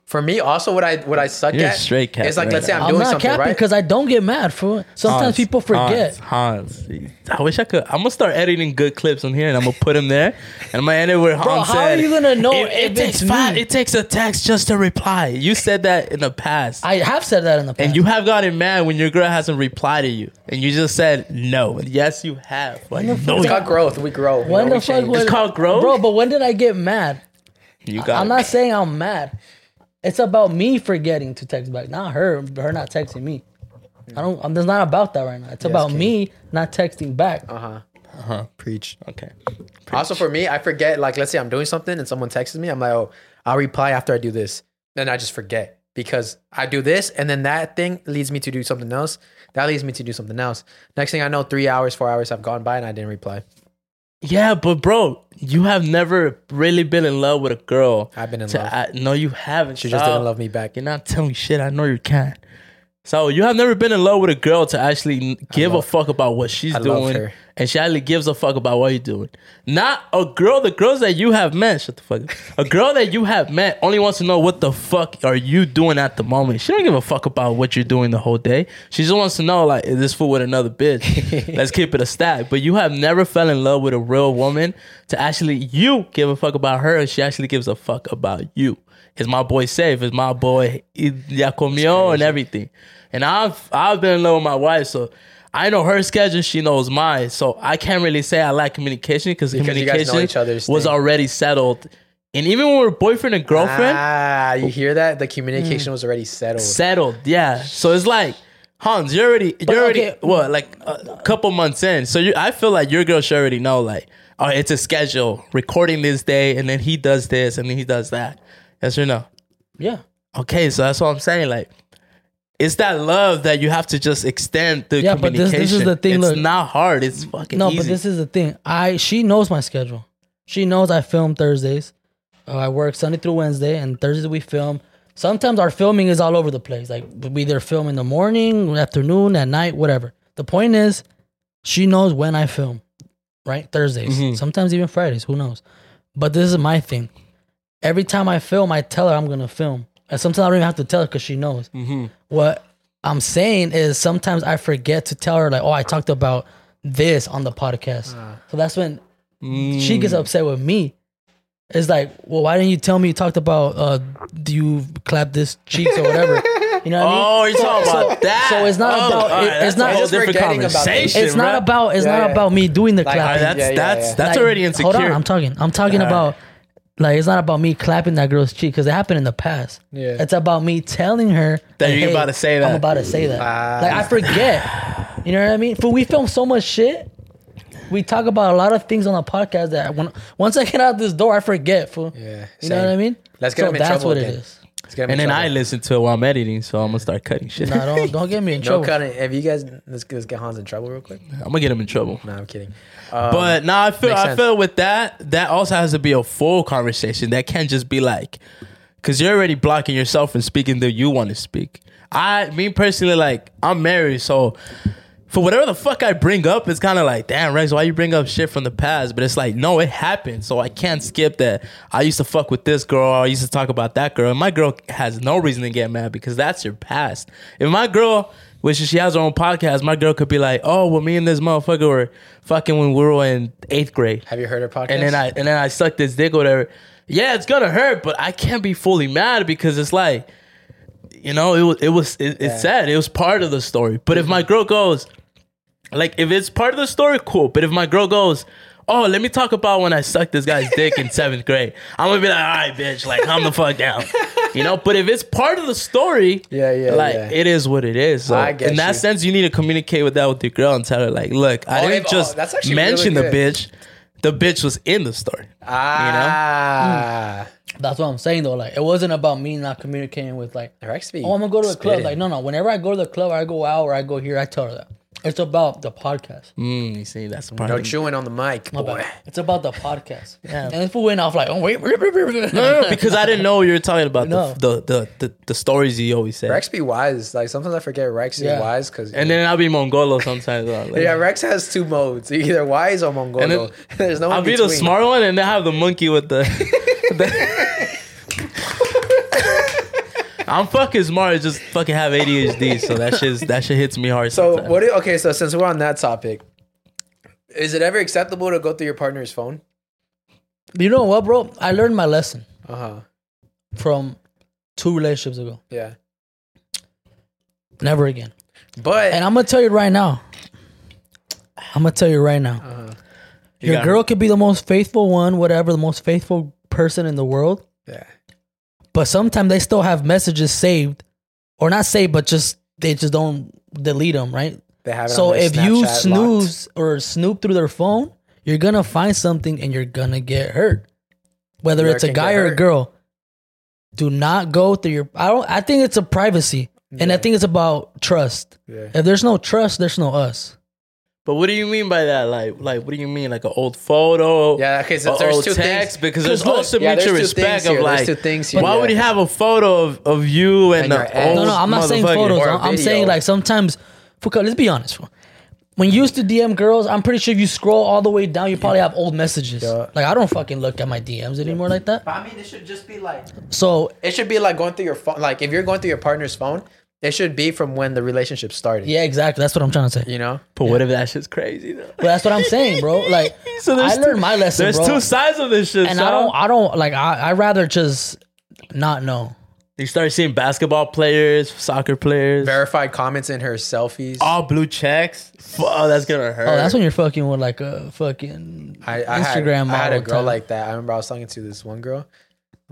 [SPEAKER 7] For me, also what I what I suck
[SPEAKER 8] You're
[SPEAKER 7] at
[SPEAKER 8] straight cap
[SPEAKER 7] is like
[SPEAKER 8] right
[SPEAKER 7] let's say I'm,
[SPEAKER 8] now.
[SPEAKER 7] doing
[SPEAKER 9] I'm not
[SPEAKER 7] something
[SPEAKER 9] capping
[SPEAKER 7] right.
[SPEAKER 9] because I don't get mad. For sometimes
[SPEAKER 8] Hans,
[SPEAKER 9] people forget.
[SPEAKER 8] Hans, Hans. I wish I could. I'm gonna start editing good clips on here, and I'm gonna put them there, and I'm gonna end it where
[SPEAKER 9] Bro,
[SPEAKER 8] Hans
[SPEAKER 9] how
[SPEAKER 8] said.
[SPEAKER 9] are you gonna know
[SPEAKER 8] It, it
[SPEAKER 9] if
[SPEAKER 8] takes
[SPEAKER 9] it's
[SPEAKER 8] five.
[SPEAKER 9] me?"
[SPEAKER 8] It takes a text just to reply. You said that in the past.
[SPEAKER 9] I have said that in the past.
[SPEAKER 8] And you have gotten mad when your girl hasn't replied to you, and you just said no. And Yes, you have. Like,
[SPEAKER 9] the
[SPEAKER 8] no,
[SPEAKER 9] fuck-
[SPEAKER 8] you-
[SPEAKER 7] It's called growth. We grow. you
[SPEAKER 9] When
[SPEAKER 7] know, we
[SPEAKER 9] the fuck
[SPEAKER 7] change.
[SPEAKER 9] was
[SPEAKER 8] It's called growth?
[SPEAKER 9] bro? But when did I get mad?
[SPEAKER 8] you got.
[SPEAKER 9] I'm
[SPEAKER 8] it.
[SPEAKER 9] not saying I'm mad. It's about me forgetting to text back, not her. Her not texting me. I don't. I'm just not about that right now. It's
[SPEAKER 7] Yes,
[SPEAKER 9] about
[SPEAKER 7] King.
[SPEAKER 9] me not texting back.
[SPEAKER 7] Uh huh.
[SPEAKER 8] Uh-huh. Preach. Okay.
[SPEAKER 7] Also for me, I forget. Like let's say I'm doing something and someone texts me, I'm like, oh, I'll reply after I do this. Then I just forget because I do this and then that thing leads me to do something else. That leads me to do something else. Next thing I know, three hours, four hours have gone by and I didn't reply.
[SPEAKER 8] Yeah, but bro, you have never really been in love with a girl.
[SPEAKER 7] I've been in
[SPEAKER 8] to-
[SPEAKER 7] love.
[SPEAKER 8] I- no, you haven't.
[SPEAKER 7] She just
[SPEAKER 8] dog.
[SPEAKER 7] didn't love me back.
[SPEAKER 8] You're not telling me shit. I know you can. So you have never been in love with a girl to actually n- give a fuck about what she's
[SPEAKER 7] I love
[SPEAKER 8] doing,
[SPEAKER 7] her.
[SPEAKER 8] <laughs> and she actually gives a fuck about what you're doing. Not a girl. The girls that you have met, shut the fuck up. A girl that you have met only wants to know what the fuck are you doing at the moment. She don't give a fuck about what you're doing the whole day. She just wants to know like, is this fool with another bitch? Let's keep it a stack. But you have never fell in love with a real woman to actually you give a fuck about her, and she actually gives a fuck about you. Is my boy safe? Is my boy eh, ya comió and everything? And I've I've been in love with my wife, so I know her schedule. She knows mine, so I can't really say I lack communication because
[SPEAKER 7] Because you guys know
[SPEAKER 8] communication
[SPEAKER 7] each other's
[SPEAKER 8] was
[SPEAKER 7] thing.
[SPEAKER 8] already settled. And even when we're boyfriend and girlfriend,
[SPEAKER 7] Ah, you hear that? The communication was already settled.
[SPEAKER 8] settled. Yeah. So it's like Hans, you're already you're already
[SPEAKER 9] okay.
[SPEAKER 8] what like a couple months in. So you, I feel like your girl should already know like, oh, it's a schedule recording this day, and then he does this, and then he does that. Yes or no?
[SPEAKER 9] Yeah.
[SPEAKER 8] Okay, so that's what I'm saying. Like, It's that love that you have to just extend through
[SPEAKER 9] Yeah, but this-
[SPEAKER 8] communication.
[SPEAKER 9] this is the thing,
[SPEAKER 8] It's
[SPEAKER 9] look.
[SPEAKER 8] not hard. It's fucking
[SPEAKER 9] no,
[SPEAKER 8] easy.
[SPEAKER 9] but this is the thing. I she knows my schedule. She knows I film Thursdays. Uh, I work Sunday through Wednesday, and Thursdays we film. Sometimes our filming is all over the place. Like we either film in the morning, afternoon, at night, whatever. The point is, she knows when I film, right? Thursdays, sometimes even Fridays. Who knows? But this is my thing. Every time I film, I tell her I'm gonna film, and sometimes I don't even have to tell her because she knows.
[SPEAKER 8] Mm-hmm.
[SPEAKER 9] What I'm saying is sometimes I forget to tell her like, oh, I talked about this on the podcast.
[SPEAKER 8] Ah.
[SPEAKER 9] So that's when she
[SPEAKER 8] Mm.
[SPEAKER 9] gets upset with me. It's like, well, why didn't you tell me you talked about uh do you clap this cheeks or whatever? You know what
[SPEAKER 8] Oh,
[SPEAKER 9] I mean?
[SPEAKER 8] you're talking
[SPEAKER 9] So-
[SPEAKER 8] about that.
[SPEAKER 9] So it's not
[SPEAKER 8] Oh,
[SPEAKER 9] about
[SPEAKER 8] all right,
[SPEAKER 9] it-
[SPEAKER 8] that's
[SPEAKER 9] it's not
[SPEAKER 8] a whole different conversation,
[SPEAKER 9] It's not
[SPEAKER 8] bro.
[SPEAKER 9] about it's
[SPEAKER 8] Yeah,
[SPEAKER 9] not
[SPEAKER 8] yeah.
[SPEAKER 9] about me doing the
[SPEAKER 8] Like,
[SPEAKER 9] clapping.
[SPEAKER 8] that's- Yeah, yeah, that's- yeah. that's already
[SPEAKER 9] Hold on,
[SPEAKER 8] insecure.
[SPEAKER 9] I'm talking. I'm talking
[SPEAKER 8] All right.
[SPEAKER 9] about like it's not about me clapping that girl's cheek because it happened in the past.
[SPEAKER 8] Yeah.
[SPEAKER 9] It's about me telling her
[SPEAKER 8] That
[SPEAKER 9] like,
[SPEAKER 8] you're about to say that.
[SPEAKER 9] I'm about to say that. like I
[SPEAKER 8] <sighs>
[SPEAKER 9] forget. You know what I mean? For we film so much shit. We talk about a lot of things on the podcast that when once I get out this door, I forget. Fool. Yeah. You know
[SPEAKER 7] same.
[SPEAKER 9] what I mean?
[SPEAKER 7] Let's get
[SPEAKER 9] so
[SPEAKER 7] him in
[SPEAKER 9] that's
[SPEAKER 7] trouble
[SPEAKER 9] what
[SPEAKER 7] again.
[SPEAKER 9] it is.
[SPEAKER 7] get him in
[SPEAKER 8] and then
[SPEAKER 7] trouble.
[SPEAKER 8] I listen to it while I'm editing, so I'm gonna start cutting shit.
[SPEAKER 9] Nah, don't don't get
[SPEAKER 7] <laughs>
[SPEAKER 9] me in
[SPEAKER 7] No
[SPEAKER 9] trouble.
[SPEAKER 7] cutting. If you guys, let's, let's get Hans in trouble real quick.
[SPEAKER 8] I'm gonna get him in trouble.
[SPEAKER 7] No, I'm kidding.
[SPEAKER 8] but now I feel
[SPEAKER 7] makes
[SPEAKER 8] I
[SPEAKER 7] sense.
[SPEAKER 8] feel with that that also has to be a full conversation. That can't just be like because you're already blocking yourself from speaking that you want to speak. I me personally like I'm married, so for whatever the fuck I bring up, it's kind of like damn Rex, why you bring up shit from the past? But it's like no, it happened, so I can't skip that. I used to fuck with this girl. I used to talk about that girl. And my girl has no reason to get mad because that's your past. If my girl which she has her own podcast. My girl could be like, "Oh, well, me and this motherfucker were fucking when we were in eighth grade."
[SPEAKER 7] Have you heard her podcast?
[SPEAKER 8] And then I and then I sucked his dick or whatever. Yeah, it's gonna hurt, but I can't be fully mad because it's like, you know, it was it was it,
[SPEAKER 7] Yeah. Mm-hmm.
[SPEAKER 8] it's sad. It was part of the story. But if my girl goes, like, if it's part of the story, cool. But if my girl goes. Oh, let me talk about when I sucked this guy's dick in seventh grade. I'm gonna be like, all right, bitch, like I'm the
[SPEAKER 7] <laughs>
[SPEAKER 8] fuck down, you know. But if it's part of the story,
[SPEAKER 7] Yeah, yeah,
[SPEAKER 8] like
[SPEAKER 7] yeah.
[SPEAKER 8] it is what it is. So
[SPEAKER 7] I get
[SPEAKER 8] in that
[SPEAKER 7] you.
[SPEAKER 8] sense, you need to communicate with that with your girl and tell her like, look, I
[SPEAKER 7] Oh,
[SPEAKER 8] didn't
[SPEAKER 7] if- oh,
[SPEAKER 8] just
[SPEAKER 7] that's actually
[SPEAKER 8] mention
[SPEAKER 7] really
[SPEAKER 8] the
[SPEAKER 7] good.
[SPEAKER 8] bitch. The bitch was in the story.
[SPEAKER 7] Ah.
[SPEAKER 9] That's what I'm saying though. Like it wasn't about me not communicating with like Oh, I'm gonna go to the club.
[SPEAKER 7] spitting.
[SPEAKER 9] Like, no, no. Whenever I go to the club, or I go out or I go here, I tell her that. It's about the podcast.
[SPEAKER 8] Mm, you see, that's the
[SPEAKER 7] No
[SPEAKER 8] problem.
[SPEAKER 7] chewing on the mic,
[SPEAKER 9] My
[SPEAKER 7] boy.
[SPEAKER 9] bad. It's about the podcast.
[SPEAKER 8] <laughs> Yeah.
[SPEAKER 9] And if we went off like, oh wait, <laughs>
[SPEAKER 8] no, no, no, because I didn't know you were talking about the, the, the the the stories you always say.
[SPEAKER 7] Rex be wise. Like sometimes I forget Rex
[SPEAKER 8] Yeah.
[SPEAKER 7] is wise because
[SPEAKER 8] and then I'll be Mongolo sometimes. uh, like-
[SPEAKER 7] yeah, Rex has two modes: either wise or
[SPEAKER 8] and
[SPEAKER 7] Mongolo. <laughs>
[SPEAKER 8] then
[SPEAKER 7] There's no.
[SPEAKER 8] I'll
[SPEAKER 7] in
[SPEAKER 8] be the
[SPEAKER 7] between.
[SPEAKER 8] smart one, and then have the monkey with the.
[SPEAKER 7] <laughs>
[SPEAKER 8] the- I'm fucking smart. I Just fucking have ADHD, so that shit's, that shit hits me hard.
[SPEAKER 7] So what? Do, okay, so since we're on that topic, is it ever acceptable to go through your partner's phone?
[SPEAKER 9] You know what, bro? I learned my lesson
[SPEAKER 7] Uh
[SPEAKER 8] Uh-huh.
[SPEAKER 7] huh.
[SPEAKER 9] from two relationships ago.
[SPEAKER 7] Yeah.
[SPEAKER 9] Never again.
[SPEAKER 7] But
[SPEAKER 9] and I'm gonna tell you right now. I'm gonna tell you right
[SPEAKER 8] Uh,
[SPEAKER 9] now.
[SPEAKER 7] You
[SPEAKER 9] Your
[SPEAKER 7] got
[SPEAKER 9] girl could be the most faithful one, whatever, the most faithful person in the world.
[SPEAKER 7] Yeah.
[SPEAKER 9] But sometimes they still have messages saved, or not saved, but just they just don't delete them, right?
[SPEAKER 7] They have it on
[SPEAKER 9] so
[SPEAKER 7] their
[SPEAKER 9] if you
[SPEAKER 7] Snapchat
[SPEAKER 9] snooze or snoop through their phone, you're gonna find something and you're gonna get hurt, whether
[SPEAKER 7] Or it
[SPEAKER 9] it's a
[SPEAKER 7] can
[SPEAKER 9] guy
[SPEAKER 7] get
[SPEAKER 9] or a
[SPEAKER 7] hurt.
[SPEAKER 9] girl. Do not go through your. I don't. I think it's a privacy, and I think it's about trust.
[SPEAKER 8] Yeah.
[SPEAKER 9] If there's no trust, there's no us.
[SPEAKER 8] But what do you mean by that? Like, like what do you mean? Like an old photo?
[SPEAKER 7] Yeah, okay, so
[SPEAKER 8] a
[SPEAKER 7] there's
[SPEAKER 8] old
[SPEAKER 7] two things-
[SPEAKER 8] text, Because there's
[SPEAKER 7] 'Cause look,
[SPEAKER 8] also
[SPEAKER 7] yeah, there's
[SPEAKER 8] mutual
[SPEAKER 7] two
[SPEAKER 8] respect
[SPEAKER 7] things
[SPEAKER 8] of
[SPEAKER 7] here, there's
[SPEAKER 8] like,
[SPEAKER 7] two things here,
[SPEAKER 8] why
[SPEAKER 7] yeah.
[SPEAKER 8] would you have a photo of, of you and,
[SPEAKER 7] And your
[SPEAKER 8] an
[SPEAKER 7] ex.
[SPEAKER 8] old
[SPEAKER 9] No, no, I'm not saying
[SPEAKER 8] motherfucker?
[SPEAKER 9] photos. I'm, I'm saying like sometimes. Fuck, let's be honest. fool. When you used to DM girls, I'm pretty sure if you scroll all the way down, you probably have old messages. Like I don't fucking look at my DMs anymore like that.
[SPEAKER 7] I mean, it should just be like
[SPEAKER 9] So
[SPEAKER 7] it should be like going through your phone. Like if you're going through your partner's phone, it should be from when the relationship started.
[SPEAKER 9] yeah, exactly. That's what I'm trying to say.
[SPEAKER 7] You know,
[SPEAKER 8] but what if that shit's crazy though?
[SPEAKER 9] But that's what I'm saying,
[SPEAKER 8] <laughs>
[SPEAKER 9] bro. Like
[SPEAKER 8] So
[SPEAKER 9] I
[SPEAKER 8] there's
[SPEAKER 9] learned
[SPEAKER 8] two-
[SPEAKER 9] my lesson.
[SPEAKER 8] There's
[SPEAKER 9] bro.
[SPEAKER 8] two sides of this shit.
[SPEAKER 9] and
[SPEAKER 8] son.
[SPEAKER 9] I don't, I don't like. I, I rather just not know.
[SPEAKER 8] You start seeing basketball players, soccer players,
[SPEAKER 7] verified comments in her selfies,
[SPEAKER 8] all blue checks. Oh, that's gonna hurt.
[SPEAKER 9] Oh, that's when you're fucking with like a fucking
[SPEAKER 7] I, I
[SPEAKER 9] Instagram
[SPEAKER 7] Had, I had a
[SPEAKER 9] model
[SPEAKER 7] girl
[SPEAKER 9] type.
[SPEAKER 7] like that. I remember I was talking to this one girl,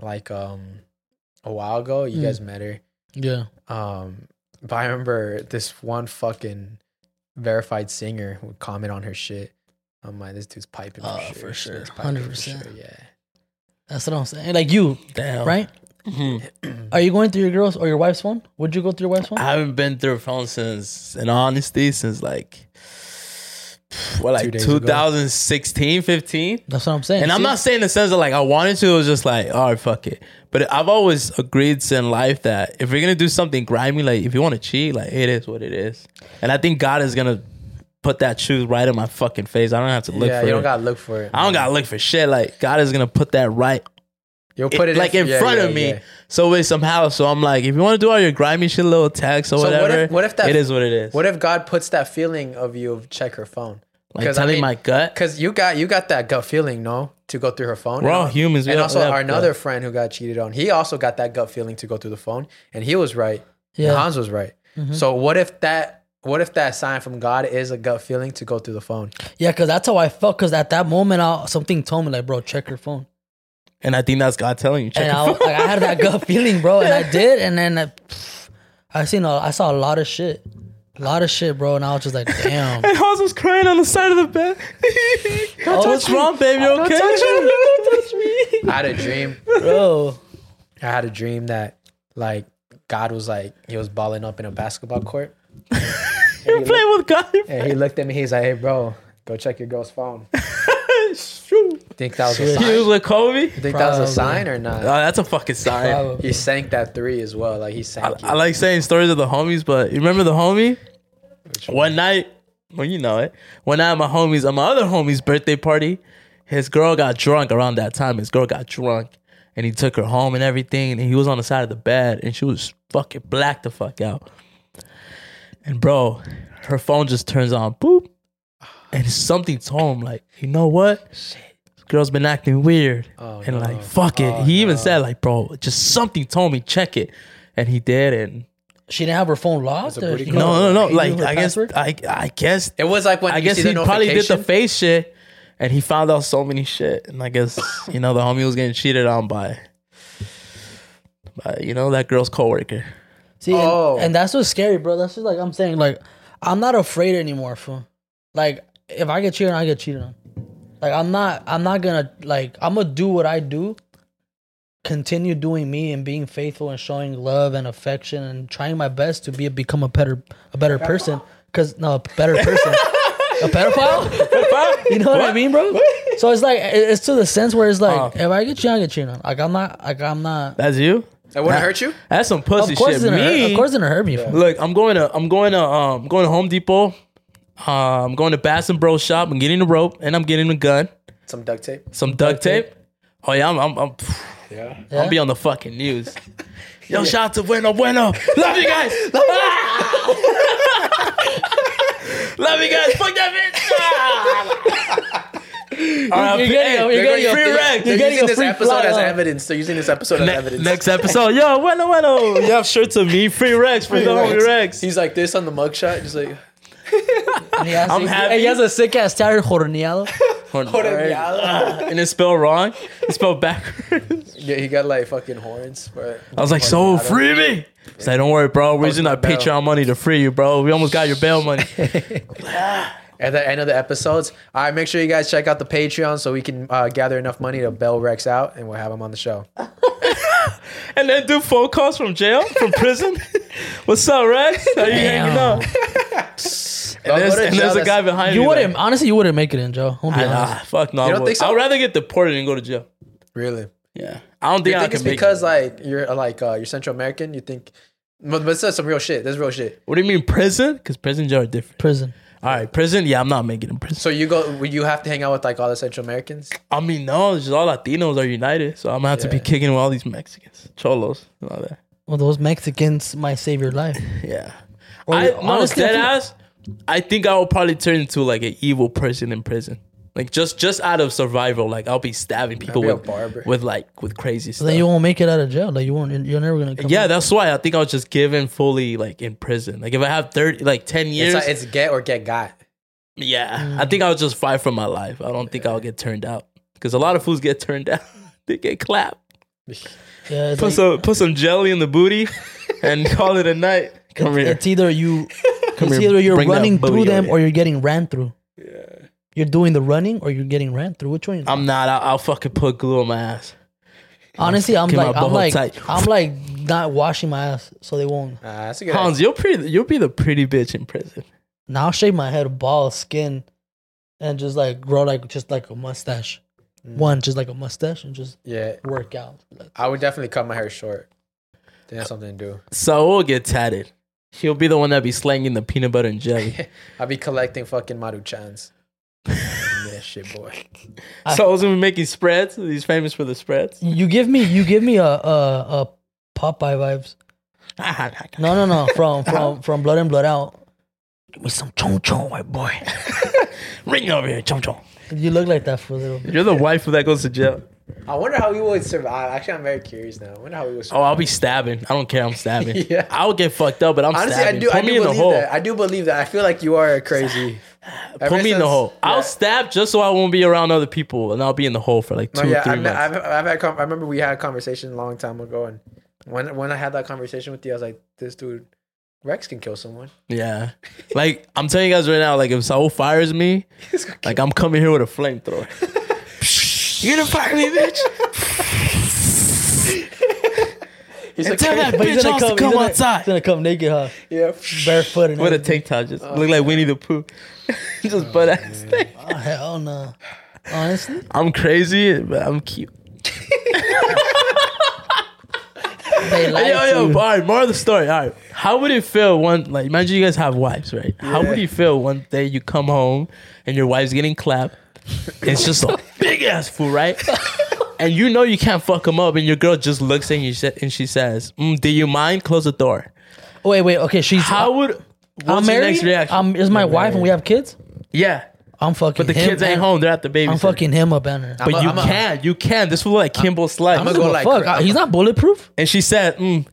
[SPEAKER 7] like um, a while ago. You
[SPEAKER 9] Mm.
[SPEAKER 7] guys met her.
[SPEAKER 9] Yeah.
[SPEAKER 7] Um, but I remember this one fucking verified singer would comment on her shit. I'm like, this dude's piping.
[SPEAKER 9] Oh,
[SPEAKER 7] for sure,
[SPEAKER 9] for
[SPEAKER 7] This
[SPEAKER 9] sure,
[SPEAKER 7] dude's piping
[SPEAKER 9] hundred
[SPEAKER 7] for sure.
[SPEAKER 9] percent.
[SPEAKER 7] Yeah.
[SPEAKER 9] That's what I'm saying. Like you,
[SPEAKER 8] Damn. Mm-hmm.
[SPEAKER 9] right? Are you going through your girl's or your wife's phone? Would you go through your wife's phone?
[SPEAKER 8] I haven't been through a phone since, in honesty, since like what, like
[SPEAKER 9] days ago.
[SPEAKER 8] 2016, 15.
[SPEAKER 9] That's what I'm saying.
[SPEAKER 8] And I'm
[SPEAKER 9] see?
[SPEAKER 8] not saying in the sense that like I wanted to. It was just like, all right, fuck it. But I've always agreed to in life that if you're gonna do something grimy, like if you want to cheat, like it is what it is. And I think God is gonna put that truth right in my fucking face. I don't have to look
[SPEAKER 7] yeah,
[SPEAKER 8] for
[SPEAKER 7] you
[SPEAKER 8] it.
[SPEAKER 7] don't gotta look for it.
[SPEAKER 8] I don't gotta look for shit. Like God is gonna put that right.
[SPEAKER 7] You'll put it in-
[SPEAKER 8] like in
[SPEAKER 7] yeah,
[SPEAKER 8] front
[SPEAKER 7] yeah,
[SPEAKER 8] of me.
[SPEAKER 7] yeah.
[SPEAKER 8] So it's somehow. So I'm like, if you want to do all your grimy shit, little text or
[SPEAKER 7] So
[SPEAKER 8] whatever.
[SPEAKER 7] what if what if that
[SPEAKER 8] it is what it is?
[SPEAKER 7] What if God puts that feeling of you of check her phone?
[SPEAKER 8] Like telling my gut.
[SPEAKER 7] Because you got you got that gut feeling, no, to go through her phone.
[SPEAKER 8] We're
[SPEAKER 7] And
[SPEAKER 8] all
[SPEAKER 7] al-
[SPEAKER 8] humans. We
[SPEAKER 7] And
[SPEAKER 8] all
[SPEAKER 7] also
[SPEAKER 8] have
[SPEAKER 7] our
[SPEAKER 8] gut.
[SPEAKER 7] another friend who got cheated on, he also got that gut feeling to go through the phone, and he was right.
[SPEAKER 9] Yeah.
[SPEAKER 7] Yeah, Hans was right.
[SPEAKER 8] Mm-hmm.
[SPEAKER 9] Mhm.
[SPEAKER 7] So what if that what if that sign from God is a gut feeling to go through the phone?
[SPEAKER 9] Yeah, because that's how I felt. Because at that moment, I, something told me, like, bro, check your phone.
[SPEAKER 8] And I think that's God telling you. Check
[SPEAKER 9] and
[SPEAKER 8] your
[SPEAKER 9] I,
[SPEAKER 8] phone.
[SPEAKER 9] like, I had that
[SPEAKER 8] <laughs>
[SPEAKER 9] gut feeling, bro, and I did. And then I, pff, I seen, a, I saw a lot of shit, a lot of shit, bro. And I was just like,
[SPEAKER 8] <laughs>
[SPEAKER 9] damn.
[SPEAKER 8] And Hans was crying on the side of the <laughs> bed.
[SPEAKER 9] Don't touch
[SPEAKER 8] Oh, what's
[SPEAKER 9] me.
[SPEAKER 8] wrong, babe? You
[SPEAKER 9] Don't
[SPEAKER 8] okay?
[SPEAKER 9] touch me.
[SPEAKER 7] I had a
[SPEAKER 8] <laughs>
[SPEAKER 7] dream,
[SPEAKER 9] bro.
[SPEAKER 7] I had a dream that like God was like he was balling up in a basketball
[SPEAKER 8] <laughs>
[SPEAKER 7] court. You're
[SPEAKER 8] playing with God.
[SPEAKER 7] And he looked at me. He's like, "Hey, bro, go check your girl's phone." Think that was a
[SPEAKER 8] He was
[SPEAKER 7] sign?
[SPEAKER 8] with Kobe.
[SPEAKER 7] Think that was a sign or not?
[SPEAKER 8] Oh, that's a fucking sign.
[SPEAKER 7] He sank that three as well. Like he sank.
[SPEAKER 8] I like saying stories of the homies, but you remember the homie? One night, well, you know it. One night, at my homies, at my other homie's birthday party, his girl got drunk around that time. His girl got drunk and he took her home and everything. And he was on the side of the bed and she was fucking black the fuck out. And bro, her phone just turns on, boop. And something told him, like, you know what? This girl's been acting weird. and like, fuck it. he even said, like, bro, just something told me, check it. And he did. And
[SPEAKER 9] She didn't have her phone locked. or she-
[SPEAKER 8] no, no, no.
[SPEAKER 9] He knew
[SPEAKER 8] Like
[SPEAKER 9] her
[SPEAKER 8] I guess I I guess
[SPEAKER 7] it was like when
[SPEAKER 8] I
[SPEAKER 7] you
[SPEAKER 8] guess
[SPEAKER 7] see the
[SPEAKER 8] he probably did the
[SPEAKER 7] notification.
[SPEAKER 8] face shit, and he found out so many shit, and I guess you know the homie was getting cheated on by, by you know that girl's coworker.
[SPEAKER 9] See, and- and, that's what's scary, bro. That's just like I'm saying. Like, I'm not afraid anymore, fool. Like, if I get cheated on, I get cheated on. Like, I'm not. I'm not gonna like. I'm gonna do what I do. Continue doing me and being faithful and showing love and affection and trying my best to be become a better a better person. Cause no, a better person. a pedophile. you know what, I mean, bro? So it's like it- it's to the sense where it's like if I get cheated, on, I get cheated on. Like I'm not. Like I'm not.
[SPEAKER 8] That's you.
[SPEAKER 7] That
[SPEAKER 9] wouldn't hurt you?
[SPEAKER 8] That's some pussy
[SPEAKER 9] Of course
[SPEAKER 8] shit.
[SPEAKER 9] it didn't hurt-
[SPEAKER 8] Me,
[SPEAKER 9] of course it didn't hurt me, fool.
[SPEAKER 8] Look, I'm going to I'm going to um going to Home Depot. Uh, I'm going to Bass and Bro shop. I'm getting a rope and I'm getting a gun,
[SPEAKER 7] Some duct tape.
[SPEAKER 8] some duct tape. Oh yeah, I'm I'm, I'm
[SPEAKER 7] Yeah.
[SPEAKER 8] I'll be on the fucking
[SPEAKER 7] <laughs>
[SPEAKER 8] news. Yo,
[SPEAKER 7] Yeah.
[SPEAKER 8] shout out to Bueno Bueno. Love
[SPEAKER 7] <laughs>
[SPEAKER 8] you guys. Love you guys. <laughs> Love you guys. Fuck that bitch.
[SPEAKER 9] Ah.
[SPEAKER 7] All
[SPEAKER 8] right,
[SPEAKER 7] right, hey,
[SPEAKER 8] hey,
[SPEAKER 7] they're
[SPEAKER 8] they're
[SPEAKER 7] gonna-
[SPEAKER 8] free
[SPEAKER 7] they're-
[SPEAKER 8] rec.
[SPEAKER 7] They're using this episode
[SPEAKER 8] plug.
[SPEAKER 7] as evidence. They're using this episode as
[SPEAKER 8] Ne-
[SPEAKER 7] evidence. <laughs>
[SPEAKER 8] Next episode, yo, bueno, bueno. You have shirts of me, free Rex for
[SPEAKER 7] Free
[SPEAKER 8] the homie
[SPEAKER 7] Rex.
[SPEAKER 8] Rex.
[SPEAKER 7] He's like this on the mugshot, just like
[SPEAKER 8] I'm happy.
[SPEAKER 9] He has a sick ass tire jorneado.
[SPEAKER 8] Hold on. <laughs> And it's spelled wrong. It's spelled backwards.
[SPEAKER 7] yeah, he got like fucking horns. But
[SPEAKER 8] I was like, so free me. He's like, don't worry, bro. We're using our Patreon money to free you, bro. We almost got your
[SPEAKER 7] <laughs>
[SPEAKER 8] bail money.
[SPEAKER 7] at the end of the episodes, all right, make sure you guys check out the Patreon so we can uh, gather enough money to bail Rex out, and we'll have him on the show.
[SPEAKER 8] and then do phone calls from jail,
[SPEAKER 7] <laughs>
[SPEAKER 8] from prison. What's up, Rex? How you hanging out?
[SPEAKER 7] Bro,
[SPEAKER 8] And there's,
[SPEAKER 7] go to
[SPEAKER 8] and
[SPEAKER 7] jail,
[SPEAKER 8] there's a
[SPEAKER 7] that's-
[SPEAKER 8] guy behind
[SPEAKER 9] You
[SPEAKER 8] me.
[SPEAKER 9] wouldn't. Honestly, you wouldn't make it in, Joe. I'm gonna
[SPEAKER 8] I,
[SPEAKER 9] be honest.
[SPEAKER 8] nah, fuck no.
[SPEAKER 7] You
[SPEAKER 8] I
[SPEAKER 7] don't
[SPEAKER 8] would.
[SPEAKER 7] think so?
[SPEAKER 8] I'd rather get deported than go to jail.
[SPEAKER 7] Really?
[SPEAKER 8] Yeah. I don't
[SPEAKER 7] You
[SPEAKER 8] think I
[SPEAKER 7] think
[SPEAKER 8] can
[SPEAKER 7] it's
[SPEAKER 8] make
[SPEAKER 7] because like you're uh, like uh, you're Central American. You think, but, but this is some real shit. This is real shit.
[SPEAKER 8] What do you mean prison? Because prison jail are different.
[SPEAKER 9] Prison.
[SPEAKER 8] All right, prison. Yeah, I'm not making it in prison.
[SPEAKER 7] So you go, would you have to hang out with like all the Central Americans.
[SPEAKER 8] I mean, no, it's just all Latinos are united, so I'm gonna have to be kicking with all these Mexicans, cholos, and all that.
[SPEAKER 9] Well, those Mexicans might save your life.
[SPEAKER 8] Yeah.
[SPEAKER 9] Or
[SPEAKER 8] I,
[SPEAKER 9] you-
[SPEAKER 8] no,
[SPEAKER 9] honestly, I
[SPEAKER 8] dead
[SPEAKER 9] feel-
[SPEAKER 8] ass. I think I will probably turn into like an evil person in prison, like just just out of survival. Like I'll be stabbing people
[SPEAKER 9] be a
[SPEAKER 8] with
[SPEAKER 9] barber.
[SPEAKER 8] with like with crazy
[SPEAKER 9] So
[SPEAKER 8] stuff.
[SPEAKER 9] then you won't make it out of jail. Like you won't. You're never gonna. Come
[SPEAKER 8] yeah, that's why I think I was just given fully like in prison. Like if I have thirty, like ten years,
[SPEAKER 7] It's, like, it's get or get got.
[SPEAKER 8] yeah, I think I'll just fight for my life. I don't think I'll get turned out because a lot of fools get turned <laughs> out. they get clapped.
[SPEAKER 9] Yeah, it's,
[SPEAKER 8] Put
[SPEAKER 9] like,
[SPEAKER 8] some put some jelly in the booty
[SPEAKER 9] <laughs>
[SPEAKER 8] and call it a night. Come here.
[SPEAKER 9] it's either you.
[SPEAKER 8] <laughs> Come
[SPEAKER 9] it's
[SPEAKER 8] here,
[SPEAKER 9] either you're
[SPEAKER 8] bring that
[SPEAKER 9] running through
[SPEAKER 8] booty
[SPEAKER 9] them
[SPEAKER 8] over
[SPEAKER 9] or you're getting ran through. Yeah. You're doing the running or you're getting ran through. Which one?
[SPEAKER 8] I'm not. I'll, I'll fucking put glue on my ass.
[SPEAKER 9] Honestly, I'm
[SPEAKER 8] Keep my
[SPEAKER 9] like, I'm
[SPEAKER 8] butthole
[SPEAKER 9] like,
[SPEAKER 8] tight.
[SPEAKER 9] I'm like not washing my ass so they won't.
[SPEAKER 7] that's
[SPEAKER 8] Hans, you'll pretty, you'll be the pretty bitch in prison.
[SPEAKER 9] Now I'll shave my head, bald, skin, and just like grow like just like a mustache. One, just like a mustache, and just
[SPEAKER 7] Yeah.
[SPEAKER 9] work out.
[SPEAKER 7] I would definitely cut my hair short. Then that's something to do.
[SPEAKER 8] Saul get tatted. He'll be the one that be slanging the peanut butter and jelly.
[SPEAKER 7] <laughs> I'll be collecting fucking Maruchans. yeah, shit,
[SPEAKER 8] <laughs>
[SPEAKER 7] boy.
[SPEAKER 8] Saul's gonna be making spreads. He's famous for the spreads.
[SPEAKER 9] You give me, you give me a a, a Popeye vibes. No, no, no. From from from Blood and Blood Out. Give me some chon chon, white
[SPEAKER 8] <laughs>
[SPEAKER 9] boy.
[SPEAKER 8] Ring over here, chom chom.
[SPEAKER 9] You look like that for a little.
[SPEAKER 8] You're the wife that goes to jail.
[SPEAKER 7] I wonder how we would survive. Actually, I'm very curious now. I wonder how we would survive.
[SPEAKER 8] Oh, I'll be stabbing. I don't care. I'm stabbing.
[SPEAKER 7] <laughs> Yeah.
[SPEAKER 8] I'll get fucked up, but I'm
[SPEAKER 7] Honestly,
[SPEAKER 8] stabbing.
[SPEAKER 7] I do.
[SPEAKER 8] Put
[SPEAKER 7] I
[SPEAKER 8] me
[SPEAKER 7] do
[SPEAKER 8] in the
[SPEAKER 7] believe
[SPEAKER 8] hole.
[SPEAKER 7] that. I do believe that. I feel like you are
[SPEAKER 8] <sighs>
[SPEAKER 7] crazy. Ever
[SPEAKER 8] Put me in the
[SPEAKER 7] since-
[SPEAKER 8] hole. I'll stab just so I won't be around other people, and I'll be in the hole for like two
[SPEAKER 7] No, yeah,
[SPEAKER 8] or 3
[SPEAKER 7] I've,
[SPEAKER 8] months.
[SPEAKER 7] I've, I've had. con- I remember we had a conversation a long time ago, and when when I had that conversation with you, I was like, "This dude, Rex can kill someone."
[SPEAKER 8] yeah, like I'm telling you guys right now, like if Saul fires me, like I'm coming here with a flamethrower. You're gonna fire me,
[SPEAKER 9] <laughs>
[SPEAKER 8] bitch.
[SPEAKER 7] He's
[SPEAKER 8] And tell that bitch Hans to come
[SPEAKER 9] he's gonna,
[SPEAKER 8] outside.
[SPEAKER 9] He's gonna come naked, huh?
[SPEAKER 7] Yeah,
[SPEAKER 9] barefoot and
[SPEAKER 8] With a
[SPEAKER 9] everything.
[SPEAKER 8] tank top, just look like Winnie the Pooh. <laughs> just butt ass.
[SPEAKER 9] Oh, hell no. Honestly,
[SPEAKER 8] I'm crazy, but I'm cute.
[SPEAKER 9] they
[SPEAKER 8] Hey,
[SPEAKER 9] like
[SPEAKER 8] yo, yo,
[SPEAKER 9] you.
[SPEAKER 8] all right, more of the story. All right. How would it feel one like imagine you guys have wives, right? How would
[SPEAKER 7] Yeah.
[SPEAKER 8] it feel one day you come home and your wife's getting clapped? It's just
[SPEAKER 9] <laughs>
[SPEAKER 8] a big ass fool, right? and you know you can't fuck him up, and your girl just looks at you sa- and she says, mm, "Do you mind? Close the door."
[SPEAKER 9] Wait, wait. Okay, she's.
[SPEAKER 8] How would?
[SPEAKER 9] I'm
[SPEAKER 8] what's your
[SPEAKER 9] married.
[SPEAKER 8] next reaction?
[SPEAKER 9] I'm, is my
[SPEAKER 8] You're
[SPEAKER 9] wife and we have kids.
[SPEAKER 8] Yeah,
[SPEAKER 9] I'm fucking.
[SPEAKER 8] but the
[SPEAKER 9] him
[SPEAKER 8] kids ain't
[SPEAKER 9] and-
[SPEAKER 8] home; they're at the baby.
[SPEAKER 9] I'm fucking him up and her.
[SPEAKER 8] But you can, you can. This will like Kimball Slice.
[SPEAKER 9] I'm gonna go like fuck. He's not bulletproof.
[SPEAKER 8] And she said, mm,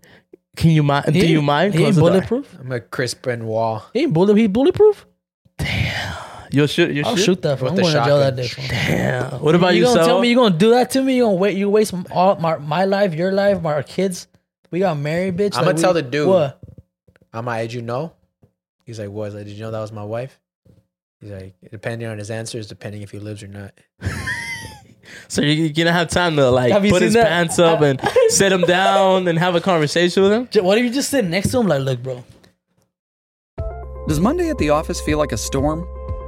[SPEAKER 8] "Can you mind? Do
[SPEAKER 9] He-
[SPEAKER 8] you mind?
[SPEAKER 9] He ain't
[SPEAKER 8] the door."
[SPEAKER 9] bulletproof.
[SPEAKER 7] I'm a Chris Benoit.
[SPEAKER 9] <laughs> He ain't bullet. He bulletproof.
[SPEAKER 8] You'll shoot. You'll
[SPEAKER 9] I'll shoot that. Fool. I'm
[SPEAKER 8] With the
[SPEAKER 9] going to jail that
[SPEAKER 8] shotgun.
[SPEAKER 9] day. fool.
[SPEAKER 8] Damn. What about you,
[SPEAKER 9] gonna
[SPEAKER 8] Saul?
[SPEAKER 9] tell me you gonna do that to me? You gonna wait? You waste all my, my life, your life, my our kids. We got married, bitch.
[SPEAKER 7] I'm gonna
[SPEAKER 9] like, we-
[SPEAKER 7] tell the dude.
[SPEAKER 9] What?
[SPEAKER 7] I'm like, did you know? He's like, what? I was like, did you know that was my wife? He's like, depending on his answers, depending if he lives or not.
[SPEAKER 8] <laughs> So you- you're gonna have time to like
[SPEAKER 9] Have you
[SPEAKER 8] put
[SPEAKER 9] seen
[SPEAKER 8] his
[SPEAKER 9] that?
[SPEAKER 8] pants
[SPEAKER 9] <laughs>
[SPEAKER 8] up and sit him down and have a conversation with him.
[SPEAKER 9] J- What if you just sit next to him? Like, look, bro.
[SPEAKER 17] Does Monday at the office feel like a storm?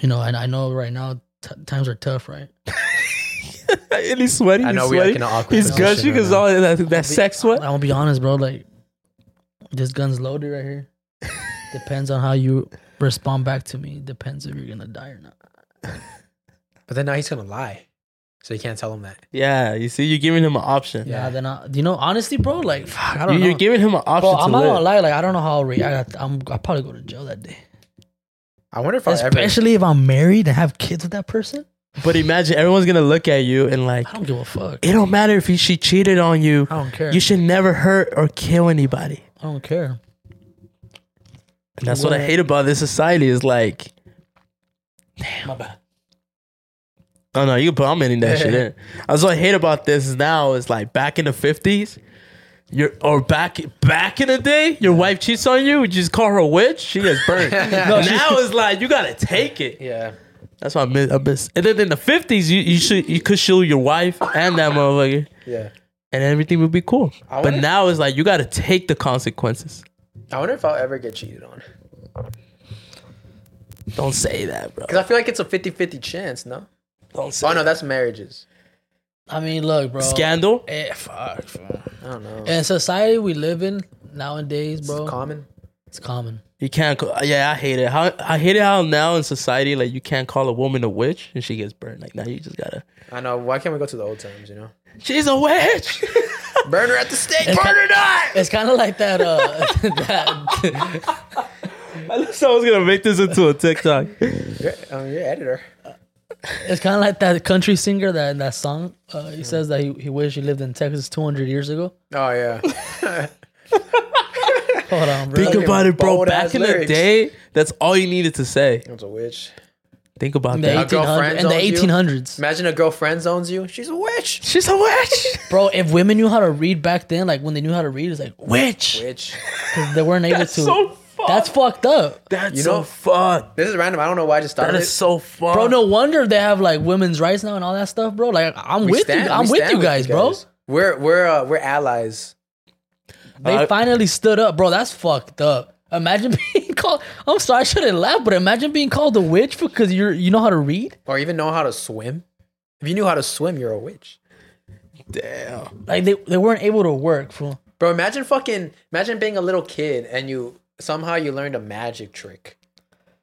[SPEAKER 9] You know, and I know right now t- times are tough, right?
[SPEAKER 8] <laughs> and he's sweaty.
[SPEAKER 9] I know
[SPEAKER 8] he's
[SPEAKER 9] we are
[SPEAKER 8] sweaty.
[SPEAKER 9] in an awkward
[SPEAKER 8] He's
[SPEAKER 9] position
[SPEAKER 8] gushing
[SPEAKER 9] right
[SPEAKER 8] because
[SPEAKER 9] now.
[SPEAKER 8] all that, that sex sweat.
[SPEAKER 9] I'll be honest, bro. Like, this gun's loaded right
[SPEAKER 8] <laughs>
[SPEAKER 9] here. Depends on how you respond back to me. Depends if you're gonna die or not.
[SPEAKER 7] But then now he's gonna lie, so you can't tell him that.
[SPEAKER 8] Yeah, you see, you're giving him an option.
[SPEAKER 9] oh, Yeah. then I, you know, honestly, bro, like, fuck, I don't
[SPEAKER 8] You-
[SPEAKER 9] know.
[SPEAKER 8] you're giving him an option
[SPEAKER 9] Bro,
[SPEAKER 8] to
[SPEAKER 9] I'm not gonna
[SPEAKER 8] live.
[SPEAKER 9] lie. Like, I don't know how I'll react. I, I'm, I'll probably go to jail that day.
[SPEAKER 7] I wonder if I ever.
[SPEAKER 9] Especially if I'm married and have kids with that person.
[SPEAKER 8] But imagine everyone's gonna look at you and like, I
[SPEAKER 9] don't give a fuck.
[SPEAKER 8] It don't matter if he, she cheated on you.
[SPEAKER 9] I don't care.
[SPEAKER 8] You should never hurt or kill anybody.
[SPEAKER 9] I don't care.
[SPEAKER 8] And that's what I
[SPEAKER 9] What?
[SPEAKER 8] hate about this society is like,
[SPEAKER 9] My bad.
[SPEAKER 8] oh no, you can put I'm in that
[SPEAKER 7] <laughs>
[SPEAKER 8] shit in. That's what I hate about this now is like back in the fifties, your or back back in the day, your wife cheats on you, you just call her a witch, she gets
[SPEAKER 7] <laughs> <laughs>
[SPEAKER 8] burned.
[SPEAKER 7] No, she-
[SPEAKER 8] now it's like you gotta take it.
[SPEAKER 7] Yeah.
[SPEAKER 8] That's what I miss. I miss. And then in the fifties, you, you should you could shoot your wife and that motherfucker.
[SPEAKER 7] Yeah.
[SPEAKER 8] And everything would be cool.
[SPEAKER 7] I
[SPEAKER 8] but
[SPEAKER 7] wonder-
[SPEAKER 8] now it's like you gotta take the consequences.
[SPEAKER 7] I wonder if I'll ever get cheated on.
[SPEAKER 8] Don't say that, bro.
[SPEAKER 7] Because I feel like it's a 50-50 chance, no?
[SPEAKER 8] Don't
[SPEAKER 7] oh no, that's marriages.
[SPEAKER 9] I mean, look, bro.
[SPEAKER 8] Scandal?
[SPEAKER 9] Eh, fuck. bro.
[SPEAKER 7] I don't know.
[SPEAKER 9] In society we live in nowadays, bro. It's
[SPEAKER 7] common.
[SPEAKER 9] It's common.
[SPEAKER 8] You can't. Call, yeah, I hate it. How I hate it how now in society like you can't call a woman a witch and she gets burned. Like now you just gotta.
[SPEAKER 7] I know. Why can't we go to the old times? You know,
[SPEAKER 8] she's
[SPEAKER 7] <laughs>
[SPEAKER 8] a witch.
[SPEAKER 7] burn her at the stake.
[SPEAKER 9] It's
[SPEAKER 7] burn
[SPEAKER 9] ki-
[SPEAKER 7] her not.
[SPEAKER 9] It's kind of like that. Uh, <laughs> that
[SPEAKER 8] I thought I was gonna make this into a <laughs> TikTok.
[SPEAKER 7] You're,
[SPEAKER 8] Oh,
[SPEAKER 7] um, you're editor.
[SPEAKER 9] it's kind of like that country singer that that song. Uh, he says that he, he wished he lived in Texas 200 years ago.
[SPEAKER 7] Oh
[SPEAKER 8] <laughs>
[SPEAKER 7] yeah.
[SPEAKER 9] <laughs> Hold on, bro.
[SPEAKER 8] Think about it, bro. Back in the
[SPEAKER 9] lyrics.
[SPEAKER 8] day, that's all you needed to say.
[SPEAKER 7] It's a witch.
[SPEAKER 8] Think about
[SPEAKER 9] In the
[SPEAKER 8] that.
[SPEAKER 9] 1800s in the 1800s.
[SPEAKER 7] Imagine a girl friend zones you. She's a witch.
[SPEAKER 8] She's a witch.
[SPEAKER 9] Bro, if women knew how to read back then, like when they knew how to read, it's like witch.
[SPEAKER 7] Witch.
[SPEAKER 9] Because they weren't able
[SPEAKER 7] That's
[SPEAKER 9] to.
[SPEAKER 7] so
[SPEAKER 9] That's fucked up.
[SPEAKER 8] That's
[SPEAKER 7] You know- so
[SPEAKER 8] fucked.
[SPEAKER 7] This is random. I don't know why I just started.
[SPEAKER 9] That is
[SPEAKER 7] it.
[SPEAKER 8] so fucked.
[SPEAKER 9] Bro, no wonder they have like women's rights now and all that stuff, bro. Like I'm
[SPEAKER 7] We
[SPEAKER 9] with
[SPEAKER 7] stand-
[SPEAKER 9] you. I'm
[SPEAKER 7] we
[SPEAKER 9] with
[SPEAKER 7] stand
[SPEAKER 9] you guys, bro.
[SPEAKER 7] We're we're uh, we're allies.
[SPEAKER 9] They
[SPEAKER 7] Uh,
[SPEAKER 9] finally stood up, bro. That's fucked up. Imagine <laughs> being called. I'm sorry, I shouldn't laugh, but imagine being called a witch because you're you know how to read.
[SPEAKER 7] Or even know how to swim. If you knew how to swim, you're a witch.
[SPEAKER 8] Damn.
[SPEAKER 9] Like they, they weren't able to work, fool.
[SPEAKER 7] Bro, imagine fucking imagine being a little kid and you somehow you learned a magic trick.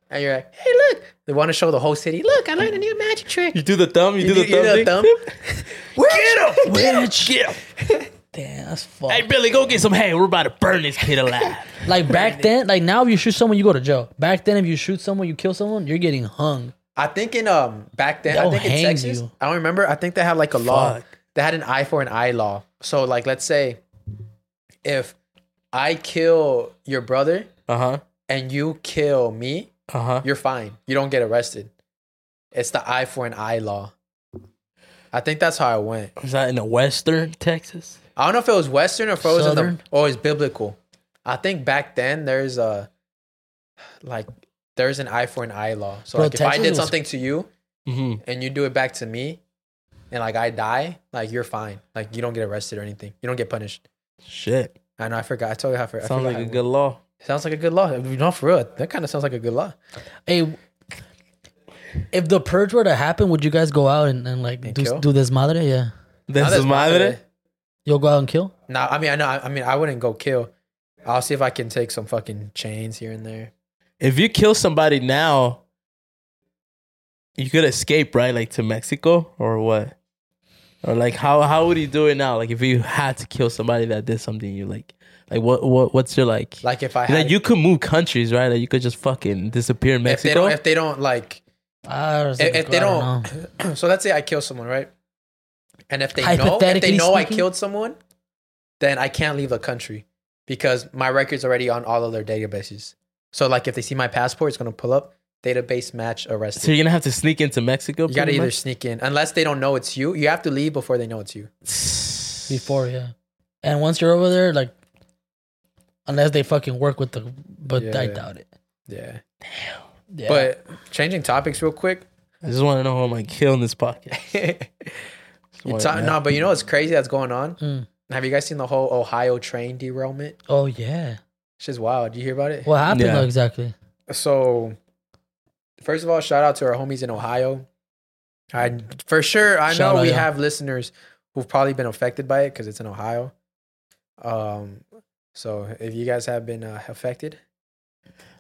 [SPEAKER 7] And you're like, hey look. They want to show the whole city, look, I learned a new magic trick.
[SPEAKER 8] You do the thumb. You, do the thumb.
[SPEAKER 7] you
[SPEAKER 8] thing. <laughs>
[SPEAKER 7] Get him!
[SPEAKER 9] Witch.
[SPEAKER 8] Get him.
[SPEAKER 9] Damn, that's fucked.
[SPEAKER 8] Hey Billy, go get some hay. We're about to burn this kid alive.
[SPEAKER 9] Like
[SPEAKER 7] <laughs>
[SPEAKER 9] back then, like now, if you shoot someone, you go to jail. Back then, if you shoot someone, you kill someone, you're getting hung.
[SPEAKER 7] I think in um back then, I
[SPEAKER 9] They'll
[SPEAKER 7] think in
[SPEAKER 9] hang
[SPEAKER 7] Texas,
[SPEAKER 9] you.
[SPEAKER 7] I don't remember. I think they had like a law.
[SPEAKER 9] Fuck.
[SPEAKER 7] They had an eye for an eye law. So like, let's say if I kill your brother
[SPEAKER 8] Uh huh.
[SPEAKER 7] and you kill me,
[SPEAKER 8] uh-huh.
[SPEAKER 7] you're fine. You don't get arrested. It's the eye for an eye law. I think that's how I went.
[SPEAKER 8] Was that in the Western Texas?
[SPEAKER 7] I don't know if it was Western or if it was in the-
[SPEAKER 8] Southern?
[SPEAKER 7] or it's biblical. I think back then there's a like there's an eye for an eye law. So
[SPEAKER 9] Bro,
[SPEAKER 7] like if I
[SPEAKER 9] Texas
[SPEAKER 7] did
[SPEAKER 9] was-
[SPEAKER 7] something to you
[SPEAKER 8] Mhm.
[SPEAKER 7] and you do it back to me and like I die, like you're fine. Like you don't get arrested or anything. You don't get punished.
[SPEAKER 8] Shit.
[SPEAKER 7] I know I forgot. I told you how I forgot.
[SPEAKER 8] Sounds like a good law.
[SPEAKER 7] Sounds like a good law. You know, for real, that kind of sounds like a good law.
[SPEAKER 9] Hey, if the purge were to happen, would you guys go out and, and like do,
[SPEAKER 7] kill?
[SPEAKER 9] do this madre? Yeah,
[SPEAKER 7] Now that's madre.
[SPEAKER 9] You'll go out and kill.
[SPEAKER 7] No, I mean I know. I, I mean I wouldn't go kill. I'll see if I can take some fucking chains here and there.
[SPEAKER 8] If you kill somebody now, you could escape, right? Like to Mexico or what? Or like how how would you do it now? Like if you had to kill somebody that did something you like, like what what what's your like?
[SPEAKER 7] Like if I had,
[SPEAKER 8] Like you could move countries, right? Like you could just fucking disappear in
[SPEAKER 7] if they
[SPEAKER 8] Mexico.
[SPEAKER 7] don't if they don't like if, if they don't. <clears throat> so let's say I kill someone, right? And if they know if they
[SPEAKER 9] Hypothetically
[SPEAKER 7] know I
[SPEAKER 9] speaking?
[SPEAKER 7] killed someone, then I can't leave the country because my record's already on all of their databases. So like if they see my passport, it's gonna pull up database match arrested.
[SPEAKER 8] so you're gonna have to sneak into Mexico.
[SPEAKER 7] you gotta
[SPEAKER 8] pretty
[SPEAKER 7] either
[SPEAKER 8] much?
[SPEAKER 7] sneak in unless they don't know it's you. You have to leave before they know it's you.
[SPEAKER 9] before, yeah. And once you're over there, like, unless they fucking work with the, but
[SPEAKER 7] Yeah,
[SPEAKER 9] I
[SPEAKER 7] yeah.
[SPEAKER 9] doubt it.
[SPEAKER 7] Yeah.
[SPEAKER 9] Yeah.
[SPEAKER 7] But changing topics real quick.
[SPEAKER 8] I just want to know how I'm like killing
[SPEAKER 7] <laughs>
[SPEAKER 8] this pocket.
[SPEAKER 7] You
[SPEAKER 8] Why
[SPEAKER 7] ta-
[SPEAKER 8] not?
[SPEAKER 7] no, but you know what's crazy that's going on?
[SPEAKER 9] Mm.
[SPEAKER 7] Have you guys seen the whole Ohio train derailment?
[SPEAKER 9] oh yeah,
[SPEAKER 7] She's wild. You hear about it?
[SPEAKER 9] what happened
[SPEAKER 8] Yeah.
[SPEAKER 9] though exactly?
[SPEAKER 7] So, first of all, shout out to our homies in Ohio. I for sure I
[SPEAKER 9] Shout
[SPEAKER 7] know
[SPEAKER 9] out,
[SPEAKER 7] we
[SPEAKER 9] yeah.
[SPEAKER 7] have listeners who've probably been affected by it because it's in Ohio. Um, so if you guys have been uh, affected,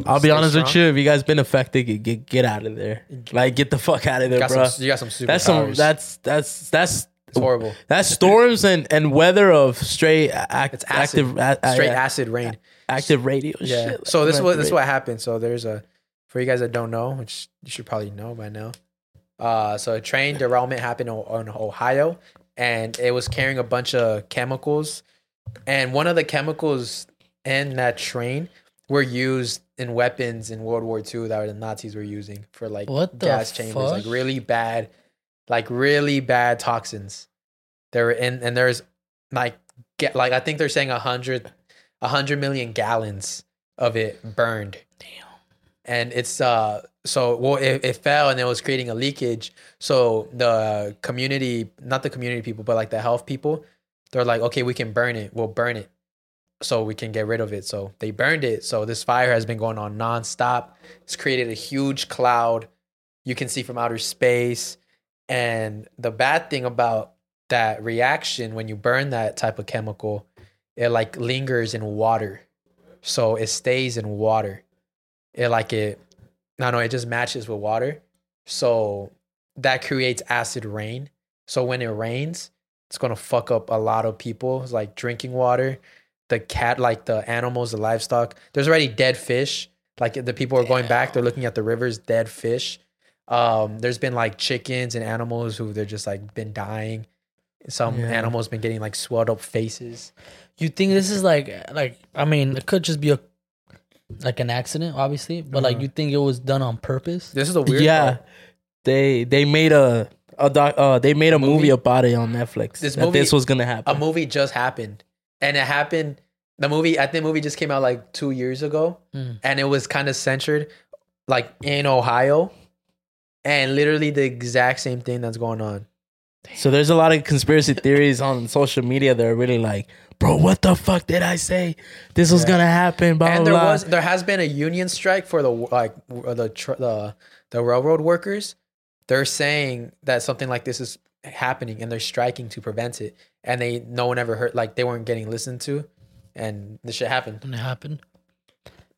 [SPEAKER 8] I'll
[SPEAKER 7] Stay
[SPEAKER 8] be honest with
[SPEAKER 7] strong.
[SPEAKER 8] you. If you guys been affected, get get, get out of there. Like get the fuck out of
[SPEAKER 7] you
[SPEAKER 8] there,
[SPEAKER 7] got
[SPEAKER 8] bro.
[SPEAKER 7] some you got some super
[SPEAKER 8] that's some. That's that's that's
[SPEAKER 7] it's horrible.
[SPEAKER 8] that's storms and and weather of straight a- act,
[SPEAKER 7] It's acid,
[SPEAKER 8] active a- a-
[SPEAKER 7] straight
[SPEAKER 8] yeah,
[SPEAKER 7] acid rain.
[SPEAKER 8] active radio.
[SPEAKER 7] Yeah.
[SPEAKER 8] Shit,
[SPEAKER 7] so
[SPEAKER 8] like,
[SPEAKER 7] this
[SPEAKER 8] active
[SPEAKER 7] was this is
[SPEAKER 8] radio.
[SPEAKER 7] what happened. So there's a for you guys that don't know, which you should probably know by now. Uh, so a train derailment happened on, on Ohio, and it was carrying a bunch of chemicals, and one of the chemicals in that train were used in weapons in World War II that the Nazis were using for like
[SPEAKER 9] What the
[SPEAKER 7] gas chambers, like
[SPEAKER 9] fuck?
[SPEAKER 7] really bad, like really bad toxins. They were in, and there's like get like I think they're saying a hundred, a hundred million gallons of it burned. Damn. And it's uh so well it, it fell and it was creating a leakage. So the community, not the community people, but like the health people, they're like, okay, we can burn it. We'll burn it. So we can get rid of it. So they burned it. So this fire has been going on nonstop. It's created a huge cloud you can see from outer space. And the bad thing about that reaction when you burn that type of chemical, it like lingers in water, so it stays in water. It like it, no, no, it just matches with water, so that creates acid rain. So when it rains, it's gonna fuck up a lot of people, like drinking water, the cat, like the animals, the livestock. There's already dead fish. Like the people are going back, they're looking at the rivers, dead fish. Um, there's been like chickens and animals who they're just like been dying. Some
[SPEAKER 9] Yeah.
[SPEAKER 7] animals been getting like swelled up faces.
[SPEAKER 9] You think this is like like I mean, it could just be a like an accident, obviously, but like
[SPEAKER 8] Uh-huh.
[SPEAKER 9] you think it was done on purpose?
[SPEAKER 7] This is a weird
[SPEAKER 8] yeah, they they made a a doc, uh, they made a, movie? about it on Netflix.
[SPEAKER 7] This
[SPEAKER 8] that
[SPEAKER 7] movie-
[SPEAKER 8] this was gonna happen.
[SPEAKER 7] A movie just happened, and it happened. The movie, I think, the movie just came out like two years ago,
[SPEAKER 9] Mm.
[SPEAKER 7] and it was kind of censored, like in Ohio, and literally the exact same thing that's going on.
[SPEAKER 8] So there's a lot of conspiracy theories on social media that are really like, bro, what the fuck did I say? This was
[SPEAKER 7] Yeah.
[SPEAKER 8] gonna happen. Blah
[SPEAKER 7] and
[SPEAKER 8] blah.
[SPEAKER 7] there
[SPEAKER 8] blah.
[SPEAKER 7] was there has been a union strike for the like the tr- the the railroad workers. They're saying that something like this is happening, and they're striking to prevent it. And they no one ever heard like they weren't getting listened to, and this shit happened.
[SPEAKER 9] And it happened.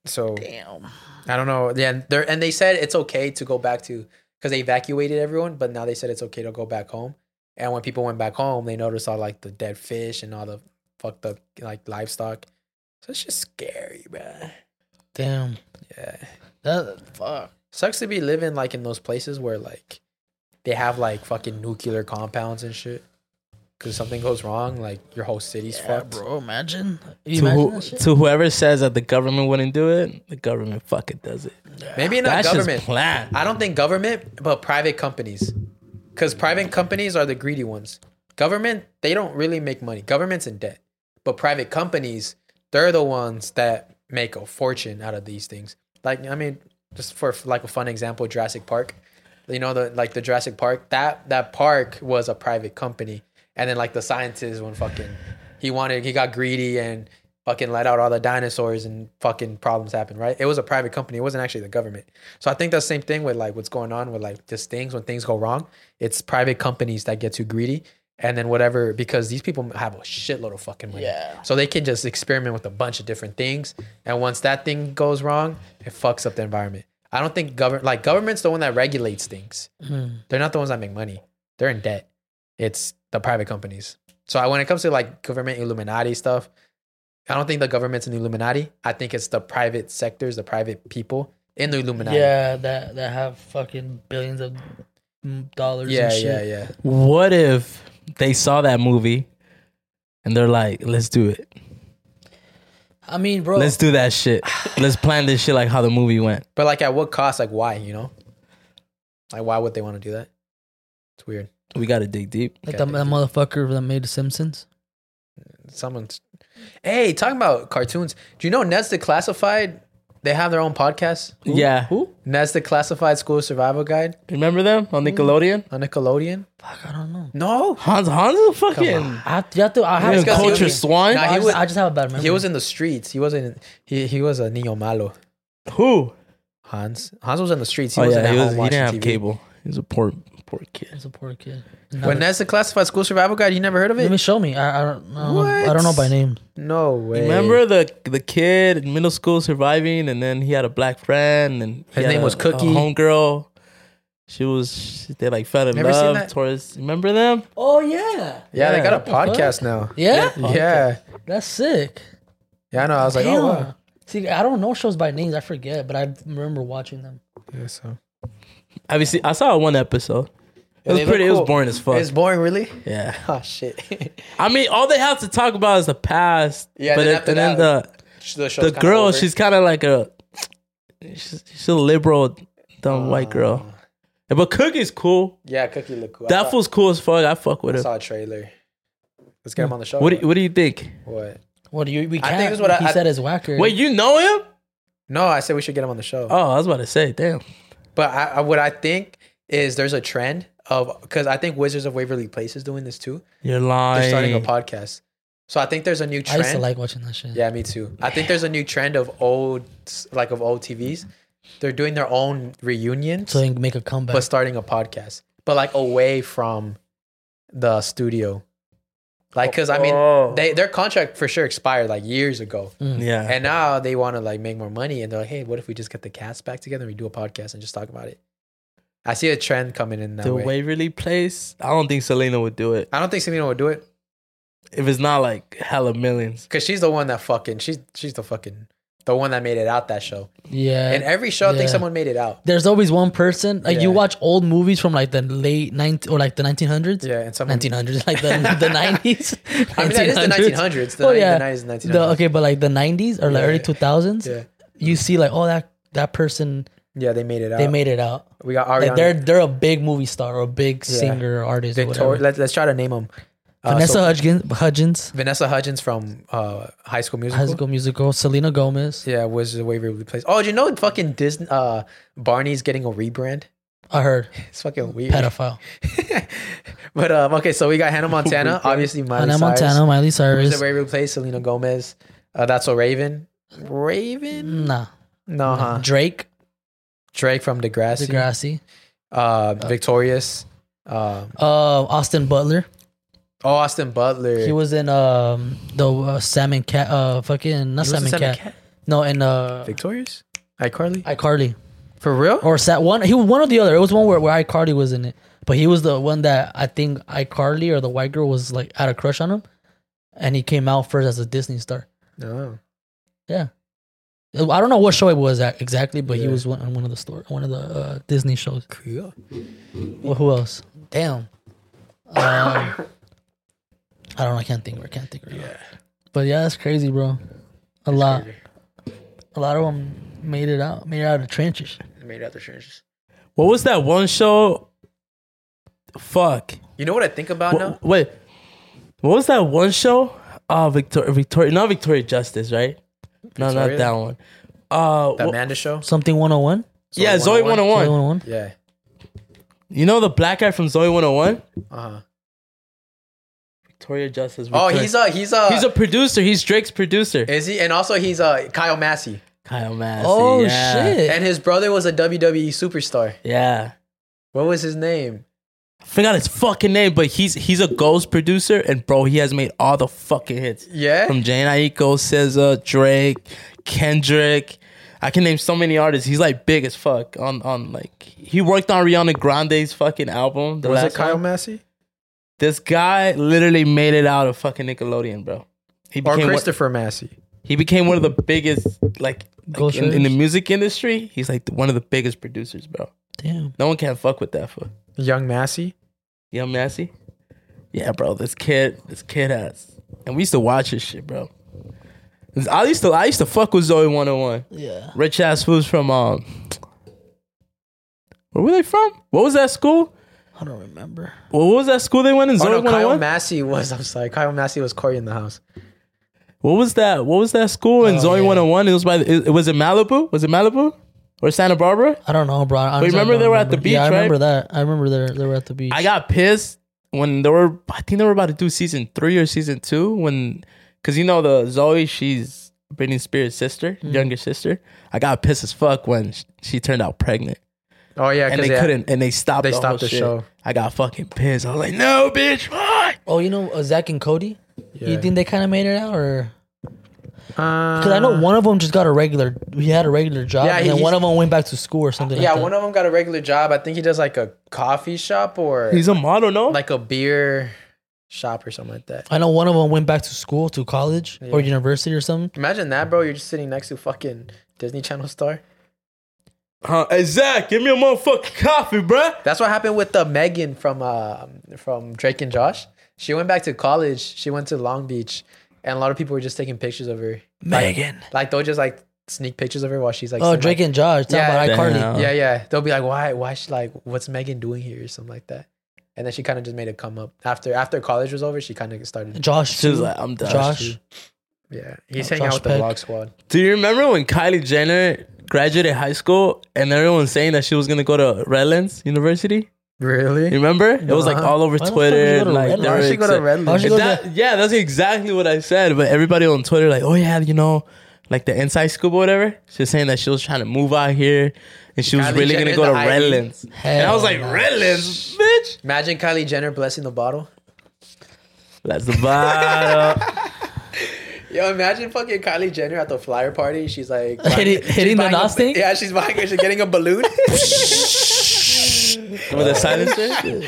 [SPEAKER 7] So damn, I don't know. Yeah, and they and they said it's okay to go back to because they evacuated everyone, but now they said it's okay to go back home. And when people went back home, they noticed all like the dead fish and all the fucked up like livestock. So it's just scary, man.
[SPEAKER 9] Damn.
[SPEAKER 7] Yeah.
[SPEAKER 9] That fuck.
[SPEAKER 7] Sucks to be living like in those places where like they have like fucking nuclear compounds and shit. Cause something goes wrong, like your whole city's fucked.
[SPEAKER 9] Bro, imagine.
[SPEAKER 8] to, who, to whoever says that the government wouldn't do it, the government fucking does it.
[SPEAKER 7] Maybe not
[SPEAKER 8] That's just
[SPEAKER 7] government.
[SPEAKER 8] plan.
[SPEAKER 7] I don't think government, but private companies. Because private companies are the greedy ones. Government, they don't really make money. Government's in debt. But private companies, they're the ones that make a fortune out of these things. Like, I mean, just for like a fun example, Jurassic Park. You know, the like the Jurassic Park, that that park was a private company. And then like the scientists when fucking he wanted he got greedy and fucking let out all the dinosaurs and fucking problems happened, right? It was a private company. It wasn't actually the government. So I think that's the same thing with like what's going on with like just things when things go wrong. It's private companies that get too greedy. And then whatever, because these people have a shitload of fucking money.
[SPEAKER 9] Yeah.
[SPEAKER 7] So they can just experiment with a bunch of different things. And once that thing goes wrong, it fucks up the environment. I don't think government, like government's the one that regulates things.
[SPEAKER 9] Mm.
[SPEAKER 7] They're not the ones that make money. They're in debt. It's the private companies. So I, when it comes to like government Illuminati stuff, I don't think the government's in the Illuminati. I think it's the private sectors, the private people in the Illuminati.
[SPEAKER 9] Yeah, that that have fucking billions of mm, dollars.
[SPEAKER 7] Yeah,
[SPEAKER 9] and shit.
[SPEAKER 7] yeah, yeah.
[SPEAKER 8] What if they saw that movie and they're like, let's do it.
[SPEAKER 9] I mean, bro.
[SPEAKER 8] Let's do that shit. let's plan this shit like how the movie went.
[SPEAKER 7] But like, at what cost? Like, why? You know, like, why would they want to do that? It's weird.
[SPEAKER 8] We gotta dig deep.
[SPEAKER 9] Like that, that motherfucker that made The Simpsons.
[SPEAKER 7] Someone's. Hey, talking about cartoons. Do you know Ned's Declassified? They have their own podcast.
[SPEAKER 8] Yeah. Who?
[SPEAKER 7] Ned's Declassified School Survival Guide. Mm.
[SPEAKER 8] Remember them on Nickelodeon?
[SPEAKER 7] On Nickelodeon.
[SPEAKER 9] Fuck, I don't know.
[SPEAKER 7] No,
[SPEAKER 8] Hans Hans is a fucking.
[SPEAKER 9] I have to. I have to. I have
[SPEAKER 8] Damn,
[SPEAKER 9] to-
[SPEAKER 8] culture swine.
[SPEAKER 7] Nah,
[SPEAKER 9] I,
[SPEAKER 7] he
[SPEAKER 9] just,
[SPEAKER 7] was-
[SPEAKER 9] I just have a bad memory.
[SPEAKER 7] He was in the streets. He wasn't. in- He he was a niño malo.
[SPEAKER 8] Who?
[SPEAKER 7] Hans. Hans was in the streets. He
[SPEAKER 8] Oh
[SPEAKER 7] wasn't
[SPEAKER 8] yeah,
[SPEAKER 7] at
[SPEAKER 8] he,
[SPEAKER 7] home
[SPEAKER 8] was, he
[SPEAKER 7] watching
[SPEAKER 8] didn't have
[SPEAKER 7] TV.
[SPEAKER 8] cable. He was a poor, poor kid.
[SPEAKER 9] He's a poor kid.
[SPEAKER 7] When that's the classified school survival guide, you never heard of
[SPEAKER 9] Let
[SPEAKER 7] it?
[SPEAKER 9] me show me. I, I don't. I don't, know, I don't know by name.
[SPEAKER 7] No way.
[SPEAKER 8] Remember the the kid in middle school surviving, and then he had a black friend, and he
[SPEAKER 7] His
[SPEAKER 8] had
[SPEAKER 7] name
[SPEAKER 8] a-
[SPEAKER 7] was Cookie.
[SPEAKER 8] A homegirl. She was she- they like fell in
[SPEAKER 7] Never seen
[SPEAKER 8] love
[SPEAKER 7] that?
[SPEAKER 8] towards. Remember them?
[SPEAKER 9] Oh yeah.
[SPEAKER 7] Yeah, they got a
[SPEAKER 9] What the
[SPEAKER 7] podcast
[SPEAKER 9] fuck?
[SPEAKER 7] now.
[SPEAKER 9] Yeah?
[SPEAKER 8] Oh,
[SPEAKER 7] yeah,
[SPEAKER 9] That's sick.
[SPEAKER 7] yeah. I know. I was like, oh
[SPEAKER 9] Damn.
[SPEAKER 7] wow.
[SPEAKER 9] See, I don't know shows by names. I forget, but I remember watching them.
[SPEAKER 7] Yeah, so.
[SPEAKER 8] Have you seen? I saw one episode. It was
[SPEAKER 7] They look
[SPEAKER 8] pretty. It
[SPEAKER 7] cool.
[SPEAKER 8] was boring as fuck.
[SPEAKER 7] It's boring, really.
[SPEAKER 8] Yeah.
[SPEAKER 7] <laughs> Oh shit.
[SPEAKER 8] I mean, all they have to talk about is the past.
[SPEAKER 7] Yeah,
[SPEAKER 8] but
[SPEAKER 7] then
[SPEAKER 8] it-
[SPEAKER 7] after
[SPEAKER 8] and then
[SPEAKER 7] that,
[SPEAKER 8] the
[SPEAKER 7] the show's
[SPEAKER 8] the
[SPEAKER 7] kinda
[SPEAKER 8] girl,
[SPEAKER 7] over.
[SPEAKER 8] she's kind of like a she's, she's a liberal dumb white girl. But Cookie's cool.
[SPEAKER 7] Oh. yeah, Cookie look cool. I
[SPEAKER 8] that
[SPEAKER 7] saw-
[SPEAKER 8] fool's cool as fuck. I fuck with
[SPEAKER 7] I
[SPEAKER 8] him.
[SPEAKER 7] saw a trailer. Let's get him on the show.
[SPEAKER 8] What do, you- what do you think?
[SPEAKER 7] What?
[SPEAKER 9] What do you? We
[SPEAKER 7] I
[SPEAKER 9] can't.
[SPEAKER 7] think it's what I-
[SPEAKER 9] he
[SPEAKER 7] I-
[SPEAKER 9] said is whacker.
[SPEAKER 8] Wait, you know him?
[SPEAKER 7] No, I said we should get him on the show.
[SPEAKER 8] Oh, I was about to say, damn.
[SPEAKER 7] But I, I, what I think is there's a trend of because I think Wizards of Waverly Place is doing this too.
[SPEAKER 8] You're
[SPEAKER 7] They're starting a
[SPEAKER 8] lying.
[SPEAKER 7] podcast, so I think there's a new
[SPEAKER 9] I
[SPEAKER 7] trend.
[SPEAKER 9] used to like watching that shit.
[SPEAKER 7] Yeah, me too. I think there's a new trend of old, like of old TVs. They're doing their own reunions,
[SPEAKER 9] So they can make a comeback.
[SPEAKER 7] but starting a podcast, but like away from the studio. Like, cause I mean, they their contract for sure expired like years ago.
[SPEAKER 8] Mm. Yeah.
[SPEAKER 7] and now they want to like make more money, and they're like, hey, what if we just get the cast back together and we do a podcast and just talk about it? I see a trend coming in that
[SPEAKER 8] the
[SPEAKER 7] way.
[SPEAKER 8] Waverly Place. I don't think Selena would do it.
[SPEAKER 7] I don't think Selena would do it.
[SPEAKER 8] If it's not like hella millions,
[SPEAKER 7] Cause she's the one that fucking she's she's the fucking the one that made it out that show.
[SPEAKER 9] Yeah.
[SPEAKER 7] and every show I
[SPEAKER 9] Yeah.
[SPEAKER 7] think someone made it out.
[SPEAKER 9] There's always one person. Like you
[SPEAKER 7] Yeah.
[SPEAKER 9] watch old movies from like the late 90s or like the 1900s.
[SPEAKER 7] Yeah, and someone-
[SPEAKER 9] 1900s, like the the <laughs> 90s.
[SPEAKER 7] I
[SPEAKER 9] <laughs>
[SPEAKER 7] mean, that is the 1900s, the
[SPEAKER 9] oh,
[SPEAKER 7] nin- the
[SPEAKER 9] yeah.
[SPEAKER 7] 90s, 1900s.
[SPEAKER 9] The- okay, but like the 90s or like
[SPEAKER 7] Yeah,
[SPEAKER 9] early
[SPEAKER 7] yeah.
[SPEAKER 9] 2000s.
[SPEAKER 7] Yeah.
[SPEAKER 9] You see, like, oh that that person.
[SPEAKER 7] Yeah, they made it out.
[SPEAKER 9] They made it out.
[SPEAKER 7] We got
[SPEAKER 9] Like
[SPEAKER 7] Ariana.
[SPEAKER 9] they're they're a big movie star or a big
[SPEAKER 7] Yeah.
[SPEAKER 9] singer or artist.
[SPEAKER 7] They
[SPEAKER 9] or
[SPEAKER 7] tore-
[SPEAKER 9] whatever.
[SPEAKER 7] let, let's try to name them.
[SPEAKER 9] Vanessa Hudgens, Hudgens,
[SPEAKER 7] Uh, Vanessa Hudgens from uh, High School Musical.
[SPEAKER 9] High School Musical, Selena Gomez.
[SPEAKER 7] Yeah, was the Waverly Place. Oh, do you know fucking Disney? Uh, Barney's getting a rebrand.
[SPEAKER 9] I heard
[SPEAKER 7] <laughs> It's fucking weird.
[SPEAKER 9] pedophile.
[SPEAKER 7] <laughs> But um, okay, so we got Hannah
[SPEAKER 9] <laughs>
[SPEAKER 7] Montana, obviously Miley
[SPEAKER 9] Hannah
[SPEAKER 7] Cyrus.
[SPEAKER 9] Montana, Miley Cyrus.
[SPEAKER 7] Who's the Waverly Place? Selena Gomez. Uh, that's so Raven. Raven?
[SPEAKER 9] Nah,
[SPEAKER 7] No, huh?
[SPEAKER 9] Drake.
[SPEAKER 7] Drake from Degrassi.
[SPEAKER 9] Degrassi.
[SPEAKER 7] Uh, Victorious. Um,
[SPEAKER 9] Uh, Austin Butler.
[SPEAKER 7] oh, Austin Butler.
[SPEAKER 9] He was in um the uh, Salmon Cat. Uh, fucking not
[SPEAKER 7] He was in
[SPEAKER 9] Salmon,
[SPEAKER 7] Salmon
[SPEAKER 9] Cat.
[SPEAKER 7] Cat?
[SPEAKER 9] No, and uh,
[SPEAKER 7] Victorious. iCarly.
[SPEAKER 9] iCarly.
[SPEAKER 7] For real?
[SPEAKER 9] Or sat one? He was one or the other. It was one where where iCarly was in it, but he was the one that I think iCarly or the white girl was like had a crush on him, and he came out first as a Disney star.
[SPEAKER 8] Oh.
[SPEAKER 7] No.
[SPEAKER 9] Yeah. Uh, I don't know what show it was at exactly, but he was one on one of the store, one of the uh, Disney shows.
[SPEAKER 7] Cool.
[SPEAKER 9] Well, who else? Damn. Um, <coughs> I don't know. I can't think. Of, it, I can't think. Of yeah. But yeah, that's crazy, bro. A lot. A lot of them made it out. Made it out of the trenches.
[SPEAKER 7] Made other changes.
[SPEAKER 8] What was that one show? Fuck.
[SPEAKER 7] You know what I think about
[SPEAKER 8] Wha-
[SPEAKER 7] now?
[SPEAKER 8] Wait, what was that one show? Uh Victoria, Victoria, not Victoria Justice, right? No, not
[SPEAKER 7] Victoria?
[SPEAKER 8] that one. Uh,
[SPEAKER 7] The
[SPEAKER 8] wha-
[SPEAKER 7] Amanda Show.
[SPEAKER 9] Something one hundred one.
[SPEAKER 8] yeah, Zoe 101.
[SPEAKER 9] Zoe 101.
[SPEAKER 7] Yeah.
[SPEAKER 8] You know the black guy from Zoe 101?
[SPEAKER 7] Uh huh.
[SPEAKER 8] Victoria Justice.
[SPEAKER 7] Oh,
[SPEAKER 8] Victoria-
[SPEAKER 7] he's a he's a
[SPEAKER 8] he's a producer. He's Drake's producer.
[SPEAKER 7] is he? And also he's a Kyle Massey.
[SPEAKER 8] Kyle Massey.
[SPEAKER 9] Oh,
[SPEAKER 8] yeah.
[SPEAKER 9] shit.
[SPEAKER 7] And his brother was a WWE superstar.
[SPEAKER 8] Yeah.
[SPEAKER 7] What was his name?
[SPEAKER 8] I forgot his fucking name, but he's he's a Ghost producer, and bro, he has made all the fucking hits.
[SPEAKER 7] Yeah?
[SPEAKER 8] from Jane Aiko, SZA, Drake, Kendrick. I can name so many artists. He's like big as fuck on on like he worked on Rihanna Grande's fucking album. The
[SPEAKER 7] was it
[SPEAKER 8] last
[SPEAKER 7] Kyle
[SPEAKER 8] one.
[SPEAKER 7] Massey
[SPEAKER 8] This guy literally made it out of fucking Nickelodeon, bro.
[SPEAKER 7] or
[SPEAKER 8] He became one-
[SPEAKER 7] Christopher Massey?
[SPEAKER 8] he became one of the biggest like, like
[SPEAKER 9] Ghost
[SPEAKER 8] in, in
[SPEAKER 9] Rider?
[SPEAKER 8] the music industry. He's like one of the biggest producers, bro.
[SPEAKER 9] Damn.
[SPEAKER 8] No one can fuck with that fool.
[SPEAKER 7] Young Massey.
[SPEAKER 8] Young Massey? Yeah, bro. This kid, this kid has. And we used to watch his shit, bro. 'Cause I used to I used to fuck with Zoe 101.
[SPEAKER 9] Yeah.
[SPEAKER 8] Rich ass fools from um Where were they from? What was that school?
[SPEAKER 9] I don't remember.
[SPEAKER 8] What was that school they went in? Zoe
[SPEAKER 7] oh no, Kyle
[SPEAKER 8] 101?
[SPEAKER 7] Massey was. I'm sorry, Kyle Massey was Corey in the house.
[SPEAKER 8] What was that? What was that school in
[SPEAKER 9] Oh,
[SPEAKER 8] Zoe
[SPEAKER 9] yeah.
[SPEAKER 8] 101? It was by the, it, it was in Malibu? Was it Malibu? Or Santa Barbara?
[SPEAKER 9] I don't know, bro. I
[SPEAKER 8] But remember
[SPEAKER 9] don't
[SPEAKER 8] they were at the
[SPEAKER 9] remember. Yeah,
[SPEAKER 8] beach,
[SPEAKER 9] I remember
[SPEAKER 8] right?
[SPEAKER 9] that. I remember they they were at the beach.
[SPEAKER 8] I got pissed when they were. I think they were about to do season three or season two when, because you know the Zoe, she's Britney Spears' sister,
[SPEAKER 7] Mm.
[SPEAKER 8] younger sister. I got pissed as fuck when sh- she turned out pregnant,
[SPEAKER 7] Oh yeah,
[SPEAKER 8] and
[SPEAKER 7] 'cause
[SPEAKER 8] they
[SPEAKER 7] yeah,
[SPEAKER 8] couldn't, and they stopped.
[SPEAKER 7] They
[SPEAKER 8] the
[SPEAKER 7] stopped the
[SPEAKER 8] whole shit.
[SPEAKER 7] show.
[SPEAKER 8] I got fucking pissed. I was like, no, bitch, why?
[SPEAKER 9] Oh, you know uh, Zach and Cody. You
[SPEAKER 7] Yeah. Uh,
[SPEAKER 9] think they kind of made it out, or
[SPEAKER 7] Because
[SPEAKER 9] because I know one of them just got a regular. He had a regular job,
[SPEAKER 7] Yeah,
[SPEAKER 9] and
[SPEAKER 7] he-
[SPEAKER 9] then one
[SPEAKER 7] he's-
[SPEAKER 9] of them went back to school or something.
[SPEAKER 7] Yeah,
[SPEAKER 9] like
[SPEAKER 7] one of them got a regular job. I think he does like a coffee shop or
[SPEAKER 8] He's a model, no?
[SPEAKER 7] like a beer shop or something like that.
[SPEAKER 9] I know one of them went back to school, to college or university or something.
[SPEAKER 7] Imagine that, bro. You're just sitting next to fucking Disney Channel star.
[SPEAKER 8] Huh, hey Zach, give me a motherfucking coffee, bruh.
[SPEAKER 7] That's what happened with the Megan from uh, from Drake and Josh. She went back to college. She went to Long Beach, and a lot of people were just taking pictures of her. Like-
[SPEAKER 9] Megan.
[SPEAKER 7] Like, they'll just like sneak pictures of her while she's like.
[SPEAKER 9] oh,
[SPEAKER 7] sitting,
[SPEAKER 9] Drake
[SPEAKER 7] like-
[SPEAKER 9] and Josh talking
[SPEAKER 7] Yeah,
[SPEAKER 9] about iCarly.
[SPEAKER 8] Damn.
[SPEAKER 7] Yeah, yeah. They'll be like, why, why she like, what's Megan doing here or something like that. And then she kind of just made it come up after after college was over. She kind of started.
[SPEAKER 9] Josh,
[SPEAKER 8] She was
[SPEAKER 9] too.
[SPEAKER 8] like, I'm done.
[SPEAKER 9] Josh.
[SPEAKER 7] Yeah, he's
[SPEAKER 9] Oh,
[SPEAKER 7] hanging out
[SPEAKER 9] Josh
[SPEAKER 7] with
[SPEAKER 9] Peck.
[SPEAKER 7] the Vlog Squad.
[SPEAKER 8] Do you remember when Kylie Jenner graduated high school and everyone was saying that she was gonna go to Redlands University? You
[SPEAKER 7] Really?
[SPEAKER 8] remember? It was like
[SPEAKER 7] Uh-huh.
[SPEAKER 8] all over
[SPEAKER 9] Why the fuck would you
[SPEAKER 8] Twitter.
[SPEAKER 9] go to
[SPEAKER 8] Like,
[SPEAKER 9] Redlands?
[SPEAKER 8] they
[SPEAKER 9] Why
[SPEAKER 8] were
[SPEAKER 7] She go
[SPEAKER 8] exci-
[SPEAKER 7] to Redlands.
[SPEAKER 9] Why she go to-
[SPEAKER 8] That- yeah, that's exactly what I said. But everybody on Twitter, like, oh yeah, you know, like the inside scoop or whatever. She was saying that she was trying to move out here and she was
[SPEAKER 7] Kylie
[SPEAKER 8] really
[SPEAKER 7] Jenner
[SPEAKER 8] gonna go to
[SPEAKER 7] the IE.
[SPEAKER 8] Redlands. and I was like, Redlands, bitch.
[SPEAKER 7] Imagine Kylie Jenner blessing the bottle.
[SPEAKER 8] That's the
[SPEAKER 7] <laughs>
[SPEAKER 8] bottle.
[SPEAKER 7] Yo, imagine fucking Kylie Jenner at the flyer party. She's <laughs> like
[SPEAKER 9] Hitting-
[SPEAKER 7] she's
[SPEAKER 9] hitting the
[SPEAKER 7] buying a-
[SPEAKER 9] nos thing?
[SPEAKER 7] Yeah, she's buying. She's getting a balloon.
[SPEAKER 8] <laughs> With a silencer?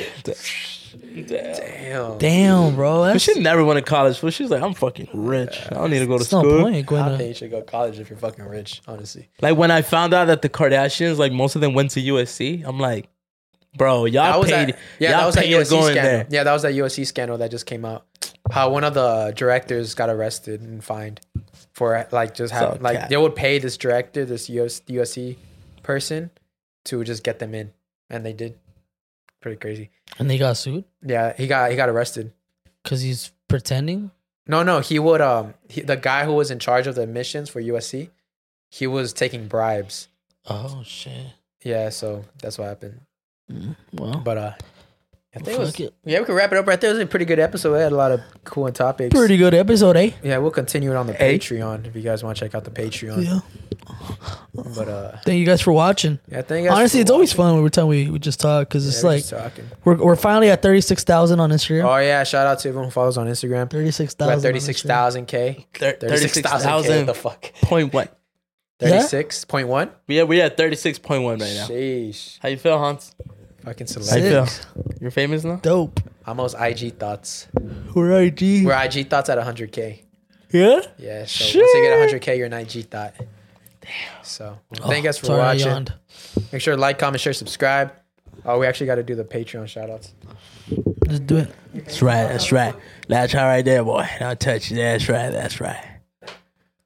[SPEAKER 7] <laughs> Damn.
[SPEAKER 9] Damn, bro.
[SPEAKER 8] But she never went to college. Fool. She's like, I'm fucking rich. I don't need to go to
[SPEAKER 7] It's
[SPEAKER 8] school.
[SPEAKER 7] no I don't think you should go to college if you're fucking rich. Honestly,
[SPEAKER 8] Like when I found out that the Kardashians, like most of them went to USC, I'm like, bro,
[SPEAKER 7] That
[SPEAKER 8] y'all
[SPEAKER 7] was
[SPEAKER 8] paid.
[SPEAKER 7] at- yeah,
[SPEAKER 8] y'all
[SPEAKER 7] that was that
[SPEAKER 8] paid
[SPEAKER 7] USC
[SPEAKER 8] going
[SPEAKER 7] scandal.
[SPEAKER 8] there.
[SPEAKER 7] Yeah, that was that USC scandal that just came out. How one of the directors got arrested and fined for like just
[SPEAKER 8] So
[SPEAKER 7] having like
[SPEAKER 8] cat.
[SPEAKER 7] they would pay this director, this US, USC person, to just get them in, and they did. Pretty crazy.
[SPEAKER 9] <laughs> And they got sued
[SPEAKER 7] Yeah, he got he got arrested.
[SPEAKER 9] because he's pretending.
[SPEAKER 7] No, no, he would. Um, he, the guy who was in charge of the admissions for USC, he was taking bribes.
[SPEAKER 9] Oh shit.
[SPEAKER 7] Yeah, so that's what happened.
[SPEAKER 8] Mm,
[SPEAKER 9] Well,
[SPEAKER 7] but uh, I think it was-
[SPEAKER 9] fuck it.
[SPEAKER 7] yeah, we could wrap it up right there. It was a pretty good episode. We had a lot of cool topics.
[SPEAKER 9] Pretty good episode, eh?
[SPEAKER 7] Yeah, we'll continue it on the
[SPEAKER 9] Hey.
[SPEAKER 7] Patreon if you guys want to check out the Patreon.
[SPEAKER 9] Yeah.
[SPEAKER 7] But uh,
[SPEAKER 9] Thank you guys for watching.
[SPEAKER 7] Yeah, thank you guys
[SPEAKER 9] Honestly,
[SPEAKER 7] for
[SPEAKER 9] it's always fun every time we, we just talk because it's
[SPEAKER 7] we're
[SPEAKER 9] like
[SPEAKER 7] just talking.
[SPEAKER 9] we're we're finally at thirty six thousand on Instagram.
[SPEAKER 7] oh yeah, shout out to everyone who follows on Instagram.
[SPEAKER 9] Thirty six
[SPEAKER 7] We're at
[SPEAKER 9] thousand.
[SPEAKER 7] thirty six thousand k. Thirty six thousand k.
[SPEAKER 8] 36,000.
[SPEAKER 7] The fuck.
[SPEAKER 8] Point one.
[SPEAKER 7] Thirty six point one.
[SPEAKER 8] Yeah, we're at 36.1 right now.
[SPEAKER 7] Sheesh.
[SPEAKER 8] How you feel, Hans?
[SPEAKER 7] Fucking
[SPEAKER 8] How you feel?
[SPEAKER 7] Six.
[SPEAKER 8] You're famous now?
[SPEAKER 9] Dope.
[SPEAKER 7] Almost IG thoughts.
[SPEAKER 9] We're IG.
[SPEAKER 7] We're IG thoughts at 100k.
[SPEAKER 9] Yeah.
[SPEAKER 7] Yeah. So once you get 100k, you're an IG thought. Damn. So well, thank you
[SPEAKER 9] Oh,
[SPEAKER 7] guys for
[SPEAKER 9] sorry I
[SPEAKER 7] watching.
[SPEAKER 9] yawned.
[SPEAKER 7] Make sure to like, comment, share, subscribe. Oh, we actually got to do the Patreon shout outs.
[SPEAKER 9] Let's do it.
[SPEAKER 8] That's right. That's right. That's right, right there, boy. Don't touch it. That's right. That's right.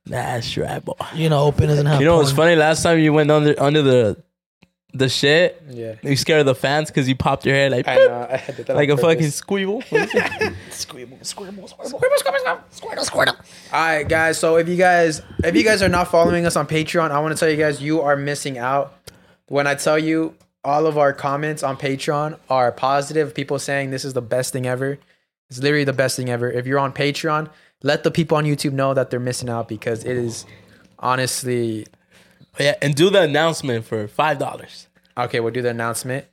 [SPEAKER 8] That's right, boy.
[SPEAKER 9] You know, open doesn't have.
[SPEAKER 8] You know what's
[SPEAKER 9] porn.
[SPEAKER 8] funny? Last time you went under under the the shit.
[SPEAKER 7] Yeah.
[SPEAKER 8] You scared of the fans because you popped your hair like
[SPEAKER 7] I know. I did that on
[SPEAKER 8] like a
[SPEAKER 7] purpose.
[SPEAKER 8] fucking
[SPEAKER 9] <laughs>
[SPEAKER 8] squeal.
[SPEAKER 9] Squibble, squibble, squibble,
[SPEAKER 7] squibble, squirtle, squirtle. All right, guys. So if you guys if you guys are not following us on Patreon, I want to tell you guys you are missing out. When I tell you all of our comments on Patreon are positive, people saying this is the best thing ever. It's literally the best thing ever. If you're on Patreon, let the people on YouTube know that they're missing out because it is honestly
[SPEAKER 8] yeah, and do the announcement for five dollars.
[SPEAKER 7] Okay, we'll do the announcement.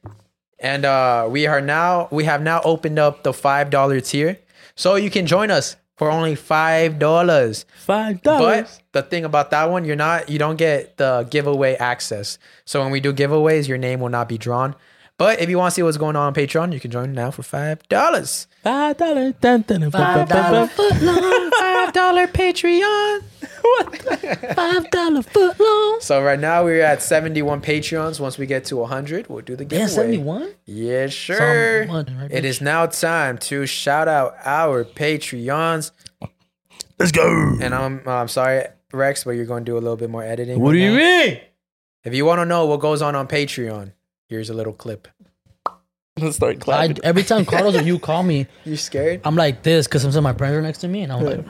[SPEAKER 7] And uh we are now we have now opened up the five dollar tier. So you can join us for only five dollars.
[SPEAKER 8] Five
[SPEAKER 7] dollars. But the thing about that one, you're not you don't get the giveaway access. So when we do giveaways, your name will not be drawn. But if you want to see what's going on on Patreon, you can join now for five dollars.
[SPEAKER 8] Five dollar, dun, dun, dun,
[SPEAKER 7] Five
[SPEAKER 8] bun, bun,
[SPEAKER 7] dollar
[SPEAKER 8] bun.
[SPEAKER 7] footlong, five dollar Patreon.
[SPEAKER 9] Five dollar foot long.
[SPEAKER 7] So right now we're at seventy-one Patreons. Once we get to hundred, we'll do the giveaway.
[SPEAKER 9] Yeah, seventy one.
[SPEAKER 7] Yeah, sure.
[SPEAKER 9] Someone, right,
[SPEAKER 7] it is now time to shout out our Patreons.
[SPEAKER 8] Let's go.
[SPEAKER 7] And I'm uh, I'm sorry, Rex, but you're going to do a little bit more editing.
[SPEAKER 8] What
[SPEAKER 7] right
[SPEAKER 8] do you
[SPEAKER 7] now.
[SPEAKER 8] mean?
[SPEAKER 7] If you want to know what goes on on Patreon, here's a little clip.
[SPEAKER 8] Let's start
[SPEAKER 9] I, every time Carlos or you call me,
[SPEAKER 7] you scared?
[SPEAKER 9] I'm like this because sometimes my friends are next to me, and I'm like,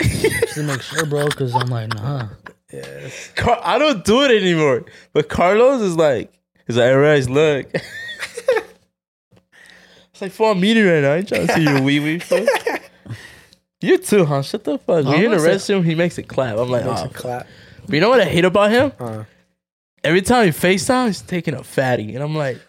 [SPEAKER 9] just to make sure, bro, because I'm like, nah.
[SPEAKER 8] Car- I don't do it anymore. But Carlos is like, he's like, hey, Rex, look.
[SPEAKER 7] <laughs>
[SPEAKER 8] it's like, four meeting right now. I ain't trying to see your wee wee. fool."
[SPEAKER 7] <laughs>
[SPEAKER 8] you too, huh? Shut the fuck.
[SPEAKER 7] No,
[SPEAKER 8] We're
[SPEAKER 7] I'm
[SPEAKER 8] in the
[SPEAKER 7] not
[SPEAKER 8] restroom. He makes it clap. I'm like,
[SPEAKER 7] Makes
[SPEAKER 8] oh.
[SPEAKER 7] a clap.
[SPEAKER 8] But you know what I hate about him?
[SPEAKER 7] Uh.
[SPEAKER 8] Every time he FaceTime, he's taking a fatty. And I'm like,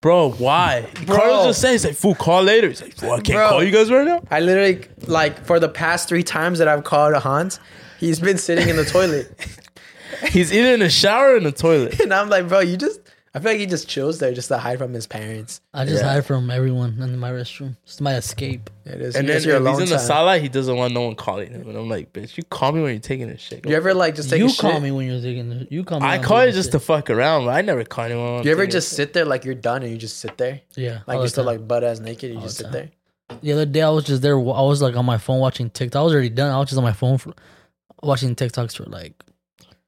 [SPEAKER 8] bro, why? Carlos just said, he's like, fool, call later. He's like, fool, I can't call you guys right now.
[SPEAKER 7] I literally like for the past three times that I've called Hans, he's been sitting in the toilet,
[SPEAKER 8] <laughs> He's either in the shower or in the
[SPEAKER 7] <laughs>
[SPEAKER 8] toilet.
[SPEAKER 7] and I'm like, bro, you just. I feel like he just chills there just to hide from his parents.
[SPEAKER 9] I just
[SPEAKER 7] Yeah.
[SPEAKER 9] hide from everyone in my restroom. It's my escape.
[SPEAKER 7] It is.
[SPEAKER 8] And then if he's
[SPEAKER 7] your
[SPEAKER 8] in
[SPEAKER 7] alone
[SPEAKER 8] the
[SPEAKER 7] time.
[SPEAKER 8] sala, he doesn't want no one calling him. And I'm like, bitch, you call me when you're taking a shit.
[SPEAKER 7] You ever like just take
[SPEAKER 9] you
[SPEAKER 7] a
[SPEAKER 9] call
[SPEAKER 7] shit?
[SPEAKER 9] me when you're taking. The, you call me.
[SPEAKER 8] I
[SPEAKER 9] when
[SPEAKER 8] call
[SPEAKER 9] I'm
[SPEAKER 8] it just to fuck around. But I never call anyone. when I'm
[SPEAKER 7] You ever
[SPEAKER 8] taking a
[SPEAKER 7] just sit there like you're done and you just sit there?
[SPEAKER 9] Yeah,
[SPEAKER 7] Like
[SPEAKER 9] all
[SPEAKER 7] you're
[SPEAKER 9] the
[SPEAKER 7] still
[SPEAKER 9] time.
[SPEAKER 7] like butt ass naked, you just sit there.
[SPEAKER 9] taking- The other day, I was just there. I was like on my phone watching TikTok. I was already done. I was just on my phone for, watching TikToks for like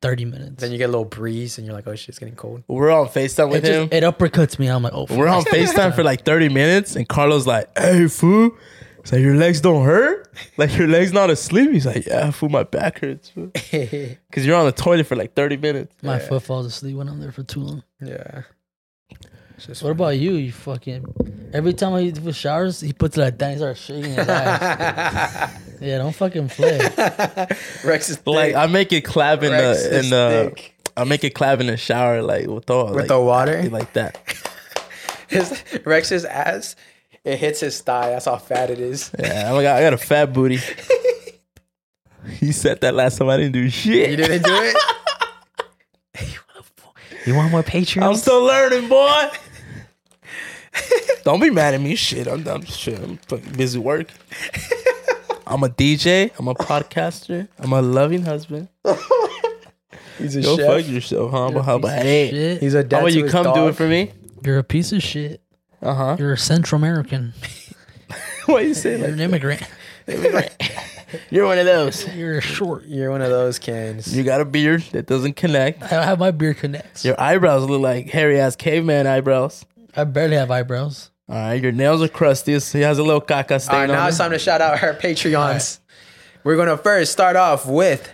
[SPEAKER 9] thirty minutes.
[SPEAKER 7] Then you get a little breeze and you're like, oh shit, it's getting cold. <laughs>
[SPEAKER 8] We're on FaceTime with
[SPEAKER 9] it,
[SPEAKER 8] him.
[SPEAKER 9] it uppercuts me. I'm like, oh. <laughs>
[SPEAKER 8] We're on FaceTime for like 30 minutes, and Carlos like, hey, fool. It's like, your legs don't hurt? Like, your legs not asleep? He's like, yeah, fool, my back hurts.
[SPEAKER 9] <laughs>
[SPEAKER 8] Because you're on the toilet for like 30 minutes.
[SPEAKER 9] My foot falls asleep when I'm there for too long.
[SPEAKER 7] Yeah.
[SPEAKER 9] What about you? You fucking. Every time I do showers, he puts it like that. He starts shaking his ass.
[SPEAKER 8] <laughs>
[SPEAKER 9] yeah, don't fucking play.
[SPEAKER 7] Rex is
[SPEAKER 8] Like, I make it clap in
[SPEAKER 9] Rex
[SPEAKER 8] the,
[SPEAKER 9] is
[SPEAKER 8] in the, I make it clap in the shower, like, with the,
[SPEAKER 7] With the water?
[SPEAKER 8] Like that.
[SPEAKER 7] His, Rex's ass It hits his thigh. That's how fat it is.
[SPEAKER 8] Yeah, I got, I got a fat <laughs> booty. you said that last time. I didn't do shit.
[SPEAKER 7] You didn't do it.
[SPEAKER 8] <laughs> You want more Patreon? I'm still learning, boy. Don't be mad at me. Shit, I'm, I'm shit. I'm fucking busy work. I'm a DJ. I'm a podcaster. I'm a loving husband.
[SPEAKER 7] <laughs> He's
[SPEAKER 8] Go fuck yourself, huh? But how about it?
[SPEAKER 9] He's a
[SPEAKER 8] How about you come do it for me?
[SPEAKER 9] You're a piece of shit.
[SPEAKER 8] Uh huh.
[SPEAKER 9] You're a Central American. <laughs>
[SPEAKER 7] <laughs>
[SPEAKER 8] Why you say
[SPEAKER 9] You're an immigrant.
[SPEAKER 8] You're one of those.
[SPEAKER 9] You're short.
[SPEAKER 7] You're one of those cans.
[SPEAKER 8] You got a beard that doesn't connect.
[SPEAKER 9] I have my beard connects.
[SPEAKER 8] Your eyebrows look like hairy ass caveman eyebrows.
[SPEAKER 9] I barely have eyebrows.
[SPEAKER 8] All right, your nails are crusty. So he has a little caca
[SPEAKER 7] All
[SPEAKER 8] stain
[SPEAKER 7] right, now
[SPEAKER 8] on
[SPEAKER 7] it's time to shout out our Patreons. We're going to first start off with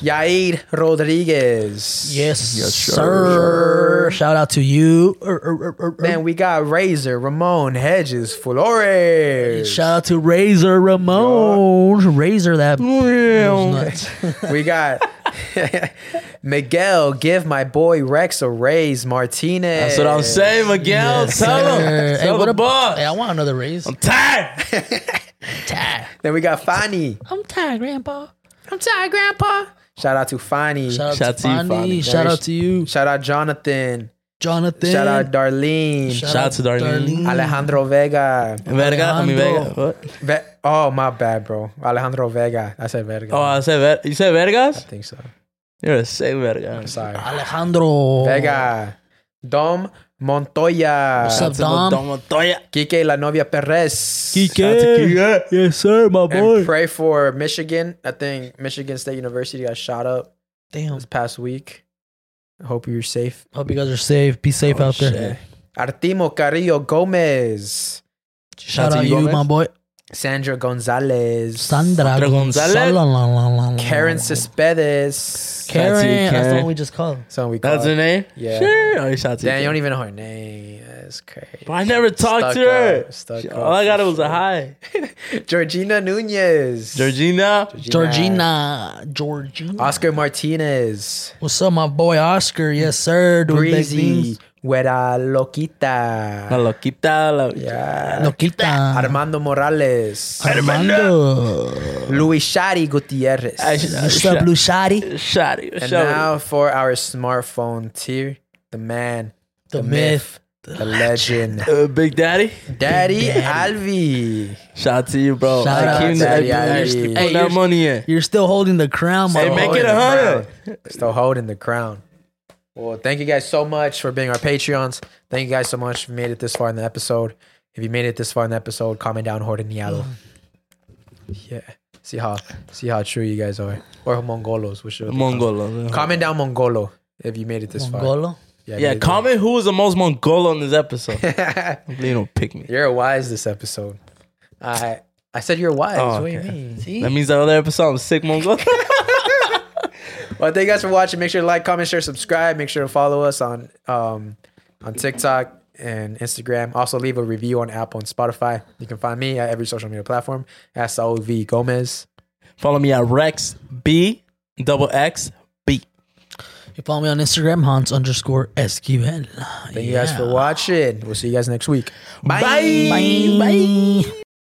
[SPEAKER 7] Yair Rodriguez.
[SPEAKER 9] Yes, sir. Shout out to you. Er, er, er, er, er.
[SPEAKER 7] Then we got Razor, Ramon, Hedges, Flores.
[SPEAKER 9] Shout out to Razor Ramon. Razor that. nuts. <laughs>
[SPEAKER 7] we got <laughs> Miguel, give my boy Rex a raise, Martinez.
[SPEAKER 8] That's what I'm saying, Miguel. Tell him. Tell the boss.
[SPEAKER 9] Hey, I want another raise. I'm <laughs>
[SPEAKER 8] tired.
[SPEAKER 7] Then we got Fani.
[SPEAKER 9] I'm tired, Grandpa.
[SPEAKER 7] I'm tired, Grandpa. Shout out to Fani.
[SPEAKER 9] Shout out Shout to to you, Fani. Fani. Shout out to you.
[SPEAKER 7] Shout out Jonathan.
[SPEAKER 9] Jonathan.
[SPEAKER 7] Shout out Darlene.
[SPEAKER 8] Shout Shout out to Darlene. Darlene.
[SPEAKER 7] Alejandro Vega.
[SPEAKER 8] Verga, I mean, Vega.
[SPEAKER 7] Alejandro. Ve- oh, my bad, bro. Alejandro Vega. I said Vega.
[SPEAKER 8] Oh, I said ver- you said vergas. I
[SPEAKER 7] think so.
[SPEAKER 8] You're a say verga.
[SPEAKER 7] I'm sorry.
[SPEAKER 9] Alejandro.
[SPEAKER 7] Vega. Dom Montoya.
[SPEAKER 9] What's up, Shout out to Dom? Dom
[SPEAKER 8] Montoya.
[SPEAKER 7] Kike La Novia Perez.
[SPEAKER 9] Shout out to Kike. Yes, sir, my boy.
[SPEAKER 7] And pray for Michigan. I think Michigan State University got shot up
[SPEAKER 9] Damn.
[SPEAKER 7] this past week. Hope you're safe.
[SPEAKER 9] Hope you guys are safe. Oh, Be safe out there.
[SPEAKER 7] Artimo Carrillo Gomez.
[SPEAKER 9] Shout out you, my boy.
[SPEAKER 7] Sandra Gonzalez.
[SPEAKER 9] Sandra Gonzalez. La, la, la, la, la.
[SPEAKER 7] Karen Cespedes.
[SPEAKER 9] Oh. Karen. That's the one we just called.
[SPEAKER 7] That's the one we
[SPEAKER 8] That's
[SPEAKER 7] call
[SPEAKER 8] her name.
[SPEAKER 7] Yeah.
[SPEAKER 8] Sure. Oh, you shout out to
[SPEAKER 7] Damn, you
[SPEAKER 8] you.
[SPEAKER 7] don't even know her name. That's crazy.
[SPEAKER 8] But I never talked to her.
[SPEAKER 7] Stuck
[SPEAKER 8] She-
[SPEAKER 7] up
[SPEAKER 8] All I got
[SPEAKER 7] for
[SPEAKER 8] was a
[SPEAKER 7] sure.
[SPEAKER 8] hi.
[SPEAKER 7] <laughs> Georgina Nunez.
[SPEAKER 8] Georgina.
[SPEAKER 9] Georgina. Georgina.
[SPEAKER 7] Oscar Martinez.
[SPEAKER 9] What's up, my boy Oscar? Yes, sir. Doing big
[SPEAKER 7] Breezy.
[SPEAKER 9] things.
[SPEAKER 7] Wera Loquita.
[SPEAKER 8] La loquita. La,
[SPEAKER 7] Yeah.
[SPEAKER 9] Loquita.
[SPEAKER 7] Armando Morales.
[SPEAKER 9] Armando.
[SPEAKER 7] Luis Shari Gutierrez.
[SPEAKER 9] What's up, Blue Shotty?
[SPEAKER 8] Shoddy.
[SPEAKER 7] And
[SPEAKER 8] shoddy.
[SPEAKER 7] now for our smartphone tier, the man,
[SPEAKER 9] The myth,
[SPEAKER 7] the legend,
[SPEAKER 8] Uh, Big Daddy.
[SPEAKER 7] Daddy Alvi.
[SPEAKER 8] Shout out to you, bro.
[SPEAKER 9] Shout
[SPEAKER 8] I
[SPEAKER 9] out
[SPEAKER 8] keep
[SPEAKER 7] to
[SPEAKER 8] that,
[SPEAKER 7] Daddy
[SPEAKER 8] I
[SPEAKER 7] Ali.
[SPEAKER 8] keep
[SPEAKER 7] Hey,
[SPEAKER 8] putting
[SPEAKER 9] you're-
[SPEAKER 8] that money in.
[SPEAKER 9] You're still holding the crown, my
[SPEAKER 8] Hey,
[SPEAKER 9] boy.
[SPEAKER 8] make it
[SPEAKER 7] the
[SPEAKER 8] a hundred.
[SPEAKER 7] crown. Still holding the crown. Well, thank you guys so much for being our Patreons. Thank you guys so much for made it this far in the episode. If you made it this far in the episode, comment down <sighs> Hordeniado. Yeah. See how see how true you guys are. Or Mongolos, which should
[SPEAKER 8] Mongolo.
[SPEAKER 7] comment down Mongolo if you made it this far.
[SPEAKER 9] Mongolo.
[SPEAKER 8] Yeah,
[SPEAKER 7] made it-
[SPEAKER 8] comment who was the most Mongolo on this
[SPEAKER 7] <laughs>
[SPEAKER 8] episode. they don't pick me.
[SPEAKER 7] You're wise this episode. I I said you're wise.
[SPEAKER 8] Oh,
[SPEAKER 7] what do
[SPEAKER 8] okay.
[SPEAKER 7] you mean?
[SPEAKER 8] That means that other episode I'm sick Mongolo.
[SPEAKER 7] <laughs>
[SPEAKER 8] <laughs>
[SPEAKER 7] Well, thank you guys for watching. Make sure to like, comment, share, subscribe. Make sure to follow us on um, on TikTok and Instagram. Also, leave a review on Apple and Spotify. You can find me at every social media platform at Saul V Gomez.
[SPEAKER 8] Follow me at Rex B double X B.
[SPEAKER 9] You follow me on Instagram, Hans underscore Esquivel.
[SPEAKER 7] Thank you guys for watching. We'll see you guys next week.
[SPEAKER 9] Bye. Bye.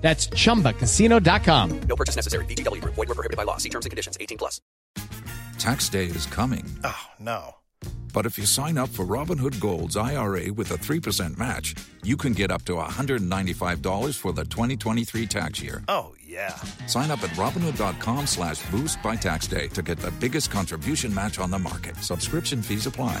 [SPEAKER 11] That's chumbacasino.com.
[SPEAKER 18] No purchase necessary. VGW Group. Void were prohibited by law. See terms and conditions. 18 plus.
[SPEAKER 19] Tax day is coming. Oh, no. But if you sign up for Robinhood Gold's IRA with a 3% match, you can get up to $195 for the 2023 tax year.
[SPEAKER 20] Oh, yeah.
[SPEAKER 19] Sign up at Robinhood.com slash boost by tax day to get the biggest contribution match on the market. Subscription fees apply.